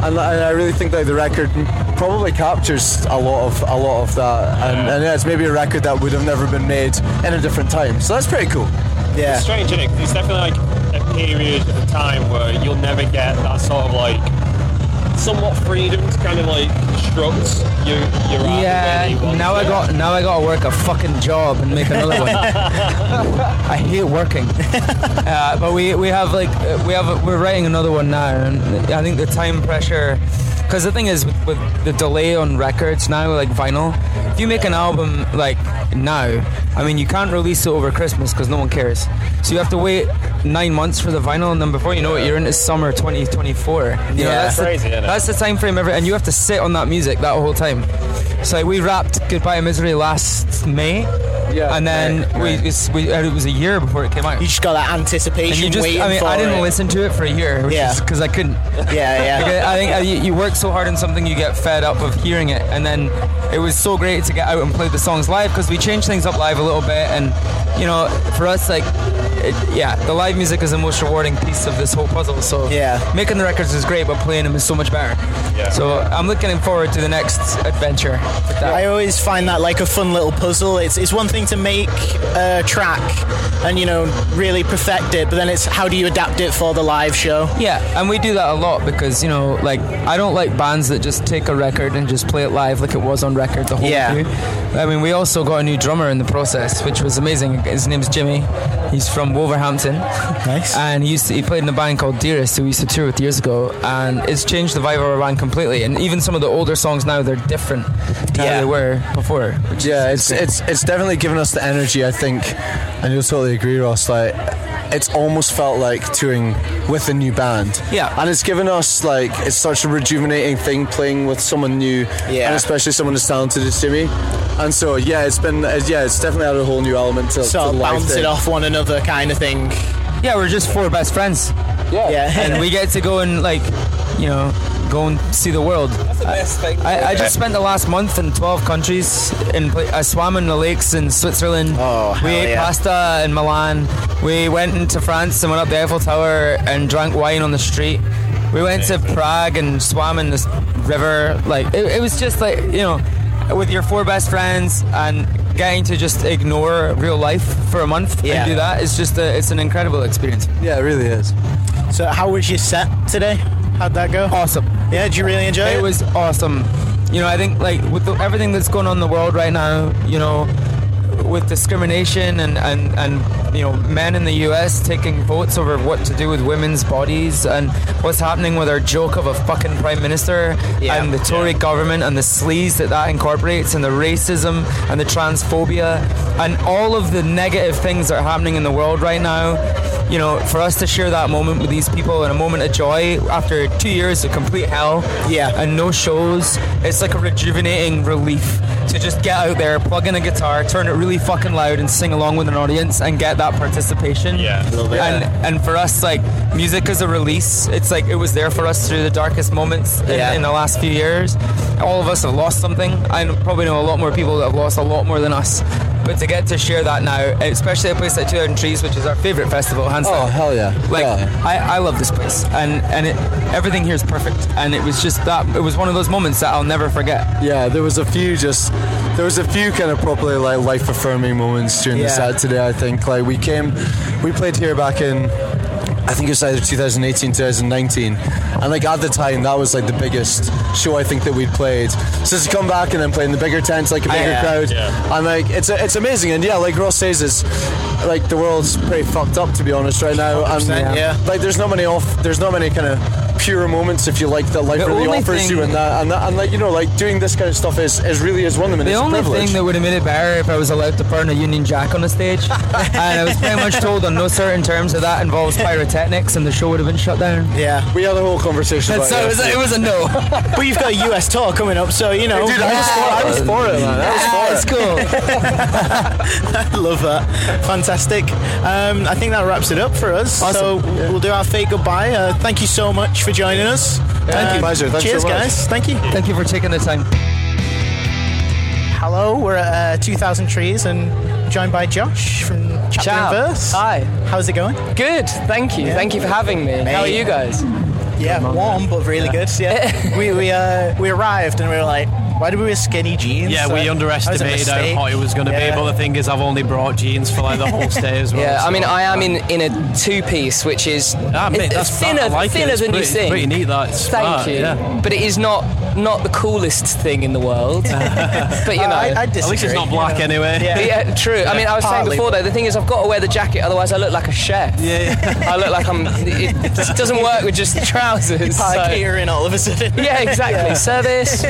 Speaker 24: And I and I really think that the record probably captures a lot of a lot of that, and, and yeah, it's maybe a record that would have never been made in a different time. So that's pretty cool.
Speaker 1: It's strange, isn't it? 'Cause it's definitely like a period of time where you'll never get that sort of like somewhat freedom to kind of like construct your your art. the way you
Speaker 23: Yeah,
Speaker 1: want
Speaker 23: now
Speaker 1: it.
Speaker 23: I got now I got to work a fucking job and make another one. I hate working, uh, but we we have like uh, we have a, we're writing another one now, and I think the time pressure. Because the thing is, with, with the delay on records now, like vinyl, if you make an album like now, I mean, you can't release it over Christmas because no one cares. So you have to wait nine months for the vinyl, and then before you know it, you're into summer 2024. You know,
Speaker 25: Yeah.
Speaker 23: that's the-
Speaker 25: Crazy, isn't it?
Speaker 23: that's that's the time frame ever, and you have to sit on that music that whole time. So like, we wrapped Goodbye Misery last May, yeah, and then
Speaker 3: right,
Speaker 23: we,
Speaker 3: right.
Speaker 23: it's, we and it was a year before it came out. You
Speaker 3: just got that anticipation.
Speaker 23: And you just,
Speaker 3: waiting
Speaker 23: I mean,
Speaker 3: for
Speaker 23: I didn't
Speaker 3: it.
Speaker 23: listen to it for a year, which
Speaker 3: Yeah.
Speaker 23: because I couldn't.
Speaker 3: yeah.
Speaker 23: Like, I- I think uh, you, you work so hard on something, you get fed up of hearing it, and then it was so great to get out and play the songs live because we changed things up live a little bit, and you know, for us, like, it, yeah, the live music is the most rewarding piece of this whole puzzle. So yeah, making the records is great, but playing them is so much better. Yeah. So I'm looking forward to the next adventure. With that.
Speaker 3: I always find that like a fun little puzzle. It's it's one thing to make a track and you know really perfect it, but then it's how do you adapt it for the live show?
Speaker 23: Yeah, and we do that a lot because you know, like I don't like bands that just take a record and just play it live like it was on record the whole
Speaker 3: Yeah.
Speaker 23: through. I mean, we also got a new drummer in the process, which was amazing. His name's Jimmy. He's from Wolverhampton.
Speaker 3: Nice.
Speaker 23: And he used to, he played in a band called Dearest, who we used to tour with years ago, and it's changed the vibe of our band completely. And even some of the older songs now they're different to how they were before.
Speaker 24: yeah, it's it's it's definitely given us the energy. I think, and you'll totally agree, Ross. Like, it's almost felt like touring with a new band.
Speaker 23: Yeah,
Speaker 24: and it's given us like it's such a rejuvenating thing playing with someone new.
Speaker 3: Yeah.
Speaker 24: and especially someone as talented as Jimmy. And so yeah, it's been uh, yeah, it's definitely had a whole new element to,
Speaker 3: Sort
Speaker 24: to
Speaker 3: of
Speaker 24: the live
Speaker 3: bounce
Speaker 24: thing.
Speaker 3: it off one another kind of thing.
Speaker 23: Yeah, we're just four best friends.
Speaker 24: Yeah.
Speaker 23: and we get to go and like, you know, go and see the world. That's the
Speaker 25: best thing.
Speaker 23: I, I just spent the last month in 12 countries. In pla- I swam in the lakes in Switzerland. Oh, we
Speaker 25: hell
Speaker 23: ate
Speaker 25: yeah.
Speaker 23: pasta in Milan. We went into France and went up the Eiffel Tower and drank wine on the street. We went to Prague and swam in this river. Like it, it was just like you know, with your four best friends and getting to just ignore real life for a month
Speaker 3: Yeah.
Speaker 23: and do that is just a, it's an incredible experience.
Speaker 3: Yeah, it really is. So, how was your set today? How'd that go?
Speaker 23: Awesome.
Speaker 3: Yeah, did you really enjoy it?
Speaker 23: It was awesome. You know, I think like with the, everything that's going on in the world right now, you know, with discrimination and, and, and you know men in the U.S. taking votes over what to do with women's bodies and what's happening with our joke of a fucking prime minister and the Tory government and the sleaze that that incorporates and the racism and the transphobia and all of the negative things that are happening in the world right now you know, for us to share that moment with these people and a moment of joy after two years of complete hell, yeah, and no shows, it's like a rejuvenating relief to just get out there, plug in a guitar, turn it really fucking loud, and sing along with an audience and get that participation. Yeah,
Speaker 25: bit.
Speaker 23: and and for us, like music is a release. It's like it was there for us through the darkest moments in,
Speaker 25: Yeah.
Speaker 23: in the last few years. All of us have lost something. I probably know a lot more people that have lost a lot more than us. But to get to share that now, especially a place like 2000 Trees, which is our favourite festival, hands
Speaker 25: Oh,
Speaker 23: down.
Speaker 25: hell
Speaker 23: yeah. Like, I, I love this place. And, and it, everything here is perfect. And it was just that, it was one of those moments that I'll never forget.
Speaker 24: Yeah, there was a few just there was a few kind of properly like life affirming moments during the
Speaker 23: Yeah.
Speaker 24: set today. I think like we came, we played here back in. I think it was either 2018, 2019, and like at the time, that was like the biggest show I think that we played. So to come back and then play in the bigger tents, like a bigger
Speaker 23: Yeah.
Speaker 24: crowd, and like it's it's amazing. And yeah, like Ross says, it's like the world's pretty fucked up to be honest right now. And
Speaker 23: 100%, yeah.
Speaker 24: like there's not many off, there's not many kind of pure moments if you like that life
Speaker 23: The
Speaker 24: really
Speaker 23: only
Speaker 24: offers
Speaker 23: thing-
Speaker 24: you and that, Uh, and that and like you know like doing this kind of stuff is, is really is one of them and
Speaker 23: The
Speaker 24: it's a
Speaker 23: only
Speaker 24: privilege.
Speaker 23: thing that would have made it better if I was allowed to burn a Union Jack on the stage. and I was pretty much told on no certain terms that that involves pyrotechnics and the show would have been shut down.
Speaker 3: Yeah.
Speaker 24: We had a whole conversation
Speaker 23: And
Speaker 24: about
Speaker 23: so it was,
Speaker 24: that.
Speaker 23: it was a no.
Speaker 3: but you've got a US tour coming up, so you know.
Speaker 24: Dude, I was for- I was for it, man. I was for
Speaker 3: That's cool. I love that. Fantastic. Um, I think that wraps it up for us.
Speaker 24: Awesome.
Speaker 3: So we'll do our fake goodbye. Uh, thank you so much for joining us.
Speaker 23: Thank
Speaker 3: Uh,
Speaker 23: you. Pleasure. Thanks
Speaker 3: cheers,
Speaker 23: so much.
Speaker 3: guys. Thank you.
Speaker 23: Thank you for taking the time.
Speaker 3: Hello, we're at uh, 2000 Trees and joined by Josh from Chapter
Speaker 25: Ciao.
Speaker 3: and Verse. Hi. How's it going?
Speaker 25: Good, thank you.
Speaker 3: Yeah.
Speaker 25: Thank you for having me. How are
Speaker 3: Mate.
Speaker 25: you guys?
Speaker 3: Yeah, warm but really good. Yeah, we we uh, we arrived and we were like, why did we wear skinny jeans?
Speaker 2: Yeah,
Speaker 3: That- that was
Speaker 2: we
Speaker 3: a
Speaker 2: underestimated how
Speaker 3: mistake.
Speaker 2: hot it was going to
Speaker 3: Yeah.
Speaker 2: be, but the thing is, I've only brought jeans for like the whole stay as well.
Speaker 25: Yeah, I
Speaker 2: so- Ah,
Speaker 25: mean, I am in, in a two piece, which is
Speaker 2: mate,
Speaker 25: it's
Speaker 2: that's fat.
Speaker 25: thinner,
Speaker 2: I like it.
Speaker 25: thinner
Speaker 2: It's
Speaker 25: than
Speaker 2: pretty-
Speaker 25: you think.
Speaker 2: pretty neat, that. It's
Speaker 25: Thank
Speaker 2: smart,
Speaker 25: you.
Speaker 2: yeah.
Speaker 25: But it is not not the coolest thing in the world. but you know,
Speaker 2: I- I At least it's disagree, not black you know. anyway.
Speaker 25: Yeah,
Speaker 2: Yeah.
Speaker 25: true. I mean, I was saying
Speaker 2: Partly,
Speaker 25: before though,
Speaker 2: but-
Speaker 25: the thing is, I've got to wear the jacket, otherwise I look like a chef. Yeah, I look like I'm. It just doesn't work with just the trousers.
Speaker 3: You're part of
Speaker 2: uh,
Speaker 25: so-
Speaker 3: catering all of a sudden.
Speaker 25: Yeah, exactly.
Speaker 3: Yeah.
Speaker 25: Service.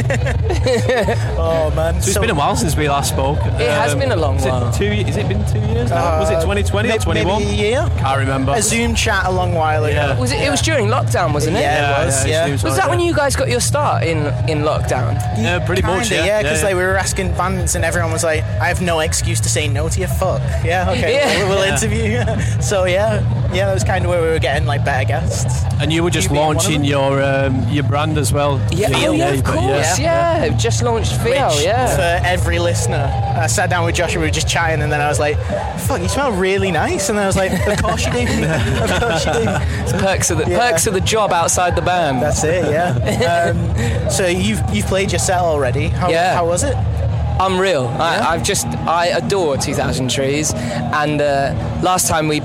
Speaker 3: oh man,
Speaker 2: So it's been a while since we last spoke. Um,
Speaker 25: It has been a long
Speaker 2: is it
Speaker 25: while. Uh,
Speaker 2: two, ye- is it been two years now? was it 2020 or 21?
Speaker 3: Maybe a year.
Speaker 2: Can't remember.
Speaker 3: A Zoom chat a long while ago.
Speaker 2: Yeah.
Speaker 25: Was it? It was during lockdown, wasn't it?
Speaker 3: Yeah, it Yeah, was, yeah, yeah. it
Speaker 25: Was
Speaker 3: seems
Speaker 25: that
Speaker 3: like
Speaker 25: when you guys got your start in in lockdown?
Speaker 2: Yeah, pretty
Speaker 3: Kinda, yeah, because like we were asking bands and everyone was like, "I have no excuse to say no to you." Fuck. Yeah. Okay.
Speaker 25: Yeah.
Speaker 3: We'll, we'll
Speaker 2: Yeah.
Speaker 3: interview. you. so yeah, yeah, that was kind of where we were getting like better guests.
Speaker 2: and you were just launching your um, your brand as well.
Speaker 3: Yeah, oh, yeah, of
Speaker 2: you-
Speaker 3: course,
Speaker 25: Yeah, just launched Feel.
Speaker 3: Which,
Speaker 25: yeah.
Speaker 3: For every listener, I sat down with Josh and we were just chatting, and then I was like, "Fuck, you smell really nice," and then I was like, "Of course you do. of course you do."
Speaker 25: It's perks of the perks of the job outside the band.
Speaker 3: That's it. Yeah. Um, so you've you've played your set already. How,
Speaker 25: Yeah.
Speaker 3: How was it?
Speaker 25: Unreal. I, I've just I adore 2000 Trees, and uh, last time we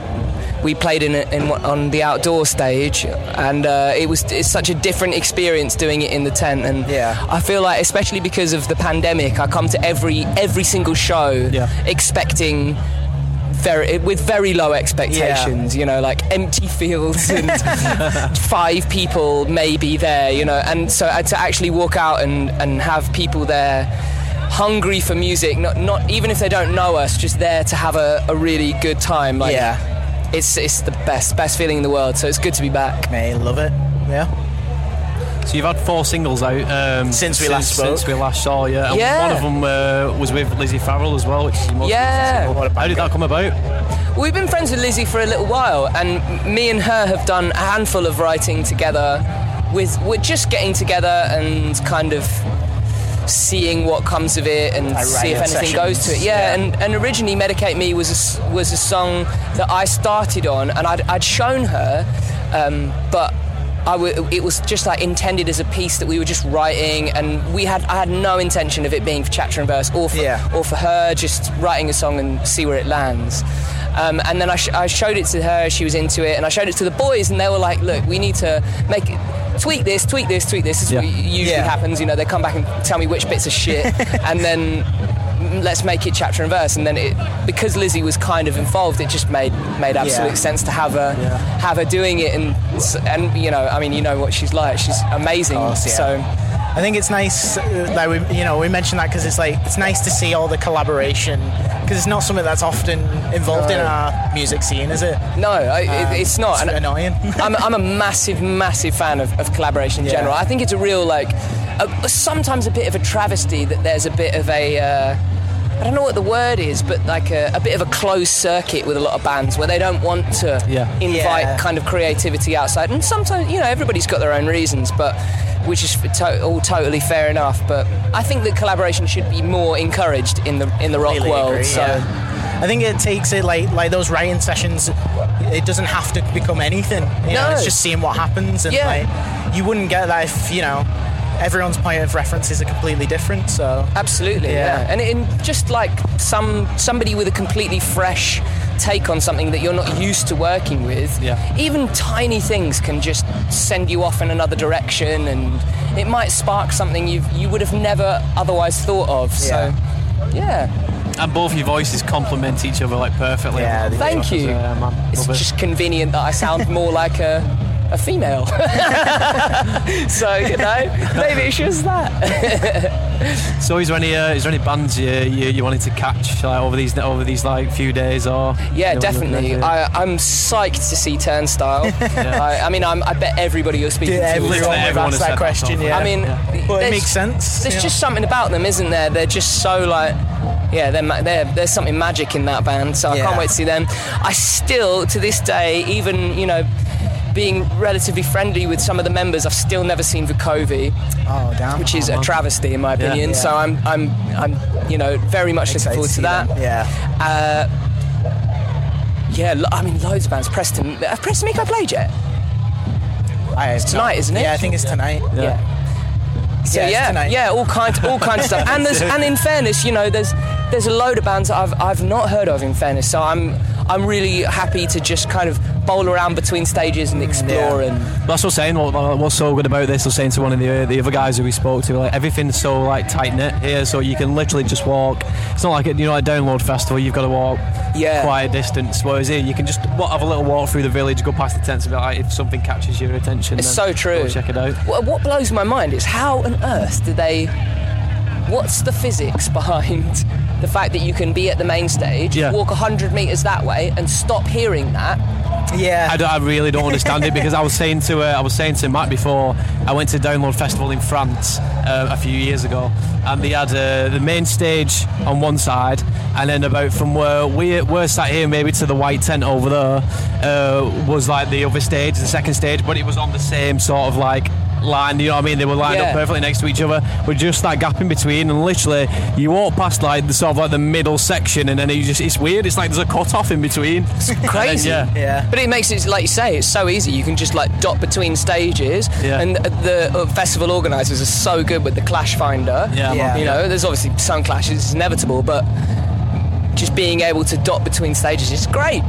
Speaker 25: we played in, a- in one- on the outdoor stage, and uh, it was it's such a different experience doing it in the tent, and yeah. I feel like especially because of the pandemic, I come to every every single show expecting. Very, eh, with very low expectations, you know, like empty fields and five people maybe there, you know, and so I- to actually walk out and, and have people there hungry for music, not, not even if they don't know us, just there to have a, a really good time. Like,
Speaker 3: Yeah.
Speaker 25: it's it's the best best feeling in the world. So it's good to be back.
Speaker 3: Mate, love it. Yeah.
Speaker 2: So you've had four singles out um,
Speaker 3: Since we last spoke.
Speaker 2: Since we last saw you. And
Speaker 25: Yeah.
Speaker 2: One of them uh, was with Lizzie Farrell as well, which is your most
Speaker 25: Yeah.
Speaker 2: recent single. How did that come about?
Speaker 25: We've been friends with Lizzie for a little while, and me and her have done a handful of writing together. With we're just getting together and kind of seeing what comes of it and
Speaker 3: Like
Speaker 25: see if
Speaker 3: writing
Speaker 25: anything goes to it.
Speaker 3: sessions,
Speaker 25: Yeah,
Speaker 3: yeah.
Speaker 25: And, and originally Medicate Me was a, s- was a song that I started on, and I'd, I'd shown her, um, but I w- it was just like intended as a piece that we were just writing, and we had I had no intention of it being for chapter and verse, or for or for her just writing a song and see where it lands. Um, and then I, sh- I showed it to her; she was into it, and I showed it to the boys, and they were like, "Look, we need to make it." Tweak this, tweak this, tweak this. This is
Speaker 8: Yeah.
Speaker 25: what usually happens. You know, they come back and tell me which bits are shit, and then let's make it chapter and verse. And then it, because Lizzie was kind of involved, it just made made absolute
Speaker 8: Yeah.
Speaker 25: sense to have her have her doing it. And s- and you know, I mean, you know what she's like. She's amazing. So
Speaker 3: I think it's nice uh, that we, you know, we mentioned that because it's like it's nice to see all the collaboration because it's not something that's often involved in
Speaker 25: No.
Speaker 3: our music scene, is it?
Speaker 25: No, I, it-
Speaker 3: Um,
Speaker 25: it's not.
Speaker 3: it's annoying.
Speaker 25: I'm, I'm a massive, massive fan of, of collaboration in
Speaker 3: Yeah.
Speaker 25: general. I think it's a real like, a, sometimes a bit of a travesty that there's a bit of a. Uh, I don't know what the word is, but like a, a bit of a closed circuit with a lot of bands where they don't want to
Speaker 8: Yeah.
Speaker 25: invite
Speaker 8: Yeah.
Speaker 25: kind of creativity outside. And sometimes, you know, everybody's got their own reasons, but which is for to- all totally fair enough. But I think that collaboration should be more encouraged in the in the rock
Speaker 3: completely
Speaker 25: world.
Speaker 3: agree,
Speaker 25: so.
Speaker 3: yeah. Oh, I think it takes it like like those writing sessions. It doesn't have to become anything. You know,
Speaker 25: No.
Speaker 3: it's just seeing what happens, and
Speaker 25: Yeah.
Speaker 3: like you wouldn't get that if you know everyone's point of references are completely different. So
Speaker 25: Absolutely, yeah. And in just like some somebody with a completely fresh take on something that you're not used to working with, yeah. even tiny things can just send you off in another direction and it might spark something you've, you would have never otherwise thought of. So, yeah.
Speaker 2: And both your voices complement each other like perfectly. Yeah,
Speaker 25: Thank you. it's just convenient that I sound more like a, a female. so, you know, maybe it's just that.
Speaker 2: So, is there any uh, is there any bands you, you, you wanted to catch like, over these over these like few days or?
Speaker 25: Yeah,
Speaker 2: you know,
Speaker 25: definitely.
Speaker 2: looking at
Speaker 25: I, I'm psyched to see Turnstile.
Speaker 2: Yeah.
Speaker 25: I, I mean, I'm, I bet everybody you're speaking
Speaker 3: Yeah,
Speaker 25: to.
Speaker 3: everyone Literally would everyone ask has that said that question, so far. yeah.
Speaker 25: I mean,
Speaker 3: Well, it
Speaker 25: there's-
Speaker 3: makes sense,
Speaker 25: There's
Speaker 3: yeah.
Speaker 25: just something about them, isn't there? They're just so like. Yeah, they're, ma- they're, there's something magic in that band, so I
Speaker 8: Yeah.
Speaker 25: can't wait to see them. I still, to this day, even, you know, being relatively friendly with some of the members, I've still never seen Vukovi,
Speaker 3: oh, damn.
Speaker 25: which is
Speaker 3: Oh,
Speaker 25: a
Speaker 3: man.
Speaker 25: travesty in my
Speaker 3: Yeah.
Speaker 25: opinion.
Speaker 3: Yeah.
Speaker 25: So I'm, I'm, I'm, you know, very much
Speaker 3: Excited
Speaker 25: looking forward
Speaker 3: to
Speaker 25: to
Speaker 3: see
Speaker 25: that.
Speaker 3: them. Yeah.
Speaker 25: Uh, yeah, lo- I mean, loads of bands. Preston. Have Preston Miko played yet?
Speaker 3: it's
Speaker 25: tonight, isn't it?
Speaker 3: Yeah, I think it's tonight.
Speaker 25: Yeah. So
Speaker 3: Yeah,
Speaker 25: yeah,
Speaker 3: it's
Speaker 25: yeah,
Speaker 3: tonight.
Speaker 25: all kinds, all kinds of stuff. And there's, and in fairness, you know, there's there's a load of bands that I've I've not heard of. In fairness, so I'm I'm really happy to just kind of bowl around between stages and explore and
Speaker 2: That's what I'm saying. What, what- what's so good about this? I was saying to one of the the other guys who we spoke to, like everything's so like tight knit here, so you can literally just walk. It's not like a, you know a download festival. You've got to walk
Speaker 25: Yeah.
Speaker 2: quite a distance. Whereas here, you can just wa- have a little walk through the village, go past the tents, and be like, if something catches your attention,
Speaker 25: It's
Speaker 2: then
Speaker 25: so true.
Speaker 2: go check it out.
Speaker 25: Wha- What blows my mind is how on earth do they? What's the physics behind the fact that you can be at the main stage,
Speaker 2: Yeah.
Speaker 25: walk hundred meters that way, and stop hearing that?
Speaker 3: Yeah,
Speaker 2: I, don't- I really don't understand it because I was saying to uh, I was saying to Matt before I went to Download Festival in France uh, a few years ago, and they had uh, the main stage on one side, and then about from where we we're sat here maybe to the white tent over there uh, was like the other stage, the second stage, but it was on the same sort of like line. You know what I mean? They were lined
Speaker 25: Yeah.
Speaker 2: up perfectly next to each other with just that gap in between, and literally you walk past like the sort of like the middle section, and then you just it's weird. It's like there's a cut off in between. It's
Speaker 25: Crazy. But it makes it like you say, it's so easy. You can just like dot between stages,
Speaker 2: Yeah.
Speaker 25: and the, the uh, festival organisers are so good with the clash finder.
Speaker 2: Yeah, I'm
Speaker 25: You
Speaker 2: happy.
Speaker 25: know, there's obviously some clashes, it's inevitable, but just being able to dot between stages is great.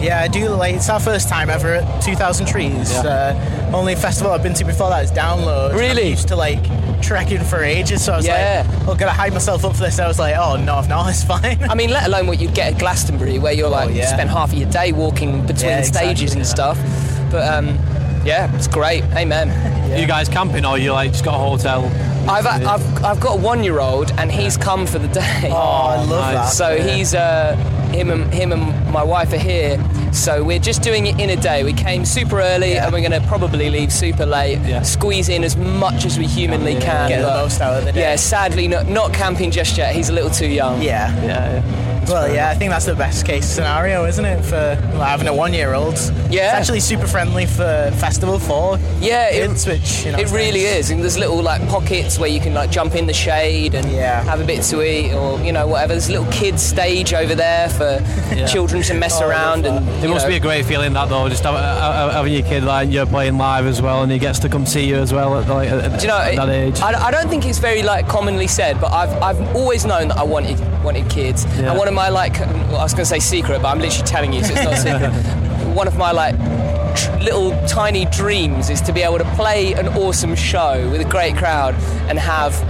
Speaker 3: Yeah, I do. Like it's our first time ever at 2,000 Trees. Uh, only festival I've been to before that is Download. Really? I used to like trekking for ages, so I was like, "Oh, gotta hype myself up for this." I was like, "Oh no, I've not. It's fine."
Speaker 25: I mean, let alone what you'd get at Glastonbury, where you're like
Speaker 3: yeah.
Speaker 25: spend half of your day walking between
Speaker 3: Yeah, exactly,
Speaker 25: stages and stuff. But um, yeah, it's great. Amen.
Speaker 2: You guys camping or you like just got a hotel?
Speaker 25: I've, I've, I've got a one year old and he's come for the day. Oh,
Speaker 3: I love that.
Speaker 25: So
Speaker 3: Yeah.
Speaker 25: he's, uh, him, and, him and my wife are here. So we're just doing it in a day. We came super early and we're going to probably leave super late, squeeze in as much as we humanly can.
Speaker 3: Get the
Speaker 25: but-
Speaker 3: most out of the day.
Speaker 25: Yeah, sadly, not, not camping just yet. He's a little too young.
Speaker 3: Yeah.
Speaker 2: Yeah.
Speaker 3: Well, yeah, I think that's the best case scenario, isn't it, for like, having a one-year-old? Yeah, it's actually super friendly for festival for
Speaker 25: Yeah, it-
Speaker 3: kids, which you know,
Speaker 25: it
Speaker 3: it's
Speaker 25: really
Speaker 3: nice.
Speaker 25: is. And there's little like pockets where you can like jump in the shade and have a bit to eat or you know whatever. There's a little kids stage over there for
Speaker 3: Yeah.
Speaker 25: children games and
Speaker 3: Oh,
Speaker 25: mess around. And
Speaker 2: It must be a great feeling that though, just have- have- having your kid like you're playing live as well, and he gets to come see you as well at, like, at
Speaker 25: Do you know,
Speaker 2: at
Speaker 25: it-
Speaker 2: that age.
Speaker 25: I, I don't think it's very like commonly said, but I've, I've always known that I wanted wanted kids.
Speaker 2: Yeah.
Speaker 25: And one of my like, well, I was going to say secret, but I'm literally telling you, so it's not secret. One of my like tr- little tiny dreams is to be able to play an awesome show with a great crowd and have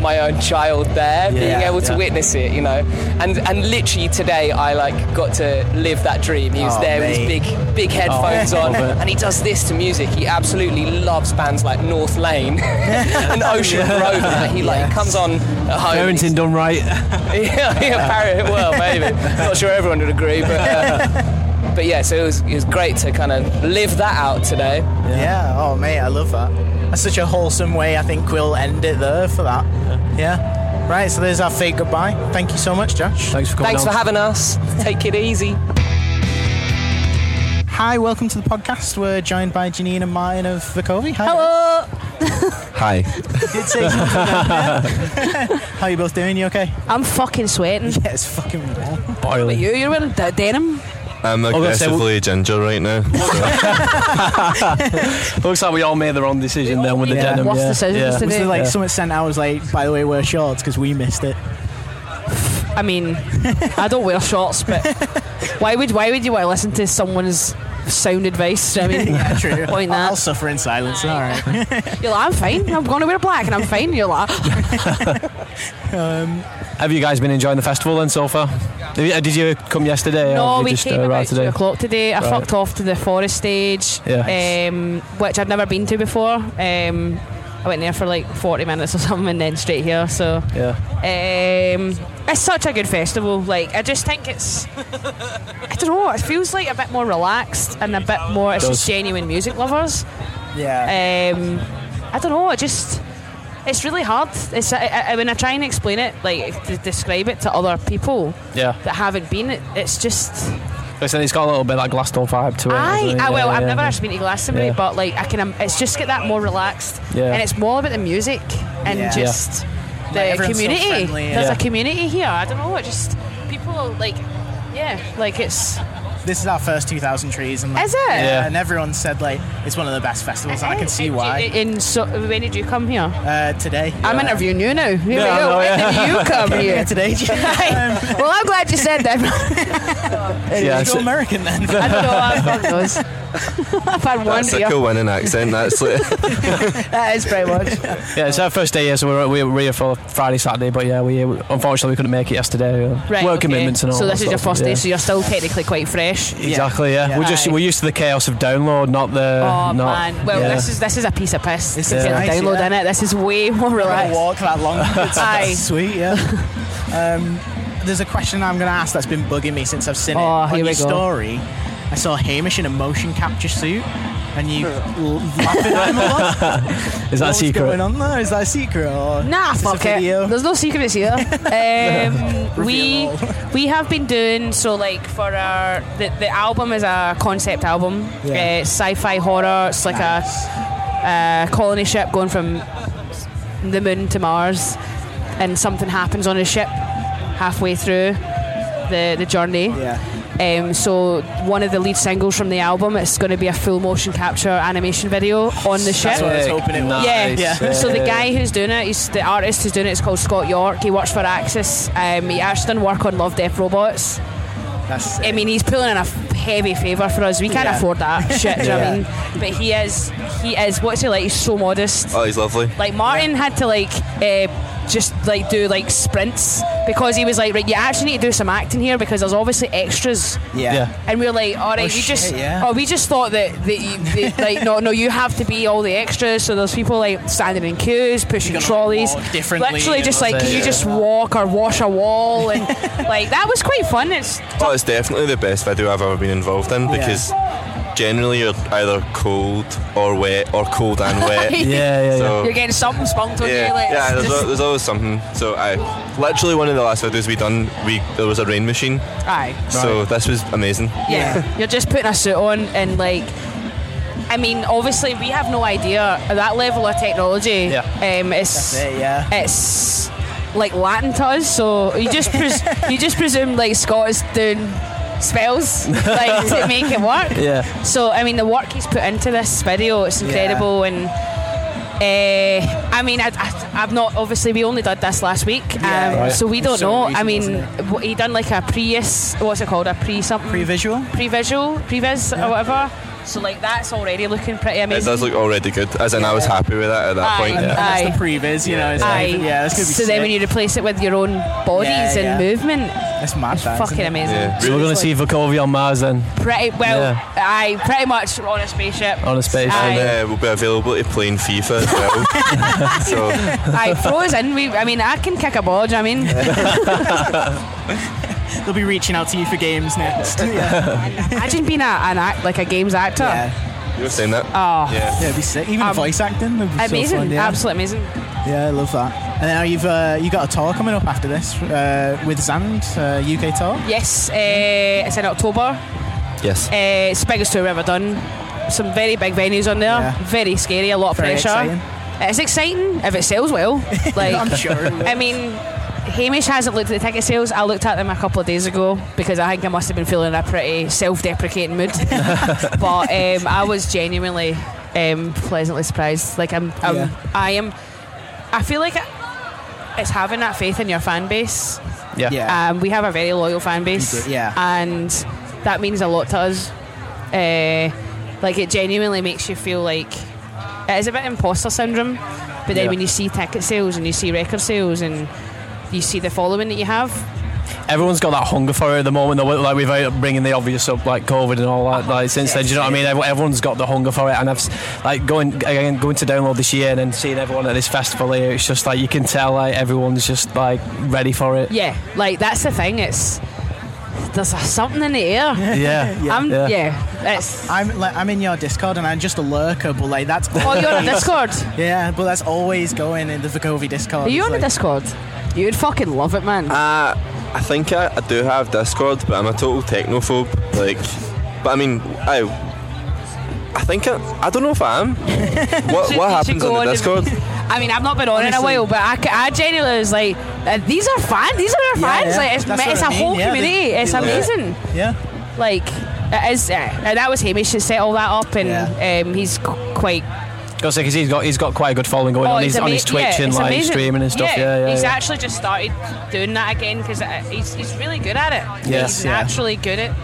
Speaker 25: my own child there, being
Speaker 8: Yeah,
Speaker 25: able to
Speaker 8: yeah.
Speaker 25: witness it, you know. And and literally today, I like got to live that dream. He was
Speaker 8: Oh,
Speaker 25: there with
Speaker 8: mate.
Speaker 25: his big big headphones
Speaker 8: Oh,
Speaker 25: on,
Speaker 8: love it.
Speaker 25: and he does this to music. He absolutely loves bands like North Lane and Ocean
Speaker 2: Yeah.
Speaker 25: Grove. and He like comes on at home.
Speaker 2: Parenting done right.
Speaker 25: yeah, yeah, parrot. Well, maybe. Not sure everyone would agree, but uh, but yeah. So it was it was great to kind of live that out today.
Speaker 3: Yeah. Oh, mate, I love that. That's such a wholesome way. I think we'll end it there for that. Yeah. Right. So there's our fake goodbye. Thank you so much, Josh.
Speaker 2: Thanks for
Speaker 25: Thanks for having us. Take it easy.
Speaker 3: Hi, welcome to the podcast. We're joined by Janine and Martin of Vicovi. Hi. Hello.
Speaker 21: Hi.
Speaker 3: Did say something out there. How you both doing? You okay?
Speaker 18: I'm fucking sweating.
Speaker 3: Yeah, it's fucking warm.
Speaker 18: But you, you're wearing de- denim.
Speaker 21: I'm
Speaker 2: I was gonna say,
Speaker 21: aggressively ginger right now.
Speaker 2: Looks like we all made the wrong decision then with the denim. yeah. Yeah.
Speaker 3: Was there, like someone sent out was like, by the way, wear shorts because we missed it.
Speaker 18: I mean, I don't wear shorts, but why would why would you want to listen to someone's sound advice? I mean,
Speaker 3: yeah, true.
Speaker 18: Point
Speaker 3: I'll-
Speaker 18: that.
Speaker 3: I'll suffer in silence. All right.
Speaker 18: You're like, I'm fine. I'm going to wear black, and I'm fine. You're like,
Speaker 2: Um, have you guys been enjoying the festival then so far? Have you- uh, Did you come yesterday? or
Speaker 18: no,
Speaker 2: have you
Speaker 18: we
Speaker 2: just,
Speaker 18: came
Speaker 2: uh,
Speaker 18: about
Speaker 2: arrived
Speaker 18: two
Speaker 2: today?
Speaker 18: o'clock today. I
Speaker 2: Right.
Speaker 18: fucked off to the forest stage,
Speaker 2: Yeah.
Speaker 18: um, which I'd never been to before. Um, I went there for like 40 minutes or something, and then straight here. So
Speaker 2: Yeah.
Speaker 18: Um, it's such a good festival. Like I just think it's, I don't know. It feels like a bit more relaxed and a bit more. It's
Speaker 3: Does.
Speaker 18: just genuine music lovers. Yeah. Um, I don't know. It just, it's really hard. It's I, I, when I try and explain it, like to describe it to other people
Speaker 2: Yeah.
Speaker 18: that haven't been. It, it's just.
Speaker 2: Listen, it's got a little bit like Glassdoor vibe to it.
Speaker 18: Aye,
Speaker 2: hasn't it?
Speaker 18: I well,
Speaker 2: Yeah,
Speaker 18: I've
Speaker 2: yeah,
Speaker 18: never
Speaker 2: yeah.
Speaker 18: actually been to Glastonbury,
Speaker 2: Yeah.
Speaker 18: but like I can, um, it's just get that more relaxed,
Speaker 2: Yeah.
Speaker 18: and it's more about the music and
Speaker 2: Yeah.
Speaker 18: just
Speaker 3: Like,
Speaker 18: the
Speaker 3: everyone's so
Speaker 18: community.
Speaker 3: friendly and-
Speaker 18: There's
Speaker 3: Yeah.
Speaker 18: a community here. I don't know, it just people are, like, yeah, like it's.
Speaker 3: This is our first 2,000 trees, and like,
Speaker 18: Is it? Yeah.
Speaker 3: And everyone said like it's one of the best festivals, and I can see why.
Speaker 18: In so, when did you come here?
Speaker 3: Uh, today.
Speaker 18: I'm interviewing you now. Here
Speaker 3: Yeah, I
Speaker 18: we go.
Speaker 3: know,
Speaker 18: when
Speaker 3: yeah.
Speaker 18: did you come
Speaker 3: Came
Speaker 18: here,
Speaker 3: here today, Um, Jen.
Speaker 18: Aye. well, I'm glad you said that.
Speaker 3: Hey,
Speaker 21: Yeah,
Speaker 3: yeah,
Speaker 21: it's-
Speaker 3: go American then.
Speaker 18: I don't know. I'm fuck knows. I've had one
Speaker 21: That's
Speaker 18: beer.
Speaker 21: like a winning accent. That's it.
Speaker 18: That is pretty much.
Speaker 2: Yeah, it's our first day here, so we're, we were here for Friday, Saturday, but yeah, we unfortunately we couldn't make it yesterday. uh,
Speaker 18: Right,
Speaker 2: work
Speaker 18: okay.
Speaker 2: commitments and all.
Speaker 18: So
Speaker 2: that
Speaker 18: this is your
Speaker 2: stuff,
Speaker 18: first day,
Speaker 2: yeah.
Speaker 18: so you're still technically quite fresh.
Speaker 2: Exactly. Yeah, we're just
Speaker 18: Aye.
Speaker 2: we're used to the chaos of download, not the.
Speaker 18: Oh
Speaker 2: not,
Speaker 18: man! Well,
Speaker 2: yeah.
Speaker 18: this is this is a piece of piss. This
Speaker 2: is
Speaker 18: is
Speaker 2: nice,
Speaker 18: download
Speaker 2: yeah.
Speaker 18: in it. This is way more relaxed.
Speaker 3: walk that long. It's
Speaker 18: Aye.
Speaker 3: sweet, yeah. Um, there's a question I'm going to ask that's been bugging me since I've seen it.
Speaker 18: Oh,
Speaker 3: On
Speaker 18: here
Speaker 3: your
Speaker 18: we go.
Speaker 3: story, I saw Hamish in a motion capture suit, and you l- laughing at him a lot.
Speaker 2: Is that a
Speaker 3: What's
Speaker 2: secret?
Speaker 3: going on there? Is that a secret? Or
Speaker 18: Nah,
Speaker 3: is this a
Speaker 18: fuck it.
Speaker 3: video?
Speaker 18: There's no secrets here. Um, we we have been doing so like for our the, the album is a concept album,
Speaker 8: Yeah.
Speaker 18: uh, sci-fi horror. It's like a uh, colony ship going from the moon to Mars, and something happens on a ship halfway through the the journey. Um, so one of the lead singles from the album, it's going to be a full motion capture animation video on the ship.
Speaker 3: That's what I was hoping it was.
Speaker 18: Yeah.
Speaker 3: Nice. Yeah.
Speaker 18: So the
Speaker 3: Yeah.
Speaker 18: guy who's doing it, he's the artist who's doing it is called Scott York. He works for Axis. Um, he actually done work on Love Death Robots. I mean, he's pulling in a f- heavy favour for us. We can't
Speaker 7: Yeah.
Speaker 18: afford that shit. Do you know what I
Speaker 7: Yeah.
Speaker 18: mean? But he is, he is. What's he like? He's so modest.
Speaker 21: Oh, he's lovely.
Speaker 18: Like Martin had to like uh, just like do like sprints because he was like, right, you actually need to do some acting here because there's obviously extras.
Speaker 3: Yeah. Yeah.
Speaker 18: And we were like, all right,
Speaker 3: Oh,
Speaker 18: we
Speaker 3: shit,
Speaker 18: just,
Speaker 3: yeah.
Speaker 18: oh, we just thought that, that you, that, like, no, no, you have to be all the extras. So there's people like standing in queues, pushing trolleys,
Speaker 3: walk differently
Speaker 18: literally
Speaker 3: and
Speaker 18: just
Speaker 3: all
Speaker 18: like,
Speaker 21: that,
Speaker 18: can you
Speaker 21: yeah.
Speaker 18: just walk or wash a wall? And like that was quite fun. It's
Speaker 21: Oh, it's definitely the best video I've ever been involved in
Speaker 18: Yeah.
Speaker 21: because generally you're either cold or wet or cold and wet. So,
Speaker 18: You're getting something spunked on you. Like,
Speaker 21: yeah, there's,
Speaker 18: just-
Speaker 21: al- there's always something. So I literally one of the last videos we done, we there was a rain machine.
Speaker 18: Aye.
Speaker 21: So this was amazing.
Speaker 18: Yeah. You're just putting a suit on and like I mean, obviously we have no idea at that level of technology.
Speaker 3: Yeah.
Speaker 18: Um it's
Speaker 3: That's it, yeah.
Speaker 18: it's like Latin to us, so you just pres- you just presume like Scott is doing spells like to make it work.
Speaker 2: Yeah.
Speaker 18: So I mean, the work he's put into this video, it's incredible, and uh, I mean, I, I, I've not obviously we only did this last week, um,
Speaker 3: Right.
Speaker 18: so we don't
Speaker 3: So
Speaker 18: know. I
Speaker 3: recent,
Speaker 18: mean,
Speaker 3: wasn't
Speaker 18: what- he done like a pre what's it called a pre something pre visual pre visual pre vis or whatever. So like that's already looking pretty
Speaker 21: It
Speaker 18: amazing.
Speaker 21: does look already good. As in, I was happy with that at that point.
Speaker 18: Aye.
Speaker 21: yeah.
Speaker 18: Aye.
Speaker 3: previs, you know. It's
Speaker 18: Aye.
Speaker 3: like, yeah, that's gonna be
Speaker 18: so then when you replace it with your own bodies
Speaker 3: Yeah,
Speaker 18: and
Speaker 3: yeah.
Speaker 18: movement,
Speaker 3: That's mad.
Speaker 18: it's fucking amazing.
Speaker 2: So we're going to see Vakovi on Mars then.
Speaker 18: Pretty well,
Speaker 2: Yeah.
Speaker 18: aye, pretty much on a spaceship.
Speaker 2: On a spaceship.
Speaker 18: Aye.
Speaker 21: And uh, we'll be available to playing FIFA as well. Oh. so.
Speaker 18: I frozen. We, I mean, I can kick a ball. Do you know what I mean?
Speaker 3: They'll be reaching out to you for games next. yeah.
Speaker 18: Imagine being a, an act like a games actor.
Speaker 21: You were saying that?
Speaker 18: Oh.
Speaker 21: Yeah.
Speaker 3: it'd be sick. Even
Speaker 18: Um,
Speaker 3: voice acting. That'd be
Speaker 18: Amazing,
Speaker 3: So fun, yeah.
Speaker 18: absolutely amazing.
Speaker 3: Yeah, I love that. And now you've uh, you got a tour coming up after this uh, with Zand, uh, UK tour.
Speaker 18: Yes, uh, it's in October.
Speaker 21: Yes.
Speaker 18: Uh, it's the biggest tour we've ever done. Some very big venues on there. Very scary, a lot of
Speaker 3: Very
Speaker 18: pressure.
Speaker 3: exciting.
Speaker 18: It's exciting if it sells well. Like
Speaker 3: I'm sure it will.
Speaker 18: I mean, Hamish hasn't looked at the ticket sales. I looked at them a couple of days ago because I think I must have been feeling in a pretty self-deprecating mood. but um, I was genuinely um, pleasantly surprised. Like I'm, I'm
Speaker 3: Yeah.
Speaker 18: I am. I feel like it's having that faith in your fan base.
Speaker 3: Yeah. Yeah.
Speaker 18: Um, we have a very loyal fan base.
Speaker 3: do, yeah.
Speaker 18: And that means a lot to us. Uh, like it genuinely makes you feel like it is a bit imposter syndrome. But then
Speaker 2: Yeah.
Speaker 18: when you see ticket sales and you see record sales and you see the following that you have,
Speaker 2: Everyone's got that hunger for it at the moment, though. Like without bringing the obvious up, like COVID and all
Speaker 18: Oh,
Speaker 2: that. Like since then, do you know what I mean? Every- Everyone's got the hunger for it, and I've s- like going again, going to download this year and then seeing everyone at this festival here. It's just like you can tell, like everyone's just like ready for it.
Speaker 18: yeah, like that's the thing. It's there's a, something in the air.
Speaker 2: Yeah. Yeah.
Speaker 18: I'm,
Speaker 2: Yeah.
Speaker 18: yeah. it's.
Speaker 3: I'm like I'm in your Discord and I'm just a lurker, but like that's.
Speaker 18: Oh, you're on a Discord?
Speaker 3: Yeah, but that's always going in the Vakovi Discord.
Speaker 18: Are you
Speaker 3: It's
Speaker 18: on a
Speaker 3: like-
Speaker 18: Discord? You'd fucking love it, man.
Speaker 21: Uh, I think I, I do have Discord, but I'm a total technophobe. Like, but I mean, I, I think I, I don't know if I am. What,
Speaker 18: Should-
Speaker 21: what
Speaker 18: you should
Speaker 21: happens
Speaker 18: go
Speaker 21: on the
Speaker 18: and-
Speaker 21: Discord?
Speaker 18: I mean, I've not been on in a
Speaker 21: Honestly.
Speaker 18: while, but I, c- I genuinely was like, uh, these are fans. These are our
Speaker 3: Yeah,
Speaker 18: fans.
Speaker 3: yeah.
Speaker 18: Like, it's,
Speaker 3: That's
Speaker 18: ma-
Speaker 3: what
Speaker 18: it's
Speaker 3: I
Speaker 18: a
Speaker 3: mean.
Speaker 18: whole
Speaker 3: Yeah, they-
Speaker 18: community.
Speaker 3: they
Speaker 18: it's
Speaker 3: love it.
Speaker 18: amazing.
Speaker 3: Yeah.
Speaker 18: Like, it is. Uh, and that was Hamish that set all that up, and um, he's qu- quite.
Speaker 2: Because like, he's got he's got quite a good following going
Speaker 18: oh,
Speaker 2: on.
Speaker 18: he's
Speaker 2: He's on his
Speaker 18: ama- yeah,
Speaker 2: Twitch and
Speaker 18: it's
Speaker 2: live
Speaker 18: amazing.
Speaker 2: streaming and stuff. Yeah, yeah.
Speaker 18: he's
Speaker 2: yeah.
Speaker 18: actually just started doing that again because he's, he's really good at it.
Speaker 2: Yes,
Speaker 18: he's
Speaker 2: yeah.
Speaker 18: naturally good at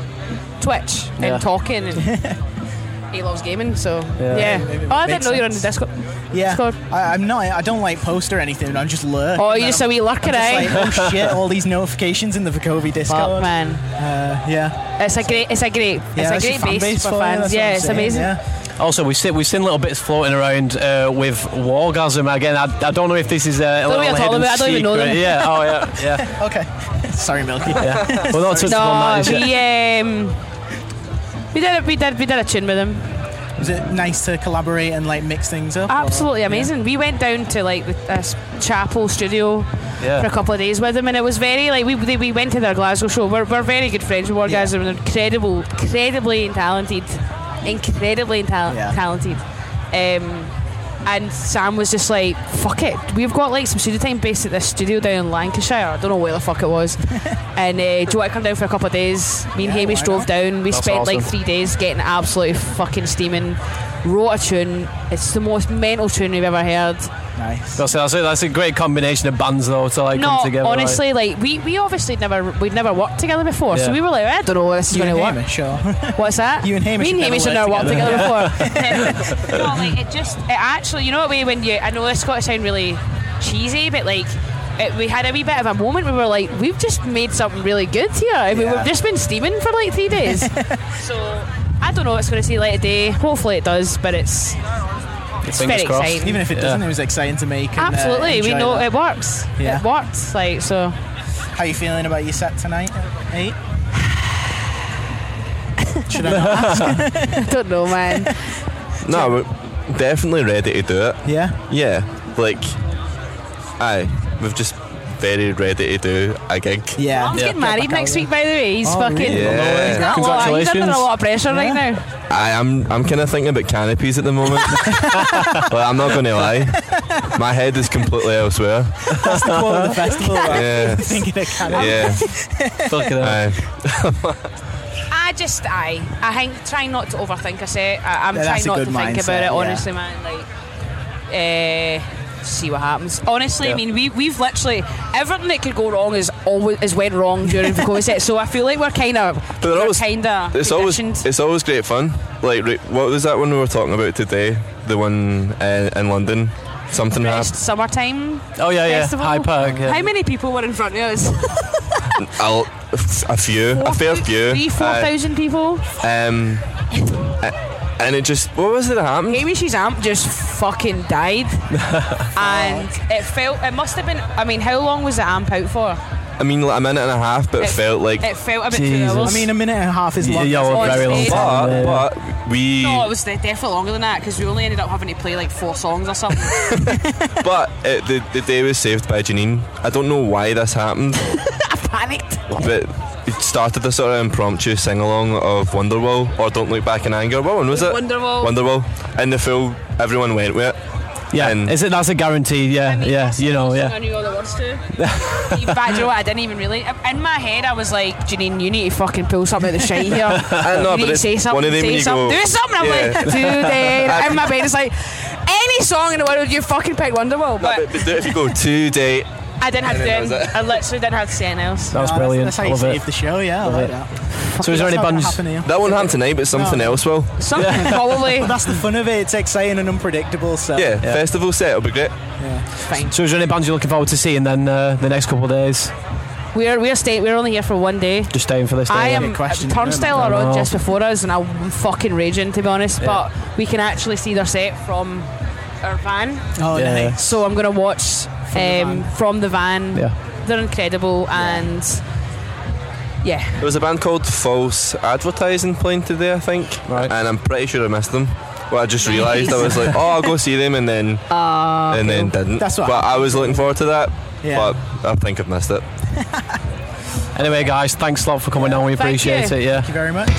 Speaker 18: Twitch
Speaker 2: Yeah.
Speaker 18: and talking, and he loves gaming. So
Speaker 3: Yeah.
Speaker 18: yeah.
Speaker 3: Maybe it
Speaker 18: Oh, I
Speaker 3: makes
Speaker 18: didn't know you're on the
Speaker 3: sense.
Speaker 18: Discord.
Speaker 3: Yeah,
Speaker 18: Discord.
Speaker 3: I, I'm not. I don't like post or anything. I'm just lurk.
Speaker 18: Oh,
Speaker 3: And
Speaker 18: you're
Speaker 3: I'm-
Speaker 18: just a wee lurker,
Speaker 3: I'm
Speaker 18: eh?
Speaker 3: just like, oh shit! All these notifications in the Vakovi Discord.
Speaker 18: Fuck, man.
Speaker 3: Uh, yeah.
Speaker 18: It's a great, it's a great,
Speaker 3: Yeah,
Speaker 18: it's
Speaker 3: that's
Speaker 18: a
Speaker 3: your
Speaker 18: great
Speaker 3: fan
Speaker 18: base,
Speaker 3: base
Speaker 18: for
Speaker 3: for you,
Speaker 18: fans.
Speaker 3: that's what
Speaker 18: Yeah,
Speaker 3: I'm
Speaker 18: it's
Speaker 3: saying,
Speaker 18: amazing.
Speaker 3: yeah.
Speaker 2: Also, we've seen, we've seen little bits floating around uh, with wargasm again. I, I don't know if this is a
Speaker 18: Don't know what
Speaker 2: little
Speaker 18: you're talking
Speaker 2: hidden
Speaker 18: about, I don't even know
Speaker 2: secret.
Speaker 18: them.
Speaker 2: Yeah. Oh yeah. Yeah.
Speaker 3: okay. Sorry, Milky.
Speaker 2: Yeah. Well, not touched upon that. is
Speaker 18: no,
Speaker 2: it?
Speaker 18: we um, we did, a, we did, we did a tune with him.
Speaker 3: Was it nice to collaborate and like mix things up?
Speaker 18: Absolutely
Speaker 3: Yeah.
Speaker 18: amazing. We went down to like the uh, s- chapel studio
Speaker 3: Yeah.
Speaker 18: for a couple of days with them, and it was very like we they, we went to their Glasgow show. We're, we're very good friends with Wargasm, and they're incredible, incredibly talented, incredibly tal-
Speaker 3: Yeah.
Speaker 18: talented. Um, and Sam was just like, "Fuck it, we've got like some studio time based at this studio down in Lancashire. I don't know where the fuck it was." and uh, do you want to come down for a couple of days? Me and Hamish drove down. We
Speaker 2: That's
Speaker 18: spent like
Speaker 2: awesome.
Speaker 18: three days getting absolutely fucking steaming. Wrote a tune. It's the most mental tune we've ever heard.
Speaker 2: That's, that's, a, that's a great combination of bands though to like
Speaker 18: no,
Speaker 2: come together. like-
Speaker 18: honestly, like we, we obviously never we'd never worked together before, so
Speaker 2: Yeah.
Speaker 18: we were like, I don't know where this is
Speaker 3: You
Speaker 18: going
Speaker 3: and
Speaker 18: to work.
Speaker 3: Hamish, sure.
Speaker 18: What's that? You and Me
Speaker 3: Hamish
Speaker 18: and
Speaker 3: have never
Speaker 18: Hamish have never worked
Speaker 3: worked
Speaker 18: together
Speaker 3: together.
Speaker 18: before. no, like it just it actually, you know, what way when you I know this got to sound really cheesy, but like. It, we had a wee bit of a moment where we were like, we've just made something really good here. and we-
Speaker 3: Yeah.
Speaker 18: We've just been steaming for like three days. so I don't know what it's going to see light of day. Hopefully it does, but it's
Speaker 3: uh,
Speaker 18: it's very exciting.
Speaker 3: Even if it doesn't, it was exciting to make. and, uh,
Speaker 18: absolutely, we
Speaker 3: enjoy
Speaker 18: know it
Speaker 3: that.
Speaker 18: works.
Speaker 3: Yeah.
Speaker 18: It works. Like so.
Speaker 3: How you feeling about your set tonight? Eight. Should I not ask?
Speaker 18: I don't know, man.
Speaker 21: No, we're definitely ready to do it.
Speaker 3: Yeah.
Speaker 21: Yeah. Like, aye, we've just very ready to do a gig.
Speaker 3: Yeah.
Speaker 18: He's getting married next week, by the way. He's
Speaker 21: Oh,
Speaker 18: fucking.
Speaker 21: really? Yeah.
Speaker 18: He's, got a lot, he's under a lot of pressure right now.
Speaker 21: I am. I'm kind of thinking about canopies at the moment. but I'm not going to lie, my head is completely elsewhere.
Speaker 3: That's the quote of the festival. right?
Speaker 21: Yeah.
Speaker 3: Thinking of Canada.
Speaker 21: Yeah. Aye.
Speaker 18: I just, I, I think, trying not to overthink. I say, I, I'm
Speaker 3: Yeah, that's
Speaker 18: trying
Speaker 3: a
Speaker 18: not to
Speaker 3: good
Speaker 18: think about
Speaker 3: mindset,
Speaker 18: it.
Speaker 3: yeah.
Speaker 18: Honestly, man, like, uh, see what happens. Honestly,
Speaker 3: Yeah.
Speaker 18: I mean, we we've literally everything that could go wrong is always is went wrong during the COVID. So I feel like we're kind of,
Speaker 21: But they're
Speaker 18: we're
Speaker 21: always-
Speaker 18: kind of.
Speaker 21: It's always it's always great fun. Like re- what was that one we were talking about today? The one uh, in London, something happened.
Speaker 18: Summertime.
Speaker 21: Oh, yeah, yeah.
Speaker 18: festival.
Speaker 21: Hyde Park, yeah.
Speaker 18: How many people were in front of us?
Speaker 21: A, a few, a fair few.
Speaker 18: Three, four
Speaker 21: Aye.
Speaker 18: thousand people.
Speaker 21: Um, a- and it just what was it that happened?
Speaker 18: Amy Shazam just fucking died, and it felt. It must have been. I mean, how long was the amp out for?
Speaker 21: I mean, like a minute and a half, but it,
Speaker 18: It-
Speaker 21: felt like
Speaker 18: it felt a bit two Jesus. hours.
Speaker 3: I mean, a minute and a half is
Speaker 21: Y-
Speaker 3: long.
Speaker 21: yeah, well,
Speaker 18: Honestly.
Speaker 21: very long time.
Speaker 18: Yeah.
Speaker 21: But, but we,
Speaker 18: No, it was de- definitely longer than that because we only ended up having to play like four songs or something.
Speaker 21: but it, uh, the the day was saved by Janine. I don't know why this happened.
Speaker 18: I panicked.
Speaker 21: but it started a sort of impromptu sing along of Wonderwall or Don't Look Back in Anger. What one was it?
Speaker 18: Wonderwall.
Speaker 21: Wonderwall. And the full, everyone went with it.
Speaker 2: Yeah, is it? That's a guarantee. Yeah, yeah. You
Speaker 21: Oh,
Speaker 2: know,
Speaker 18: I
Speaker 2: yeah.
Speaker 18: knew all the words to. In fact, you know what? I didn't even really. In my head, I was like, Janine, you need to fucking pull something out of the shite here.
Speaker 21: I know, but
Speaker 18: you need to
Speaker 21: it's
Speaker 18: say something.
Speaker 21: one of them
Speaker 18: say
Speaker 21: when you
Speaker 18: something.
Speaker 21: go-
Speaker 18: do something. I'm
Speaker 21: Yeah.
Speaker 18: like, today. in my brain, it's like, any song in the world, you fucking pick Wonderwall. But
Speaker 21: But do it if you go today.
Speaker 18: I didn't have
Speaker 21: And
Speaker 18: to. do
Speaker 21: then that was
Speaker 18: any-
Speaker 21: it.
Speaker 18: I literally didn't have to say anything else.
Speaker 21: That was Oh, that's- brilliant.
Speaker 3: That's how you
Speaker 21: Love it.
Speaker 3: save the show, Oh, yeah. I
Speaker 21: Love
Speaker 3: like
Speaker 21: it.
Speaker 3: that.
Speaker 21: So is there
Speaker 3: That's
Speaker 21: any
Speaker 3: not gonna
Speaker 21: bands?
Speaker 3: happen here.
Speaker 21: That won't happen tonight, but something else will.
Speaker 18: Something probably.
Speaker 3: But that's the fun of it. It's exciting and unpredictable. So
Speaker 21: Yeah, festival set will be great.
Speaker 2: So, is there any bands you're looking forward to seeing then uh, the next couple of days?
Speaker 18: We're we're staying. We're only here for one day.
Speaker 2: Just staying for this. Day,
Speaker 18: I am Turnstile
Speaker 2: I
Speaker 18: are on
Speaker 2: know.
Speaker 18: just before us, and I'm fucking raging to be honest.
Speaker 2: Yeah.
Speaker 18: But we can actually see their set from our van.
Speaker 3: Oh,
Speaker 2: Yeah. nice.
Speaker 18: So I'm gonna watch um, from the van.
Speaker 21: Yeah.
Speaker 18: They're incredible, and yeah,
Speaker 21: There was a band called False Advertising playing today, I think. Right. And I'm pretty sure I missed them. Well, I just realised I was like, oh, I'll go see them, and then
Speaker 18: Ah,
Speaker 21: and then didn't.
Speaker 18: That's what
Speaker 21: but I was looking forward to that.
Speaker 18: Yeah.
Speaker 21: But I think I've missed it.
Speaker 2: Anyway, guys, thanks a lot for coming on. We
Speaker 3: Thank
Speaker 2: appreciate
Speaker 3: you.
Speaker 2: it. Yeah.
Speaker 3: Thank you very much.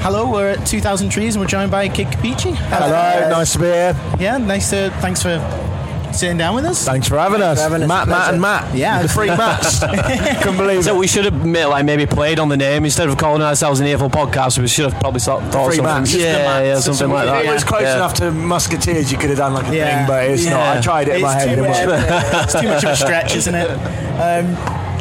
Speaker 3: Hello, we're at 2,000 Trees and we're joined by Kid Capici. Hello,
Speaker 5: nice to be here.
Speaker 3: Yeah, nice to. Thanks for sitting down with us.
Speaker 5: Thanks for having us. Matt, Matt, and Matt.
Speaker 3: Yeah,
Speaker 5: the free match. Couldn't believe
Speaker 2: so we should have ma- like maybe played on the name instead of calling ourselves an Evil Podcast. We should have probably sort- thought
Speaker 5: Free
Speaker 2: something.
Speaker 5: match.
Speaker 2: Yeah, yeah, something like that.
Speaker 5: It was close
Speaker 2: Yeah.
Speaker 5: enough to Musketeers. You could have done like a
Speaker 2: Yeah.
Speaker 5: thing, but it's not. I
Speaker 2: Yeah.
Speaker 5: tried it in
Speaker 2: It's
Speaker 5: my head.
Speaker 2: too
Speaker 5: it
Speaker 2: much of
Speaker 5: wasn't.
Speaker 2: a-
Speaker 3: it's too much of a stretch, isn't it? Um,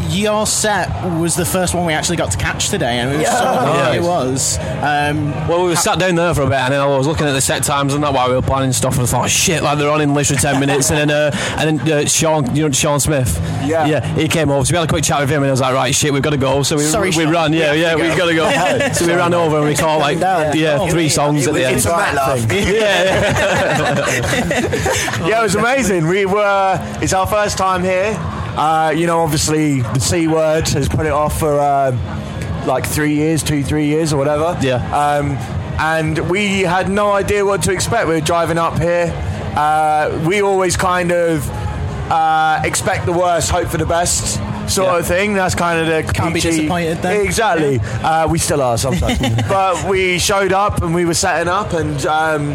Speaker 3: your set was the first one we actually got to catch today, and it was so
Speaker 2: Yeah.
Speaker 3: it was. Um,
Speaker 2: well, we were sat down there for a bit, and then I was looking at the set times, and that why we were planning stuff. And I thought, shit, like they're on in literally ten minutes. And then, uh, and then uh, Sean, you know, Sean Smith. Yeah, yeah, he came over. So we had a quick chat with him, and I was like, right, shit, we've got to go. So we
Speaker 5: Sorry,
Speaker 2: we
Speaker 5: Sean.
Speaker 2: ran. Yeah,
Speaker 5: We
Speaker 2: yeah,
Speaker 5: have to
Speaker 2: we've
Speaker 5: go.
Speaker 2: got to go. so we ran over and we caught like
Speaker 5: Yeah.
Speaker 2: yeah, three songs at the end.
Speaker 5: It's a Matt laugh. yeah, it was amazing. We were. It's our first time here. Uh, you know, obviously the C word has put it off for uh, like three years, two, three years, or whatever. Yeah. Um, and we had no idea what to expect. We were driving up here. Uh, we always kind of uh, expect the worst, hope for the best. Sort of thing. That's kind of the
Speaker 3: Can't be
Speaker 5: Peachy-
Speaker 3: disappointed then.
Speaker 5: Exactly. Uh, we still are sometimes. but we showed up and we were setting up and um,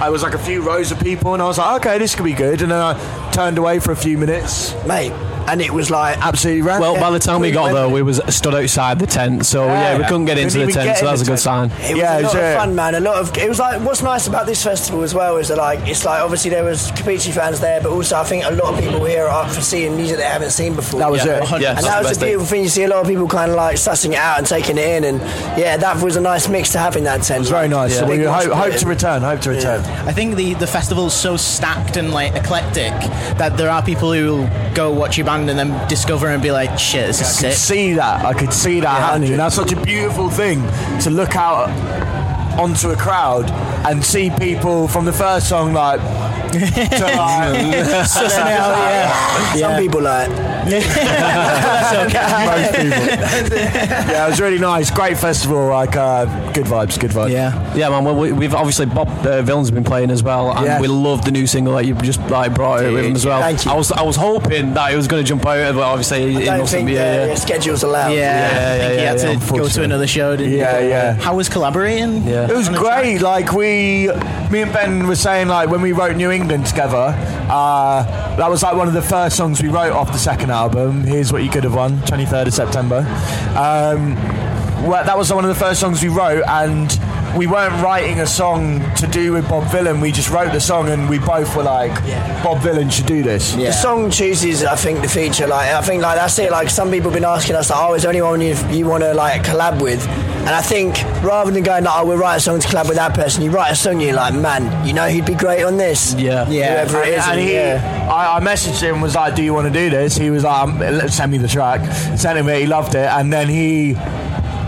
Speaker 5: I was like a few rows of people and I was like, okay, this could be good. And then I turned away for a few minutes. Mate. And it was like absolutely random.
Speaker 2: Well, by the time we got there, we was stood outside the tent, so Oh, yeah, we couldn't get into the tent, so that was a good sign.
Speaker 26: It was a lot of fun, man. A lot of it was like what's nice about this festival as well is that like it's like obviously there was Capici fans there, but also I think a lot of people here are up for seeing music they haven't seen before.
Speaker 5: That was Yeah. it. Yeah,
Speaker 26: and that
Speaker 5: that's the
Speaker 26: was
Speaker 5: best
Speaker 26: a beautiful thing. You see a lot of people kind of like sussing it out and taking it in, and yeah, that was a nice mix to have in that tent. It was
Speaker 5: very nice. So we hope, hope to return. Hope to return.
Speaker 3: I think the, the festival's so stacked and like eclectic that there are people who will go watch your band and then discover and be like, shit, this is
Speaker 5: I could
Speaker 3: sick.
Speaker 5: see that. I could see that happening. That's such a beautiful thing to look out onto a crowd and see people from the first song like. to, like-
Speaker 26: Sussing it out, yeah. Some people like.
Speaker 5: That's
Speaker 26: okay.
Speaker 5: Most people. Yeah, it was really nice. Great festival. Like, uh, good vibes. Good vibes.
Speaker 2: Yeah, yeah, man. Well, we, we've obviously Bob uh, Villain's been playing as well, and
Speaker 5: Yeah.
Speaker 2: we love the new single that you just like brought out with him as well.
Speaker 26: Thank
Speaker 2: you. I was I was hoping that it was going to jump out, but obviously it
Speaker 26: I don't
Speaker 2: mustn't
Speaker 26: think
Speaker 2: be.
Speaker 26: the uh,
Speaker 2: Yeah, yeah.
Speaker 26: schedules allow.
Speaker 2: Yeah, yeah,
Speaker 3: I think
Speaker 2: yeah,
Speaker 3: he had
Speaker 2: yeah,
Speaker 3: to go to
Speaker 2: unfortunately.
Speaker 3: another show, didn't
Speaker 5: Yeah,
Speaker 3: he?
Speaker 5: yeah.
Speaker 3: How was collaborating?
Speaker 5: It was
Speaker 3: On a
Speaker 5: great. Like we, me and Ben were saying, like when we wrote New England together, uh, that was like one of the first songs we wrote off the second album. Here's what you could have won, 23rd of September. Um, well, that was one of the first songs we wrote, and we weren't writing a song to do with Bob Villain. We just wrote the song, and we both were like, Bob Villain should do this.
Speaker 26: The song chooses, I think, the feature. Like, I think, like that's it. Like, some people have been asking us, like, "Oh, is there anyone you, you want to like collab with?" And I think rather than going, like, "Oh, we'll write a song to collab with that person," you write a song, you're like, "Man, you know, he'd be great on this." Yeah, yeah. Whoever it is,
Speaker 5: And, and he, I, I messaged him, was like, "Do you want to do this?" He was like, um, "Let- "Send me the track." Sent him it. He loved it, and then he.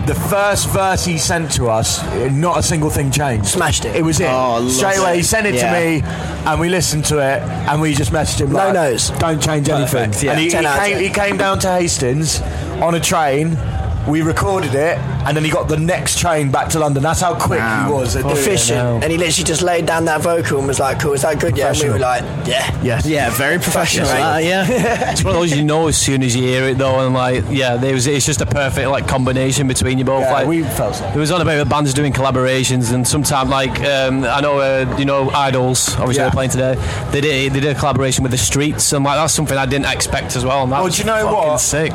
Speaker 5: The first verse he sent to us, not a single thing changed. Smashed it. It was it.
Speaker 26: love
Speaker 5: Straight away, he sent it
Speaker 26: Yeah.
Speaker 5: to me, and we listened to it, and we just messaged him. No like, notes. Don't change anything.
Speaker 26: yeah.
Speaker 5: And he, he
Speaker 26: 10 out of
Speaker 5: came,
Speaker 26: 10.
Speaker 5: he came down to Hastings on a train. We recorded it, and then he got the next train back to London. That's how quick he was.
Speaker 26: Oh,
Speaker 5: At doing it.
Speaker 26: efficient, and he literally just laid down that vocal and was like, "Cool, is that good?" Yeah, and we were like, "Yeah,
Speaker 5: Yes.
Speaker 26: yeah, very professional."
Speaker 2: Uh, yeah. it's one of those you know as soon as you hear it though, and like yeah, there was it's just a perfect like combination between you both. like we
Speaker 5: felt so.
Speaker 2: It was on about the bands doing collaborations, and sometimes like um, I know uh, you know Idols obviously they're playing today. They did they did a collaboration with the Streets, and like that's something I didn't expect as well. And that
Speaker 5: Well,
Speaker 2: was
Speaker 5: Oh, do you know
Speaker 2: fucking
Speaker 5: what?
Speaker 2: Sick.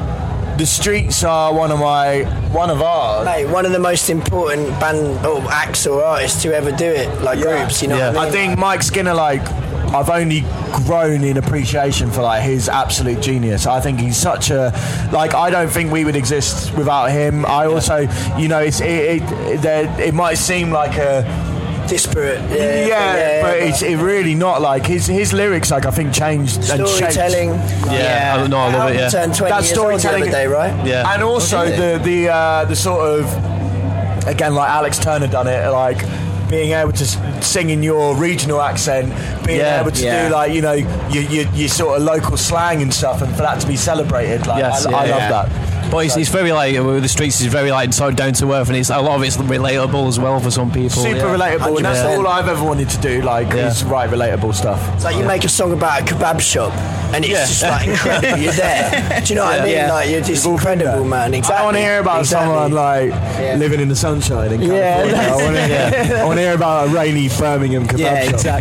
Speaker 5: The Streets are one of my, one of ours.
Speaker 26: Mate, one of the most important band or acts or artists to ever do it, like groups, you know. What I, mean?
Speaker 5: think Mike Skinner, like, I've only grown in appreciation for like his absolute genius. I think he's such a like. I don't think we would exist without him. I also, you know, it's it it, it, there- it might seem like a
Speaker 26: disparate, yeah,
Speaker 5: yeah,
Speaker 26: yeah,
Speaker 5: but
Speaker 26: but-
Speaker 5: it's it really not like his his lyrics. Like I think changed and shaped-
Speaker 26: Storytelling.
Speaker 2: Yeah, I know, I love it. Yeah,
Speaker 26: Turned 20
Speaker 5: That
Speaker 26: years old the other
Speaker 5: storytelling
Speaker 26: day, right?
Speaker 2: Yeah.
Speaker 5: and also
Speaker 26: Okay.
Speaker 5: the the uh, the sort of again like Alex Turner done it like being able to s- sing in your regional accent being
Speaker 2: Yeah.
Speaker 5: able to
Speaker 2: Yeah.
Speaker 5: do like you know your, your, your sort of local slang and stuff and for that to be celebrated like
Speaker 2: Yes,
Speaker 5: I, I
Speaker 2: yeah.
Speaker 5: love that
Speaker 2: But it's, it's very like with the streets is very like so down to earth, and it's a lot of it's relatable as well for some people.
Speaker 5: super relatable and that's all I've ever wanted to do like
Speaker 2: Yeah.
Speaker 5: is write relatable stuff
Speaker 26: It's like you make a song about a kebab shop, and it's
Speaker 5: Yeah.
Speaker 26: just like incredible. You're there. Do you know what I
Speaker 5: Yeah.
Speaker 26: mean?
Speaker 5: Yeah.
Speaker 26: Like you're just incredible, man. Exactly.
Speaker 5: I want to hear about
Speaker 26: exactly.
Speaker 5: someone like living in the sunshine in California. I
Speaker 26: that's-
Speaker 5: wanna hear- I want to hear about a rainy Birmingham kebab
Speaker 26: Yeah,
Speaker 5: shop.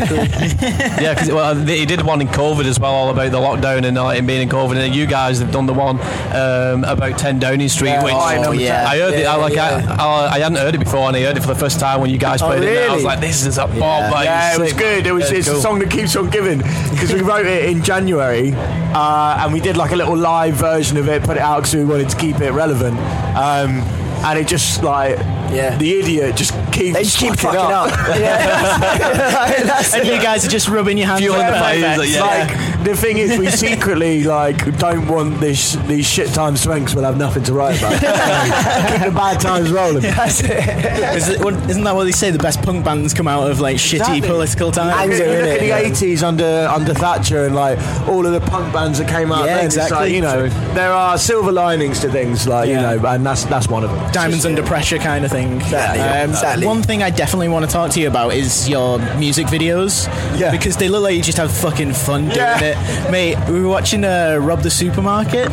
Speaker 2: yeah, because well, they- he did one in COVID as well, all about the lockdown and like, him being in COVID. And then you guys have done the one um, about 10 Downing Street,
Speaker 5: Yeah,
Speaker 2: which
Speaker 5: oh, I know. Yeah,
Speaker 2: I heard. it,
Speaker 5: yeah,
Speaker 2: I like
Speaker 5: yeah.
Speaker 2: I, I, I hadn't heard it before, and I heard it for the first time when you guys
Speaker 5: Oh,
Speaker 2: played it. And I was
Speaker 5: really?
Speaker 2: like, this is a bomb! like,
Speaker 5: yeah, it was
Speaker 2: sick.
Speaker 5: good. It was
Speaker 2: Yeah,
Speaker 5: it's
Speaker 2: cool.
Speaker 5: a song that keeps on giving because we wrote it in January uh, and we did like a little live version of it, put it out because we wanted to keep it relevant. Um, and it just like yeah, the idiot just keeps they just keep fucking up.
Speaker 3: Yeah. and you guys are just rubbing your hands.
Speaker 5: Fueling
Speaker 3: on
Speaker 5: the flames,
Speaker 3: fire.
Speaker 5: like, Like the thing is, we secretly like don't want this these shit times swanks. We'll have nothing to write about. Keep the bad times rolling.
Speaker 3: That's it. Is it- what- Isn't that what they say? The best punk bands come out of like shitty
Speaker 5: Exactly.
Speaker 3: political times.
Speaker 5: You look, you look at the
Speaker 3: Yeah.
Speaker 5: eighties under under Thatcher and like all of the punk bands that came out.
Speaker 3: Yeah,
Speaker 5: then, it's
Speaker 3: exactly.
Speaker 5: like, you know, there are silver linings to things, like you know, and that's that's one of them.
Speaker 3: Diamonds under pressure kind of thing. Um,
Speaker 5: Exactly, yeah, exactly.
Speaker 3: One thing I definitely want to talk to you about is your music videos. Yeah. Because they look like you just have fucking fun doing it. Mate, we were watching uh, Rob the Supermarket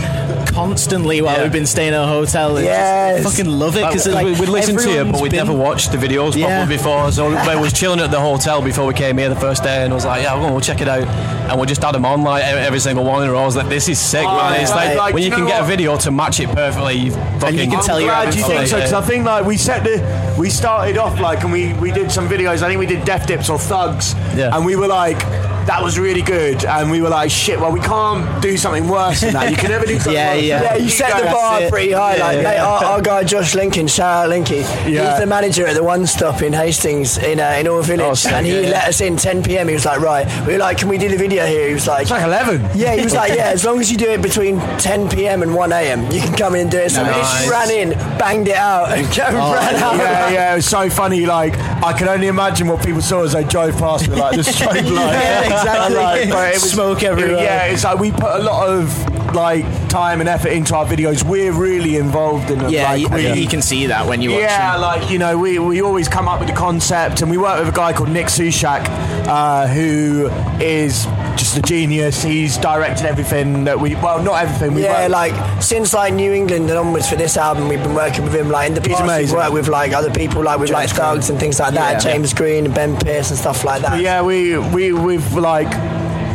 Speaker 3: constantly while we've been staying at a hotel. and
Speaker 2: Yes.
Speaker 3: Just fucking love it. Because
Speaker 2: Like, we- we'd listen to you, but we'd never watched the videos
Speaker 3: Yeah.
Speaker 2: properly before. So we was chilling at the hotel before we came here the first day, and I was like, "Yeah, we'll we'll check it out." And we just had them on like e- every single one, and I was like, "This is sick,
Speaker 5: Oh,
Speaker 2: man!" It's
Speaker 5: yeah.
Speaker 2: like,
Speaker 5: Like,
Speaker 2: when
Speaker 5: do
Speaker 2: you
Speaker 5: you
Speaker 2: can
Speaker 5: know
Speaker 2: get a
Speaker 5: what?
Speaker 2: video to match it perfectly, you fucking.
Speaker 5: I'm glad you think so because I think like we set the we started off like and we we did some videos. I think we did Def Dips or Thugs,
Speaker 2: Yeah.
Speaker 5: and we were like. That was really good, and we were like, "Shit, well, we can't do something worse than that. You can never do something."
Speaker 26: yeah,
Speaker 5: worse.
Speaker 26: yeah.
Speaker 5: than that.
Speaker 26: you set the
Speaker 5: go.
Speaker 26: bar
Speaker 5: That's it.
Speaker 26: pretty high.
Speaker 5: Yeah,
Speaker 26: like,
Speaker 5: yeah.
Speaker 26: mate, our, our guy Josh Lincoln, shout out Linky.
Speaker 5: Yeah. Oh,
Speaker 26: He's the manager at the One Stop in Hastings in uh, in All Village,
Speaker 5: sick,
Speaker 26: and he
Speaker 5: yeah, yeah.
Speaker 26: let us in 10 p.m. He was like, right, we were like, can we do the video here? He was like, it's
Speaker 5: like 11.
Speaker 26: Yeah, he was like, yeah, as long as you do it between 10 p.m. and 1 a.m., you can come in and do it. So we
Speaker 5: Nice.
Speaker 26: just ran in, banged it out, and ran out.
Speaker 5: Oh, Yeah, yeah, it was so funny. Like, I can only imagine what people saw as they drove past me, like the straight line.
Speaker 26: Yeah, exactly.
Speaker 5: Like, but it was,
Speaker 26: Smoke
Speaker 5: it-
Speaker 26: everywhere.
Speaker 5: yeah, it's like we put a lot of like time and effort into our videos. We're really involved in them.
Speaker 3: Yeah,
Speaker 5: like,
Speaker 3: you,
Speaker 5: we,
Speaker 3: you can see that when you watch
Speaker 5: yeah,
Speaker 3: them.
Speaker 5: like you know, we, we always come up with the concept, and we work with a guy called Nick Sushak, uh, who is just a genius. He's directed everything that we well, not everything. We
Speaker 26: yeah,
Speaker 5: work-
Speaker 26: like since like New England and onwards for this album, we've been working with him. Like in the past, we've
Speaker 5: amazing.
Speaker 26: worked with like other people, like with like Thugs and things like that,
Speaker 5: Yeah.
Speaker 26: James Green and Ben Pierce and stuff like that.
Speaker 5: But yeah, we we we've like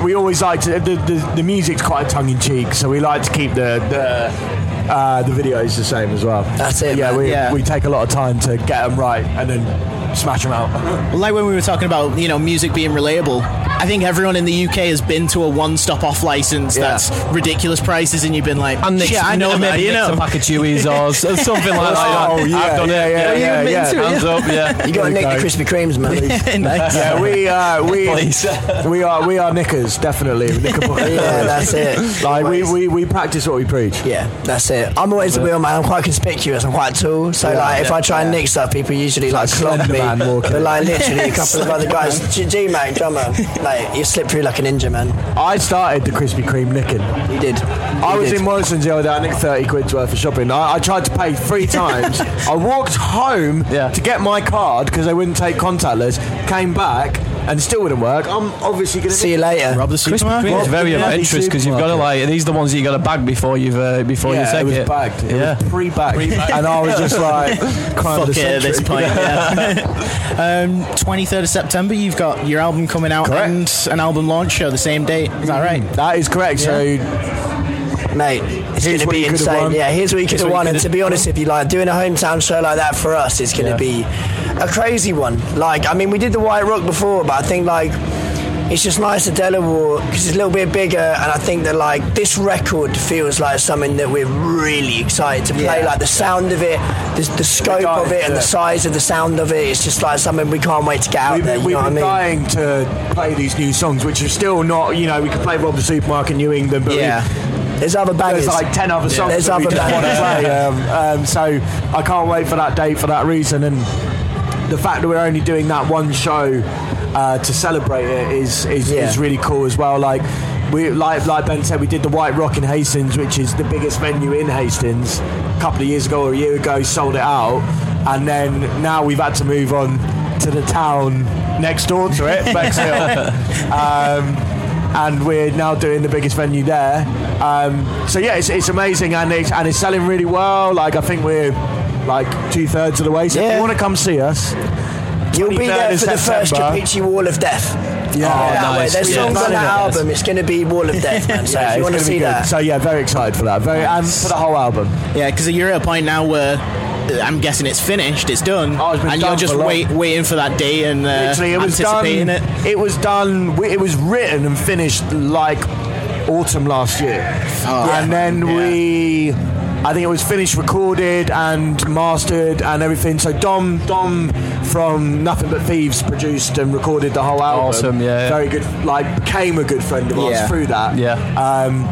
Speaker 5: we always like to the the, the music's quite tongue in cheek, so we like to keep the the Uh, the video is the same as well.
Speaker 26: That's it,
Speaker 5: Yeah,
Speaker 26: man.
Speaker 5: we,
Speaker 26: Yeah.
Speaker 5: we take a lot of time to get them right and then smash them out.
Speaker 3: Like when we were talking about you know music being relatable, I think everyone in the UK has been to a one-stop off license that's ridiculous prices, and you've been like,
Speaker 2: And Nick's-
Speaker 3: "Shit, I know
Speaker 2: and
Speaker 3: that,"
Speaker 2: maybe
Speaker 3: you
Speaker 2: Nick's
Speaker 3: know,
Speaker 2: a pack of Chewies or s- something like that.
Speaker 5: Oh, yeah,
Speaker 2: I've done
Speaker 5: yeah,
Speaker 2: it.
Speaker 5: yeah,
Speaker 2: you
Speaker 5: yeah,
Speaker 2: admit
Speaker 5: yeah.
Speaker 2: to it,
Speaker 5: Hands up, yeah.
Speaker 26: You got
Speaker 5: There
Speaker 26: Nick
Speaker 5: we
Speaker 26: the
Speaker 5: go.
Speaker 26: Krispy Kremes, man.
Speaker 5: Yeah, we uh, we we are we are knickers definitely. Knickerbockers.
Speaker 26: Yeah, that's it.
Speaker 5: Like we, we, we practice what we preach.
Speaker 26: Yeah, that's it. I'm always the wheel man. I'm quite conspicuous. I'm quite tall. So
Speaker 5: Yeah,
Speaker 26: like, if
Speaker 5: yeah,
Speaker 26: I try and
Speaker 5: yeah.
Speaker 26: nick stuff, people usually like clog
Speaker 5: Slender
Speaker 26: me.
Speaker 5: man walking.
Speaker 26: But like literally, a couple of other guys, G Mac drummer, like you slip through like a ninja, man.
Speaker 5: I started the Krispy Kreme nicking.
Speaker 26: You did.
Speaker 5: I was in Morrison's the other day. I nicked thirty quid's worth of shopping. I, I tried to pay three times. I walked home to get my card because they wouldn't take contactless. Came back and still wouldn't work. I'm obviously going to
Speaker 26: see you later.
Speaker 5: Rob the
Speaker 2: Krispy Kreme is very of interest because you've got to like these are the ones that you got to bag before you've uh, before
Speaker 5: Yeah,
Speaker 2: you take
Speaker 5: it was
Speaker 2: it.
Speaker 5: bagged. It
Speaker 2: yeah,
Speaker 5: pre-bagged. And I was just like, crime of the
Speaker 3: Fuck it at this
Speaker 5: century.
Speaker 3: point. yeah. um, 23rd of September, you've got your album coming out and an album launch show the same date. Is that right?
Speaker 5: That is correct.
Speaker 26: So, mate, it's
Speaker 3: Here's
Speaker 26: going to
Speaker 3: what
Speaker 26: be
Speaker 3: you could've
Speaker 26: insane.
Speaker 3: won.
Speaker 26: Yeah, here's what you could
Speaker 3: Here's
Speaker 26: have
Speaker 3: what you
Speaker 26: won. And
Speaker 3: could've
Speaker 26: to be honest, if you like doing a hometown show like that for us, it's going to be a crazy one. Like, I mean, we did the White Rock before, but I think like it's just nice that Delaware because it's a little bit bigger, and I think that like this record feels like something that we're really excited to play. Like the sound of it, the, the scope of it, and the size of the sound of it. It's just like something we can't wait to get out
Speaker 5: We've
Speaker 26: there. You
Speaker 5: been, we've
Speaker 26: know what I
Speaker 5: been
Speaker 26: mean?
Speaker 5: dying to play these new songs, which are still not, you know, we could play Rob the Supermarket New England, but
Speaker 26: Yeah.
Speaker 5: we,
Speaker 26: there's other
Speaker 5: There's
Speaker 26: bangers.
Speaker 5: like 10 other
Speaker 26: Yeah.
Speaker 5: songs
Speaker 26: There's
Speaker 5: that we
Speaker 26: other
Speaker 5: just want to
Speaker 26: bangers.
Speaker 5: play. Um, um, so I can't wait for that date for that reason. And the fact that we're only doing that one show uh, to celebrate it is, is,
Speaker 26: Yeah.
Speaker 5: is really cool as well. Like, we, like, like Ben said, we did the White Rock in Hastings, which is the biggest venue in Hastings. A couple of years ago or a year ago, sold it out, and then now we've had to move on to the town next door to it, Bexhill. um, and we're now doing the biggest venue there. Um, so yeah, it's, it's amazing, and it's and it's selling really well. Like I think we're like two thirds of the way. So if you want to come see us,
Speaker 26: You'll be
Speaker 5: 23rd
Speaker 26: there
Speaker 5: of
Speaker 26: for the first
Speaker 5: September.
Speaker 26: Capici Wall of Death.
Speaker 5: Yeah.
Speaker 26: Oh,
Speaker 5: Oh,
Speaker 26: that way.
Speaker 5: nice.
Speaker 26: There's
Speaker 5: Yeah.
Speaker 26: songs on
Speaker 5: Yeah.
Speaker 26: that album. It's going to be Wall of Death, man. So
Speaker 5: Yeah,
Speaker 26: if you want to
Speaker 5: it's gonna be
Speaker 26: see
Speaker 5: good.
Speaker 26: that,
Speaker 5: So yeah, very excited for that. Very and for the whole album.
Speaker 3: Yeah, because you're at a point now where uh, I'm guessing it's finished, it's done,
Speaker 5: Oh, been
Speaker 3: and
Speaker 5: done
Speaker 3: you're just
Speaker 5: for long.
Speaker 3: wait, waiting for that day and uh,
Speaker 5: Literally, it was
Speaker 3: anticipating
Speaker 5: done.
Speaker 3: it.
Speaker 5: It. was done. we- It was written and finished like autumn last year, and then we. I think it was finished, recorded, and mastered, and everything. So Dom, Dom from Nothing But Thieves produced and recorded the whole album.
Speaker 2: Awesome, yeah, yeah.
Speaker 5: Very good. Like became a good friend of ours
Speaker 2: Yeah.
Speaker 5: through that.
Speaker 2: Yeah.
Speaker 5: Um,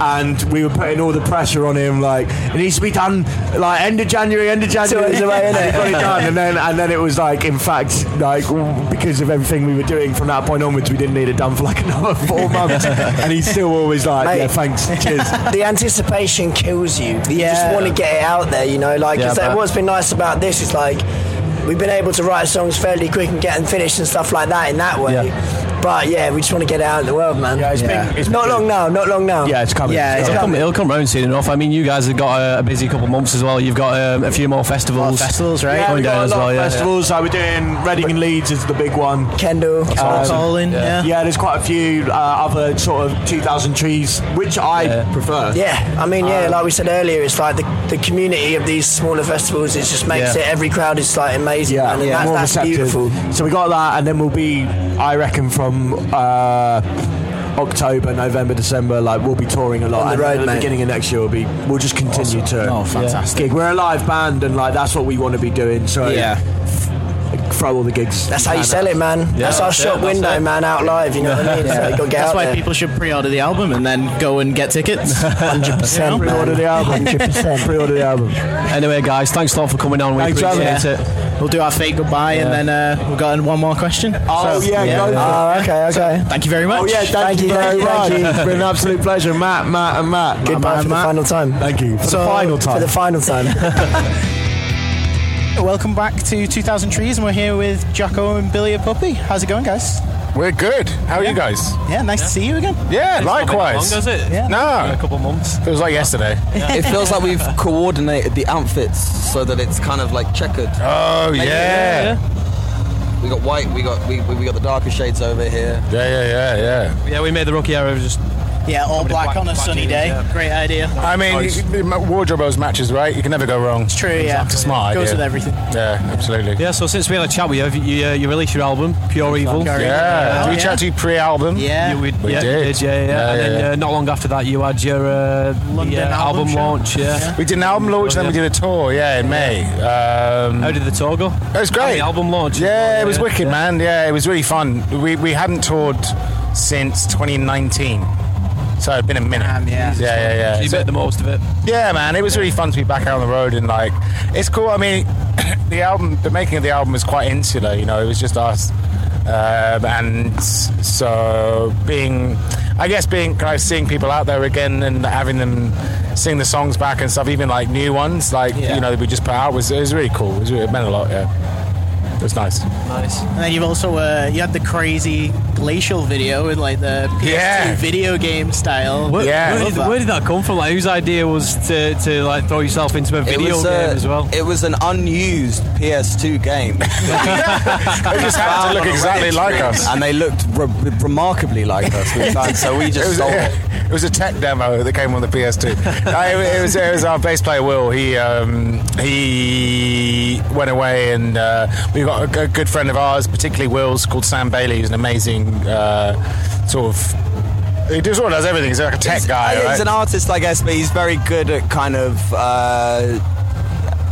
Speaker 5: and we were putting all the pressure on him, like it needs to be done, like end of January, end of January.
Speaker 26: Two days away,
Speaker 5: And
Speaker 26: innit?
Speaker 5: he got it done, and then and then it was like, in fact, like because of everything we were doing from that point onwards, we didn't need it done for like another four months. and he's still always like,
Speaker 26: Mate.
Speaker 5: yeah, thanks, cheers.
Speaker 26: the anticipation kills you. You just want to get it out there, you know. Like,
Speaker 5: Yeah,
Speaker 26: is
Speaker 5: I
Speaker 26: that,
Speaker 5: bet.
Speaker 26: what's been nice about this is like we've been able to write songs fairly quick and get them finished and stuff like that in that way. But yeah, we just want to get it out in the world, man. Yeah,
Speaker 5: it's
Speaker 26: been, not long now. Not long now.
Speaker 5: Yeah, it's coming.
Speaker 26: Oh. Yeah, it's
Speaker 2: it'll come,
Speaker 26: coming.
Speaker 2: it'll come round soon enough. I mean, you guys have got a, a busy couple of months as well. You've got um, a few more festivals.
Speaker 3: festivals,
Speaker 5: Yeah,
Speaker 2: Going
Speaker 5: we've
Speaker 2: down
Speaker 5: got a
Speaker 2: as
Speaker 5: lot
Speaker 2: well,
Speaker 5: of
Speaker 2: yeah.
Speaker 5: festivals. Like we're doing Reading and Leeds is the big one. Um,
Speaker 26: Kendall,
Speaker 3: Colin, yeah.
Speaker 5: yeah. There's quite a few uh, other sort of 2,000 trees, which I prefer.
Speaker 26: Yeah, I mean, yeah,
Speaker 5: Um,
Speaker 26: like we said earlier, it's like the, the community of these smaller festivals. It just makes
Speaker 5: Yeah.
Speaker 26: it every crowd is like amazing, man, and
Speaker 5: more
Speaker 26: that's, that's
Speaker 5: receptive.
Speaker 26: beautiful.
Speaker 5: So we got that, and then we'll be, I reckon, from uh, October, November, December. Like we'll be touring a lot.
Speaker 26: On the
Speaker 5: and then
Speaker 26: road,
Speaker 5: at the
Speaker 26: mate.
Speaker 5: beginning of next year, we'll be we'll just continue to.
Speaker 3: Oh, fantastic.
Speaker 5: Gig. We're a live band, and like that's what we want to be doing. So
Speaker 3: Yeah.
Speaker 5: f- throw all the gigs.
Speaker 26: That's how you sell it, man.
Speaker 5: Yeah,
Speaker 26: That's that's our
Speaker 5: it,
Speaker 26: shop
Speaker 5: that's
Speaker 26: window,
Speaker 5: it.
Speaker 26: man, out live. You know what I mean? So you gotta get
Speaker 3: That's
Speaker 26: out
Speaker 3: why
Speaker 26: there.
Speaker 3: people should pre-order the album and then go and get tickets.
Speaker 26: Hundred
Speaker 3: percent.
Speaker 5: Pre-order the album. Pre-order the album.
Speaker 2: Anyway, guys, thanks a lot for coming on. We
Speaker 3: Thanks for having
Speaker 2: appreciate
Speaker 3: me.
Speaker 2: it.
Speaker 3: We'll do our fake goodbye and then uh, we've got one more question.
Speaker 5: Oh, yeah, go for it.
Speaker 26: Oh, okay, okay.
Speaker 3: Thank you very much.
Speaker 5: Oh yeah, thank, you very much. It's been an absolute pleasure, Matt, Matt, and Matt.
Speaker 26: Goodbye
Speaker 5: Matt,
Speaker 26: for the
Speaker 5: Matt.
Speaker 26: final time.
Speaker 5: Thank you for
Speaker 26: So-
Speaker 5: the final time.
Speaker 26: For the final time.
Speaker 3: Welcome back to 2000 Trees, and we're here with Jocko and Billy and Puppy. How's it going, guys?
Speaker 27: We're good. How are you guys?
Speaker 3: Yeah, nice to see you again.
Speaker 27: Yeah, likewise.
Speaker 3: Yeah.
Speaker 27: No. couple months. It was like yesterday.
Speaker 10: it feels like we've coordinated the outfits so that it's kind of like checkered.
Speaker 27: Oh,
Speaker 10: Like,
Speaker 27: yeah.
Speaker 10: We got white. We got we, we we got the darker shades over here.
Speaker 27: Yeah, yeah, yeah, yeah.
Speaker 2: Yeah, we made the rookie error of just
Speaker 3: Yeah, all black on a sunny day. Great idea.
Speaker 27: I
Speaker 2: Oh,
Speaker 27: mean, you- you- wardrobe's matches, right? You can never go wrong. It's
Speaker 3: true, yeah.
Speaker 27: Smart
Speaker 3: Goes
Speaker 27: idea.
Speaker 3: with everything.
Speaker 27: Yeah, absolutely.
Speaker 2: Yeah, so since we had a chat with you, have you, you, uh, you released your album, Pure Evil.
Speaker 27: Yeah. Did we chat to you pre-album?
Speaker 2: Yeah, we,
Speaker 27: We
Speaker 2: yeah,
Speaker 27: did.
Speaker 2: we did. Yeah, yeah.
Speaker 27: Yeah,
Speaker 2: and then
Speaker 27: yeah,
Speaker 2: uh, not long after that, you had your uh, London album, launch. Yeah.
Speaker 27: We did an album launch, then we did a tour, yeah, in May. Um, How
Speaker 2: did the tour go? It
Speaker 27: was great.
Speaker 2: the album launch.
Speaker 27: Yeah, it was wicked, man. Yeah, it was really fun. We, we hadn't toured since 2019, so it'd been a minute. yeah. yeah, yeah,
Speaker 2: So you
Speaker 27: So-
Speaker 2: made the most of it.
Speaker 27: yeah, man, it was really fun to be back out on the road and like, it's cool. I mean, the album, the making of the album was quite insular. You know, it was just us, um, and so being, I guess, being kind of seeing people out there again and having them sing the songs back and stuff, even like new ones, like you know, that we just put out was it was really cool. It, was, really- it meant a lot. Yeah, it was nice.
Speaker 3: Nice. And then you've also uh, you had the crazy glacial video with like the PS2
Speaker 27: Yeah.
Speaker 3: video game style.
Speaker 2: Where,
Speaker 3: Love
Speaker 2: where, did,
Speaker 3: that.
Speaker 2: where did that come from? Like, whose idea was to, to like throw yourself into a video
Speaker 28: was, uh,
Speaker 2: game as well?
Speaker 28: It was an unused PS2 game. they
Speaker 27: just happened to look exactly like us.
Speaker 28: and they looked re- remarkably like us. We found- so we just
Speaker 27: it was,
Speaker 28: sold it.
Speaker 27: it was a tech demo that came on the PS2. Uh, it, it was it was our bass player Will. He um, he went away, and uh, we got a g- a good friend of ours, particularly Will's, called Sam Bailey, who's an amazing uh, sort of. He just sort of does everything. He's like a tech guy.
Speaker 28: He's
Speaker 27: right?
Speaker 28: an artist, I guess, but he's very good at kind of uh,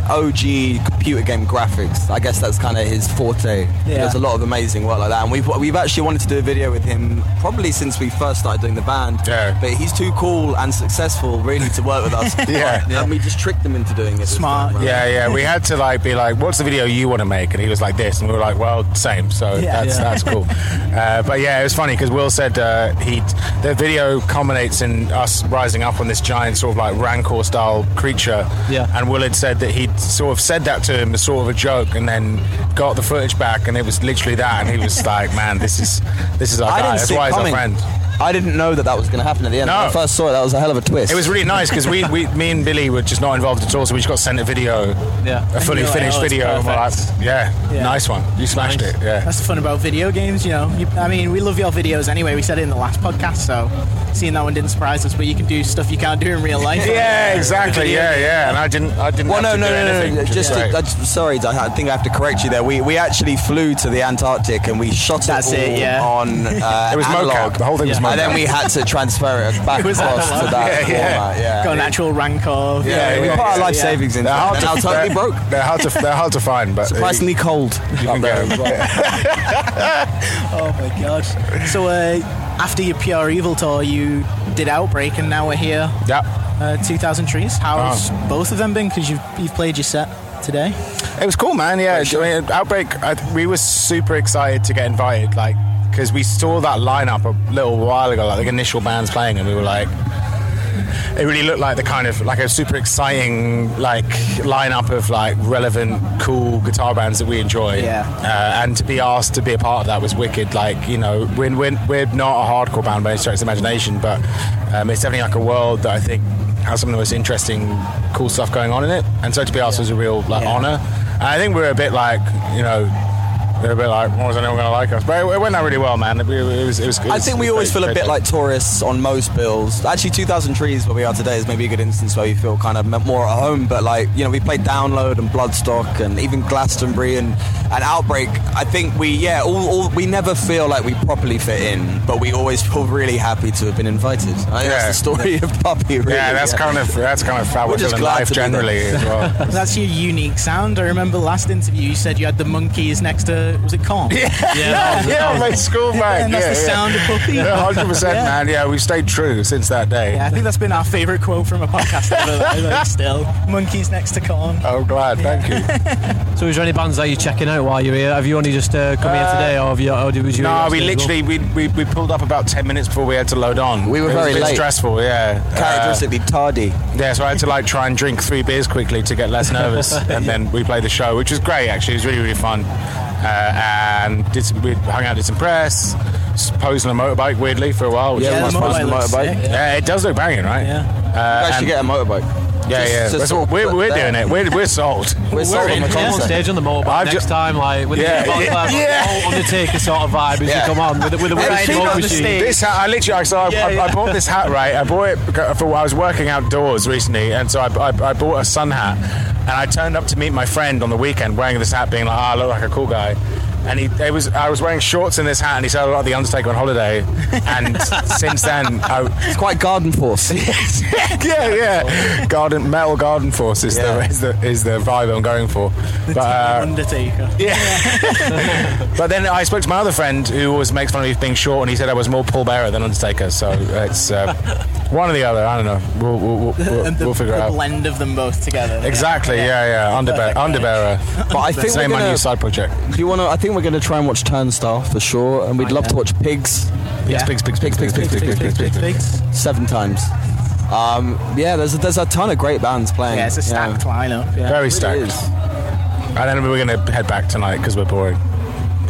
Speaker 28: OG computer game graphics. I guess that's kind of his forte. He
Speaker 19: Yeah.
Speaker 28: does a lot of amazing work like that, and we've we've actually wanted to do a video with him probably since we first started doing the band. Yeah. But he's too cool and successful really to work with us.
Speaker 27: Yeah.
Speaker 28: And we just tricked him into doing it. Smart.
Speaker 27: Yeah, yeah. We had to like be like, "What's the video you want to make?" And he was like, "This," and we were like, "Well, same." So
Speaker 28: Yeah.
Speaker 27: that's
Speaker 28: Yeah.
Speaker 27: that's cool. Uh, but yeah, it was funny because Will said uh, he the video culminates in us rising up on this giant sort of like rancor style creature.
Speaker 2: Yeah.
Speaker 27: And Will had said that he'd sort of said that to him as sort of a joke, and then got the footage back, and it was literally that. And he was like, "Man, this is this is
Speaker 28: I
Speaker 27: our guy.
Speaker 28: didn't
Speaker 27: That's
Speaker 28: see it
Speaker 27: why he's our
Speaker 28: coming.
Speaker 27: friend."
Speaker 28: I didn't know that that was going to happen at the end.
Speaker 27: No.
Speaker 28: When I first saw it, that was a hell of a twist.
Speaker 27: It was really nice because we, we, me and Billy were just not involved at all, so we just got sent a video,
Speaker 2: yeah.
Speaker 27: a fully
Speaker 3: you're like,
Speaker 27: finished
Speaker 3: "Oh, it's
Speaker 27: video. And we're like, yeah,
Speaker 3: Yeah.
Speaker 27: nice one. You smashed it. Yeah.
Speaker 3: That's the fun about video games, you know. You, I mean, we love your videos anyway. We said it in the last podcast, so seeing that one didn't surprise us. But you can do stuff you can't do in real life.
Speaker 27: Yeah, exactly. Yeah, yeah. And I didn't, I didn't.
Speaker 28: Well, no,
Speaker 27: have to
Speaker 28: no,
Speaker 27: do
Speaker 28: no, no,
Speaker 27: anything,
Speaker 28: no.
Speaker 27: which is
Speaker 28: Just,
Speaker 27: great.
Speaker 28: to, I just- sorry, I I think I have to correct you there. We we actually flew to the Antarctic and we shot
Speaker 3: That's
Speaker 28: all
Speaker 3: it, yeah.
Speaker 28: on. Uh,
Speaker 27: It was mocap.
Speaker 28: analog.
Speaker 27: The whole thing was
Speaker 28: And
Speaker 27: mocap.
Speaker 28: then we had to transfer it back
Speaker 3: It was
Speaker 28: across to
Speaker 3: analog.
Speaker 28: that
Speaker 27: Yeah, yeah.
Speaker 28: format. Yeah.
Speaker 3: Got an actual rank of.
Speaker 28: Yeah, we put our life savings into
Speaker 27: They're
Speaker 28: it.
Speaker 27: hard
Speaker 28: And now
Speaker 27: to,
Speaker 28: totally
Speaker 27: they're-
Speaker 28: broke.
Speaker 27: They're hard to, they're hard to find, but
Speaker 28: Surprisingly cold. You
Speaker 27: can go.
Speaker 3: Oh my god! So uh, after your pure evil tour, you did outbreak, and now we're here.
Speaker 27: Yeah.
Speaker 3: Uh, Two thousand trees. How's both of them been? Because you've you've played your set today.
Speaker 27: It was cool, man. Yeah, I mean, Outbreak. I, th- we were super excited to get invited, like because we saw that lineup a little while ago, like the initial bands playing, and we were like, it really looked like the kind of like a super exciting like lineup of like relevant, cool guitar bands that we enjoy. Yeah. Uh, and to be asked to be a part of that was wicked. Like you know, we're we're, we're not a hardcore band by any stretch of the imagination, but um, it's definitely like a world that I think has some of the most interesting, cool stuff going on in it. And so to be asked was a real like honor. And I think we were a bit like you know. They're a bit like, well, is anyone going to like us? But it, it went out really well, man. It, it was, it was, it
Speaker 28: I
Speaker 27: was-
Speaker 28: think we
Speaker 27: it was
Speaker 28: always
Speaker 27: great,
Speaker 28: feel a
Speaker 27: great
Speaker 28: bit
Speaker 27: fun.
Speaker 28: like tourists on most bills. Actually, 2000 Trees, where we are today, is maybe a good instance where we feel kind of m- more at home. But like, you know, we played Download and Bloodstock and even Glastonbury and, and Outbreak. I think we, yeah, all, all, we never feel like we properly fit in, but we always feel really happy to have been invited. I think
Speaker 27: Yeah.
Speaker 28: that's the story of Puppy, really.
Speaker 27: Yeah, that's kind of that's kind of
Speaker 28: We're
Speaker 27: fabulous
Speaker 28: just
Speaker 27: in
Speaker 28: glad
Speaker 27: life
Speaker 28: to be there.
Speaker 27: generally as well.
Speaker 3: That's your unique sound. I remember last interview you said you had the monkeys next to was it corn?
Speaker 27: Yeah, yeah, my school
Speaker 3: Yeah,
Speaker 27: mate.
Speaker 3: and that's the sound of puppy.
Speaker 27: Hundred percent,
Speaker 3: Yeah.
Speaker 27: man. Yeah, we've stayed true since that day.
Speaker 3: Yeah, I think that's been our favourite quote from a podcast ever. like, like, still, monkeys next to corn.
Speaker 27: Oh, glad. Thank you.
Speaker 2: So, is there any bands that you're checking out while you're here? Have you only just uh, come here today, or have you? Or did was you
Speaker 27: no,
Speaker 2: here
Speaker 27: we
Speaker 2: yesterday as well?
Speaker 27: literally we, we, we pulled up about ten minutes before we had to load on.
Speaker 28: We were
Speaker 27: It was
Speaker 28: very
Speaker 27: a bit
Speaker 28: late.
Speaker 27: Stressful, yeah. Uh,
Speaker 28: Characteristically tardy.
Speaker 27: Yeah, so I had to like try and drink three beers quickly to get less nervous, and then we played the show, which was great. Actually, it was really really fun, uh, and did some, we hung out, did some press, s- posed on a motorbike weirdly for a while. Which
Speaker 28: Yeah,
Speaker 27: was
Speaker 28: the
Speaker 27: nice.
Speaker 28: motorbike Posed on a looks motorbike. sick,
Speaker 27: Yeah. it does look banging, right? Yeah. Uh,
Speaker 28: You guys should
Speaker 27: and-
Speaker 28: get a motorbike.
Speaker 27: Yeah, yeah. That's what we're, we're doing it. We're, we're sold.
Speaker 2: We're, in, yeah, on stage on the motorbike next time, like with
Speaker 27: Yeah,
Speaker 2: the
Speaker 27: yeah,
Speaker 2: motorbike,
Speaker 27: yeah.
Speaker 2: like, Undertaker sort of vibe as
Speaker 27: Yeah.
Speaker 2: you come on with, the- with the with
Speaker 27: And
Speaker 2: the
Speaker 27: it's
Speaker 2: smoke
Speaker 27: even on the
Speaker 2: machine.
Speaker 27: stage. This hat, I literally, so I,
Speaker 2: Yeah,
Speaker 27: I, I
Speaker 2: yeah.
Speaker 27: bought this hat right. I bought it because for I was working outdoors recently, and so I, I, I bought a sun hat. And I turned up to meet my friend on the weekend wearing this hat, being like, "Ah, I look like a cool guy." And he, it was, I was wearing shorts in this hat, and he said, "I look like the Undertaker on holiday." And since then, I, it's quite Garden Force. yeah, yeah, Garden Metal Garden Force is the is the is the vibe I'm going for. But, uh,
Speaker 3: Undertaker.
Speaker 27: yeah. but then I spoke to my other friend who always makes fun of me for being short, and he said I was more Paul Bearer than Undertaker. So it's uh, one or the other. I don't know. We'll, we'll, we'll, we'll,
Speaker 3: the,
Speaker 27: we'll figure
Speaker 3: the
Speaker 27: it out.
Speaker 3: blend of them both together.
Speaker 27: Exactly. Yeah, yeah. Underbear, Underbearer.
Speaker 10: But I think
Speaker 27: same
Speaker 10: we're
Speaker 27: my
Speaker 10: gonna-
Speaker 27: new side project.
Speaker 10: Do you want to? I think we're going to try and watch Turnstile for sure, and we'd love to watch Pigs.
Speaker 27: Pigs, pigs, pigs,
Speaker 10: pigs, pigs, pigs, pigs, pigs, pigs, pigs. Seven times. Um, yeah, there's a, there's a ton of great bands playing.
Speaker 27: Yeah, it's a stacked
Speaker 3: lineup.
Speaker 27: Very stacked. And then we're going to head back tonight because we're boring.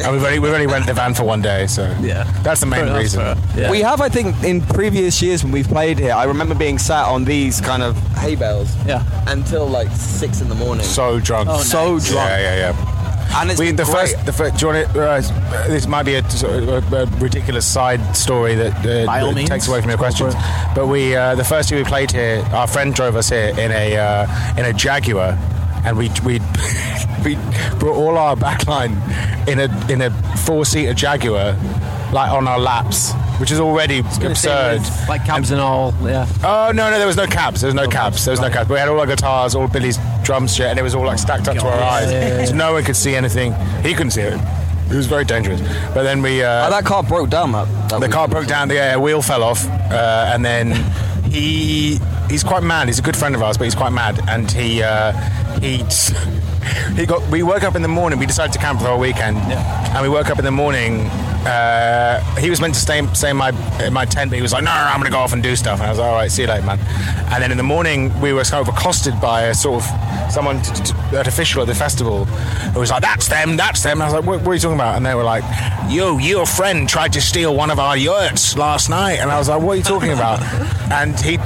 Speaker 27: And we've already, we've already rented the van for one day, so yeah, that's the main reason.
Speaker 10: We have, I think, in previous years when we've played here, I remember being sat on these kind of hay bales. Yeah. Until like six in the morning.
Speaker 27: So drunk.
Speaker 10: so drunk.
Speaker 27: Yeah, yeah, yeah.
Speaker 10: And it's
Speaker 27: we, the
Speaker 10: great.
Speaker 27: first, the first. Do you want to, uh, this might be a, sort of a- a ridiculous side story that, uh,
Speaker 3: By all
Speaker 27: that
Speaker 3: means.
Speaker 27: takes away from your questions. But we, uh, the first year we played here, our friend drove us here in a uh, in a Jaguar, and we we we brought all our backline in a in a four seater Jaguar, like on our laps, which is already absurd.
Speaker 2: like cabs and all. Yeah.
Speaker 27: Oh no, no, there was no cabs. There was no cabs. There was no cabs. We had all our guitars, all Billy's drums shit, and it was all like stacked up to our eyes, so no one could see anything. He couldn't see it. It was very dangerous. But then we uh,
Speaker 10: Oh, that car broke down.
Speaker 27: the car broke down. The uh, wheel fell off, uh, and then he he's quite mad. He's a good friend of ours, but he's quite mad, and he uh, he. He got. We woke up in the morning. We decided to camp for our weekend, and we woke up in the morning. Uh, he was meant to stay, stay in my in my tent, but he was like, "No, no, I'm going to go off and do stuff." And I was like, "All right, see you later, man." And then in the morning, we were kind of accosted by a sort of someone t- t- an official at the festival who was like, "That's them, that's them." And I was like, what, "What are you talking about?" And they were like, "Yo, your friend tried to steal one of our yurts last night." And I was like, "What are you talking about?" and he.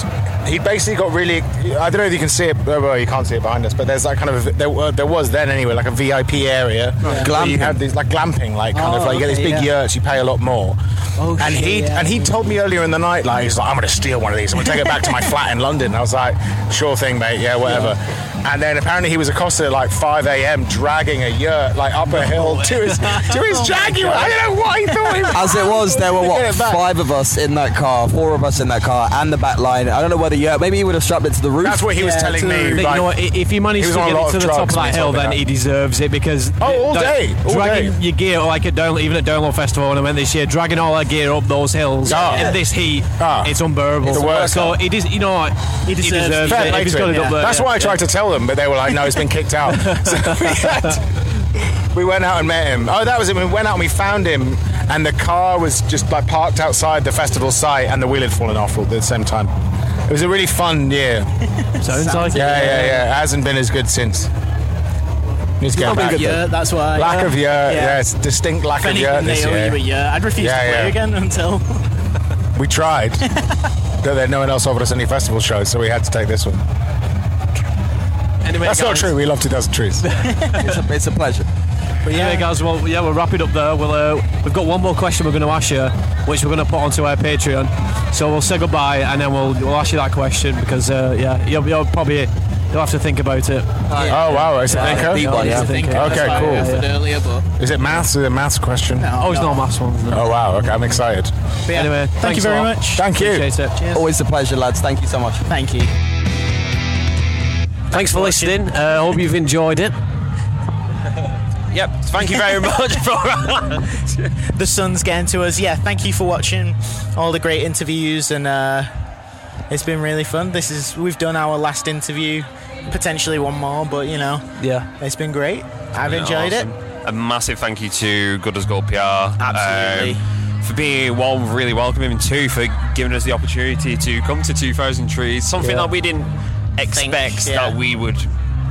Speaker 27: He basically got really. I don't know if you can see it. oh, Well, you can't see it behind us, but there's that kind of. There, were, there was then anyway, like a VIP area.
Speaker 10: Right.
Speaker 27: where You
Speaker 10: Glamping.
Speaker 27: have these like glamping, like kind
Speaker 10: Oh,
Speaker 27: of like you get these
Speaker 10: okay,
Speaker 27: big
Speaker 10: yeah.
Speaker 27: yurts. You pay a lot more.
Speaker 10: Oh,
Speaker 27: and
Speaker 10: shit,
Speaker 27: he
Speaker 10: yeah.
Speaker 27: and he told me earlier in the night, like he's like, I'm gonna steal one of these. I'm gonna take it back to my flat in London. And I was like, sure thing, mate. Yeah, whatever. And then apparently he was accosted at like 5 a.m. dragging a yurt like up a hill to his to his Jaguar. I don't know what he thought. He was.
Speaker 10: As it was, there were what five of us in that car, four of us in that car, and the back line. I don't know whether you maybe he would have strapped it to the roof.
Speaker 2: But you know what? i- If he managed to get it to the top of that hill, then he deserves it because
Speaker 10: Oh, all
Speaker 2: like,
Speaker 10: day, all
Speaker 2: dragging your gear like at Down, even at Download Festival when I went this year, dragging all our gear up those hills
Speaker 27: Ah.
Speaker 2: in this heat, it's unbearable.
Speaker 27: It's the worst.
Speaker 2: So it is, you know, what? he deserves,
Speaker 27: Fair
Speaker 2: it.
Speaker 27: play
Speaker 2: If he's
Speaker 27: to
Speaker 2: got
Speaker 27: him.
Speaker 2: it up there,
Speaker 27: That's
Speaker 2: yeah.
Speaker 27: why I tried to tell them, but they were like, no, it's been kicked out. So we, had- we went out and met him. Oh, that was it. We went out and we found him, and the car was just like parked outside the festival site, and the wheel had fallen off at the same time. It was a really fun year.
Speaker 2: Sounds like it.
Speaker 27: yeah, Yeah, yeah, yeah. Hasn't been as good since. Needs to get
Speaker 3: Probably
Speaker 27: back.
Speaker 3: year, that's why.
Speaker 27: Lack of year,
Speaker 3: Yeah.
Speaker 27: yeah, it's distinct lack
Speaker 3: if
Speaker 27: of
Speaker 3: anything,
Speaker 27: year
Speaker 3: they
Speaker 27: this
Speaker 3: owe
Speaker 27: year.
Speaker 3: you a year. I'd refuse
Speaker 27: Yeah,
Speaker 3: to play
Speaker 27: yeah.
Speaker 3: again until.
Speaker 27: We tried. but then no one else offered us any festival shows, so we had to take this one.
Speaker 2: Anyway,
Speaker 27: That's not
Speaker 2: guys.
Speaker 27: true. We love 2000 Trees. Oh,
Speaker 10: it's, a, it's a pleasure.
Speaker 2: But yeah, guys, well, yeah, we'll wrap it up there. We'll, uh, we've got one more question we're going to ask you, which we're going to put onto our Patreon. So we'll say goodbye and then we'll, we'll ask you that question because, uh, yeah, you'll, you'll probably you'll have to think about it.
Speaker 27: Oh wow, it's a thinker.
Speaker 2: Yeah,
Speaker 27: Okay,
Speaker 2: That's
Speaker 27: cool.
Speaker 2: why I offered it.
Speaker 3: earlier, but
Speaker 27: Is it maths? Is it a maths question?
Speaker 2: Oh, it's not a maths one.
Speaker 27: Oh wow, okay, I'm excited.
Speaker 2: But anyway,
Speaker 27: thank you very much. Thank you.
Speaker 10: Always a pleasure, lads. Thank you so much.
Speaker 3: Thank you.
Speaker 2: Thanks for listening. Uh, hope you've enjoyed it.
Speaker 1: Yep. Thank you very much for.
Speaker 3: the sun's getting to us. Yeah, thank you for watching all the great interviews, and uh, it's been really fun. This is we've done our last interview, potentially one more, but you know,
Speaker 2: yeah,
Speaker 3: it's been great. I've
Speaker 1: Yeah,
Speaker 3: enjoyed
Speaker 1: awesome.
Speaker 3: it.
Speaker 1: A massive thank you to Good as Gold PR. Absolutely. for being one really welcoming, and two for giving us the opportunity to come to 2000 Trees, something
Speaker 3: Yeah.
Speaker 1: that we didn't expect that we would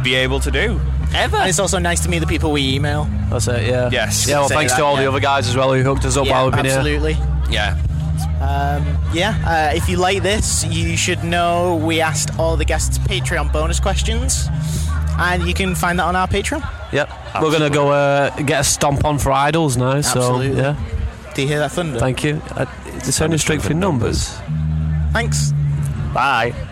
Speaker 1: be able to do.
Speaker 3: Ever. And it's also nice to meet the people we email.
Speaker 2: That's it, yeah.
Speaker 1: Yes.
Speaker 2: Yeah, well, thanks to all the other guys as well who hooked us up
Speaker 3: Yeah,
Speaker 2: while we've been
Speaker 3: absolutely.
Speaker 2: here.
Speaker 1: Yeah.
Speaker 3: Um, yeah, uh, if you like this, you should know we asked all the guests Patreon bonus questions, and you can find that on our Patreon.
Speaker 2: Yep. We're going to go uh, get a stomp on for idols now.
Speaker 3: Absolutely.
Speaker 2: So, yeah.
Speaker 3: Do you hear that thunder?
Speaker 2: Thank you. Uh, it's only straight for numbers.
Speaker 3: Thanks.
Speaker 2: Bye.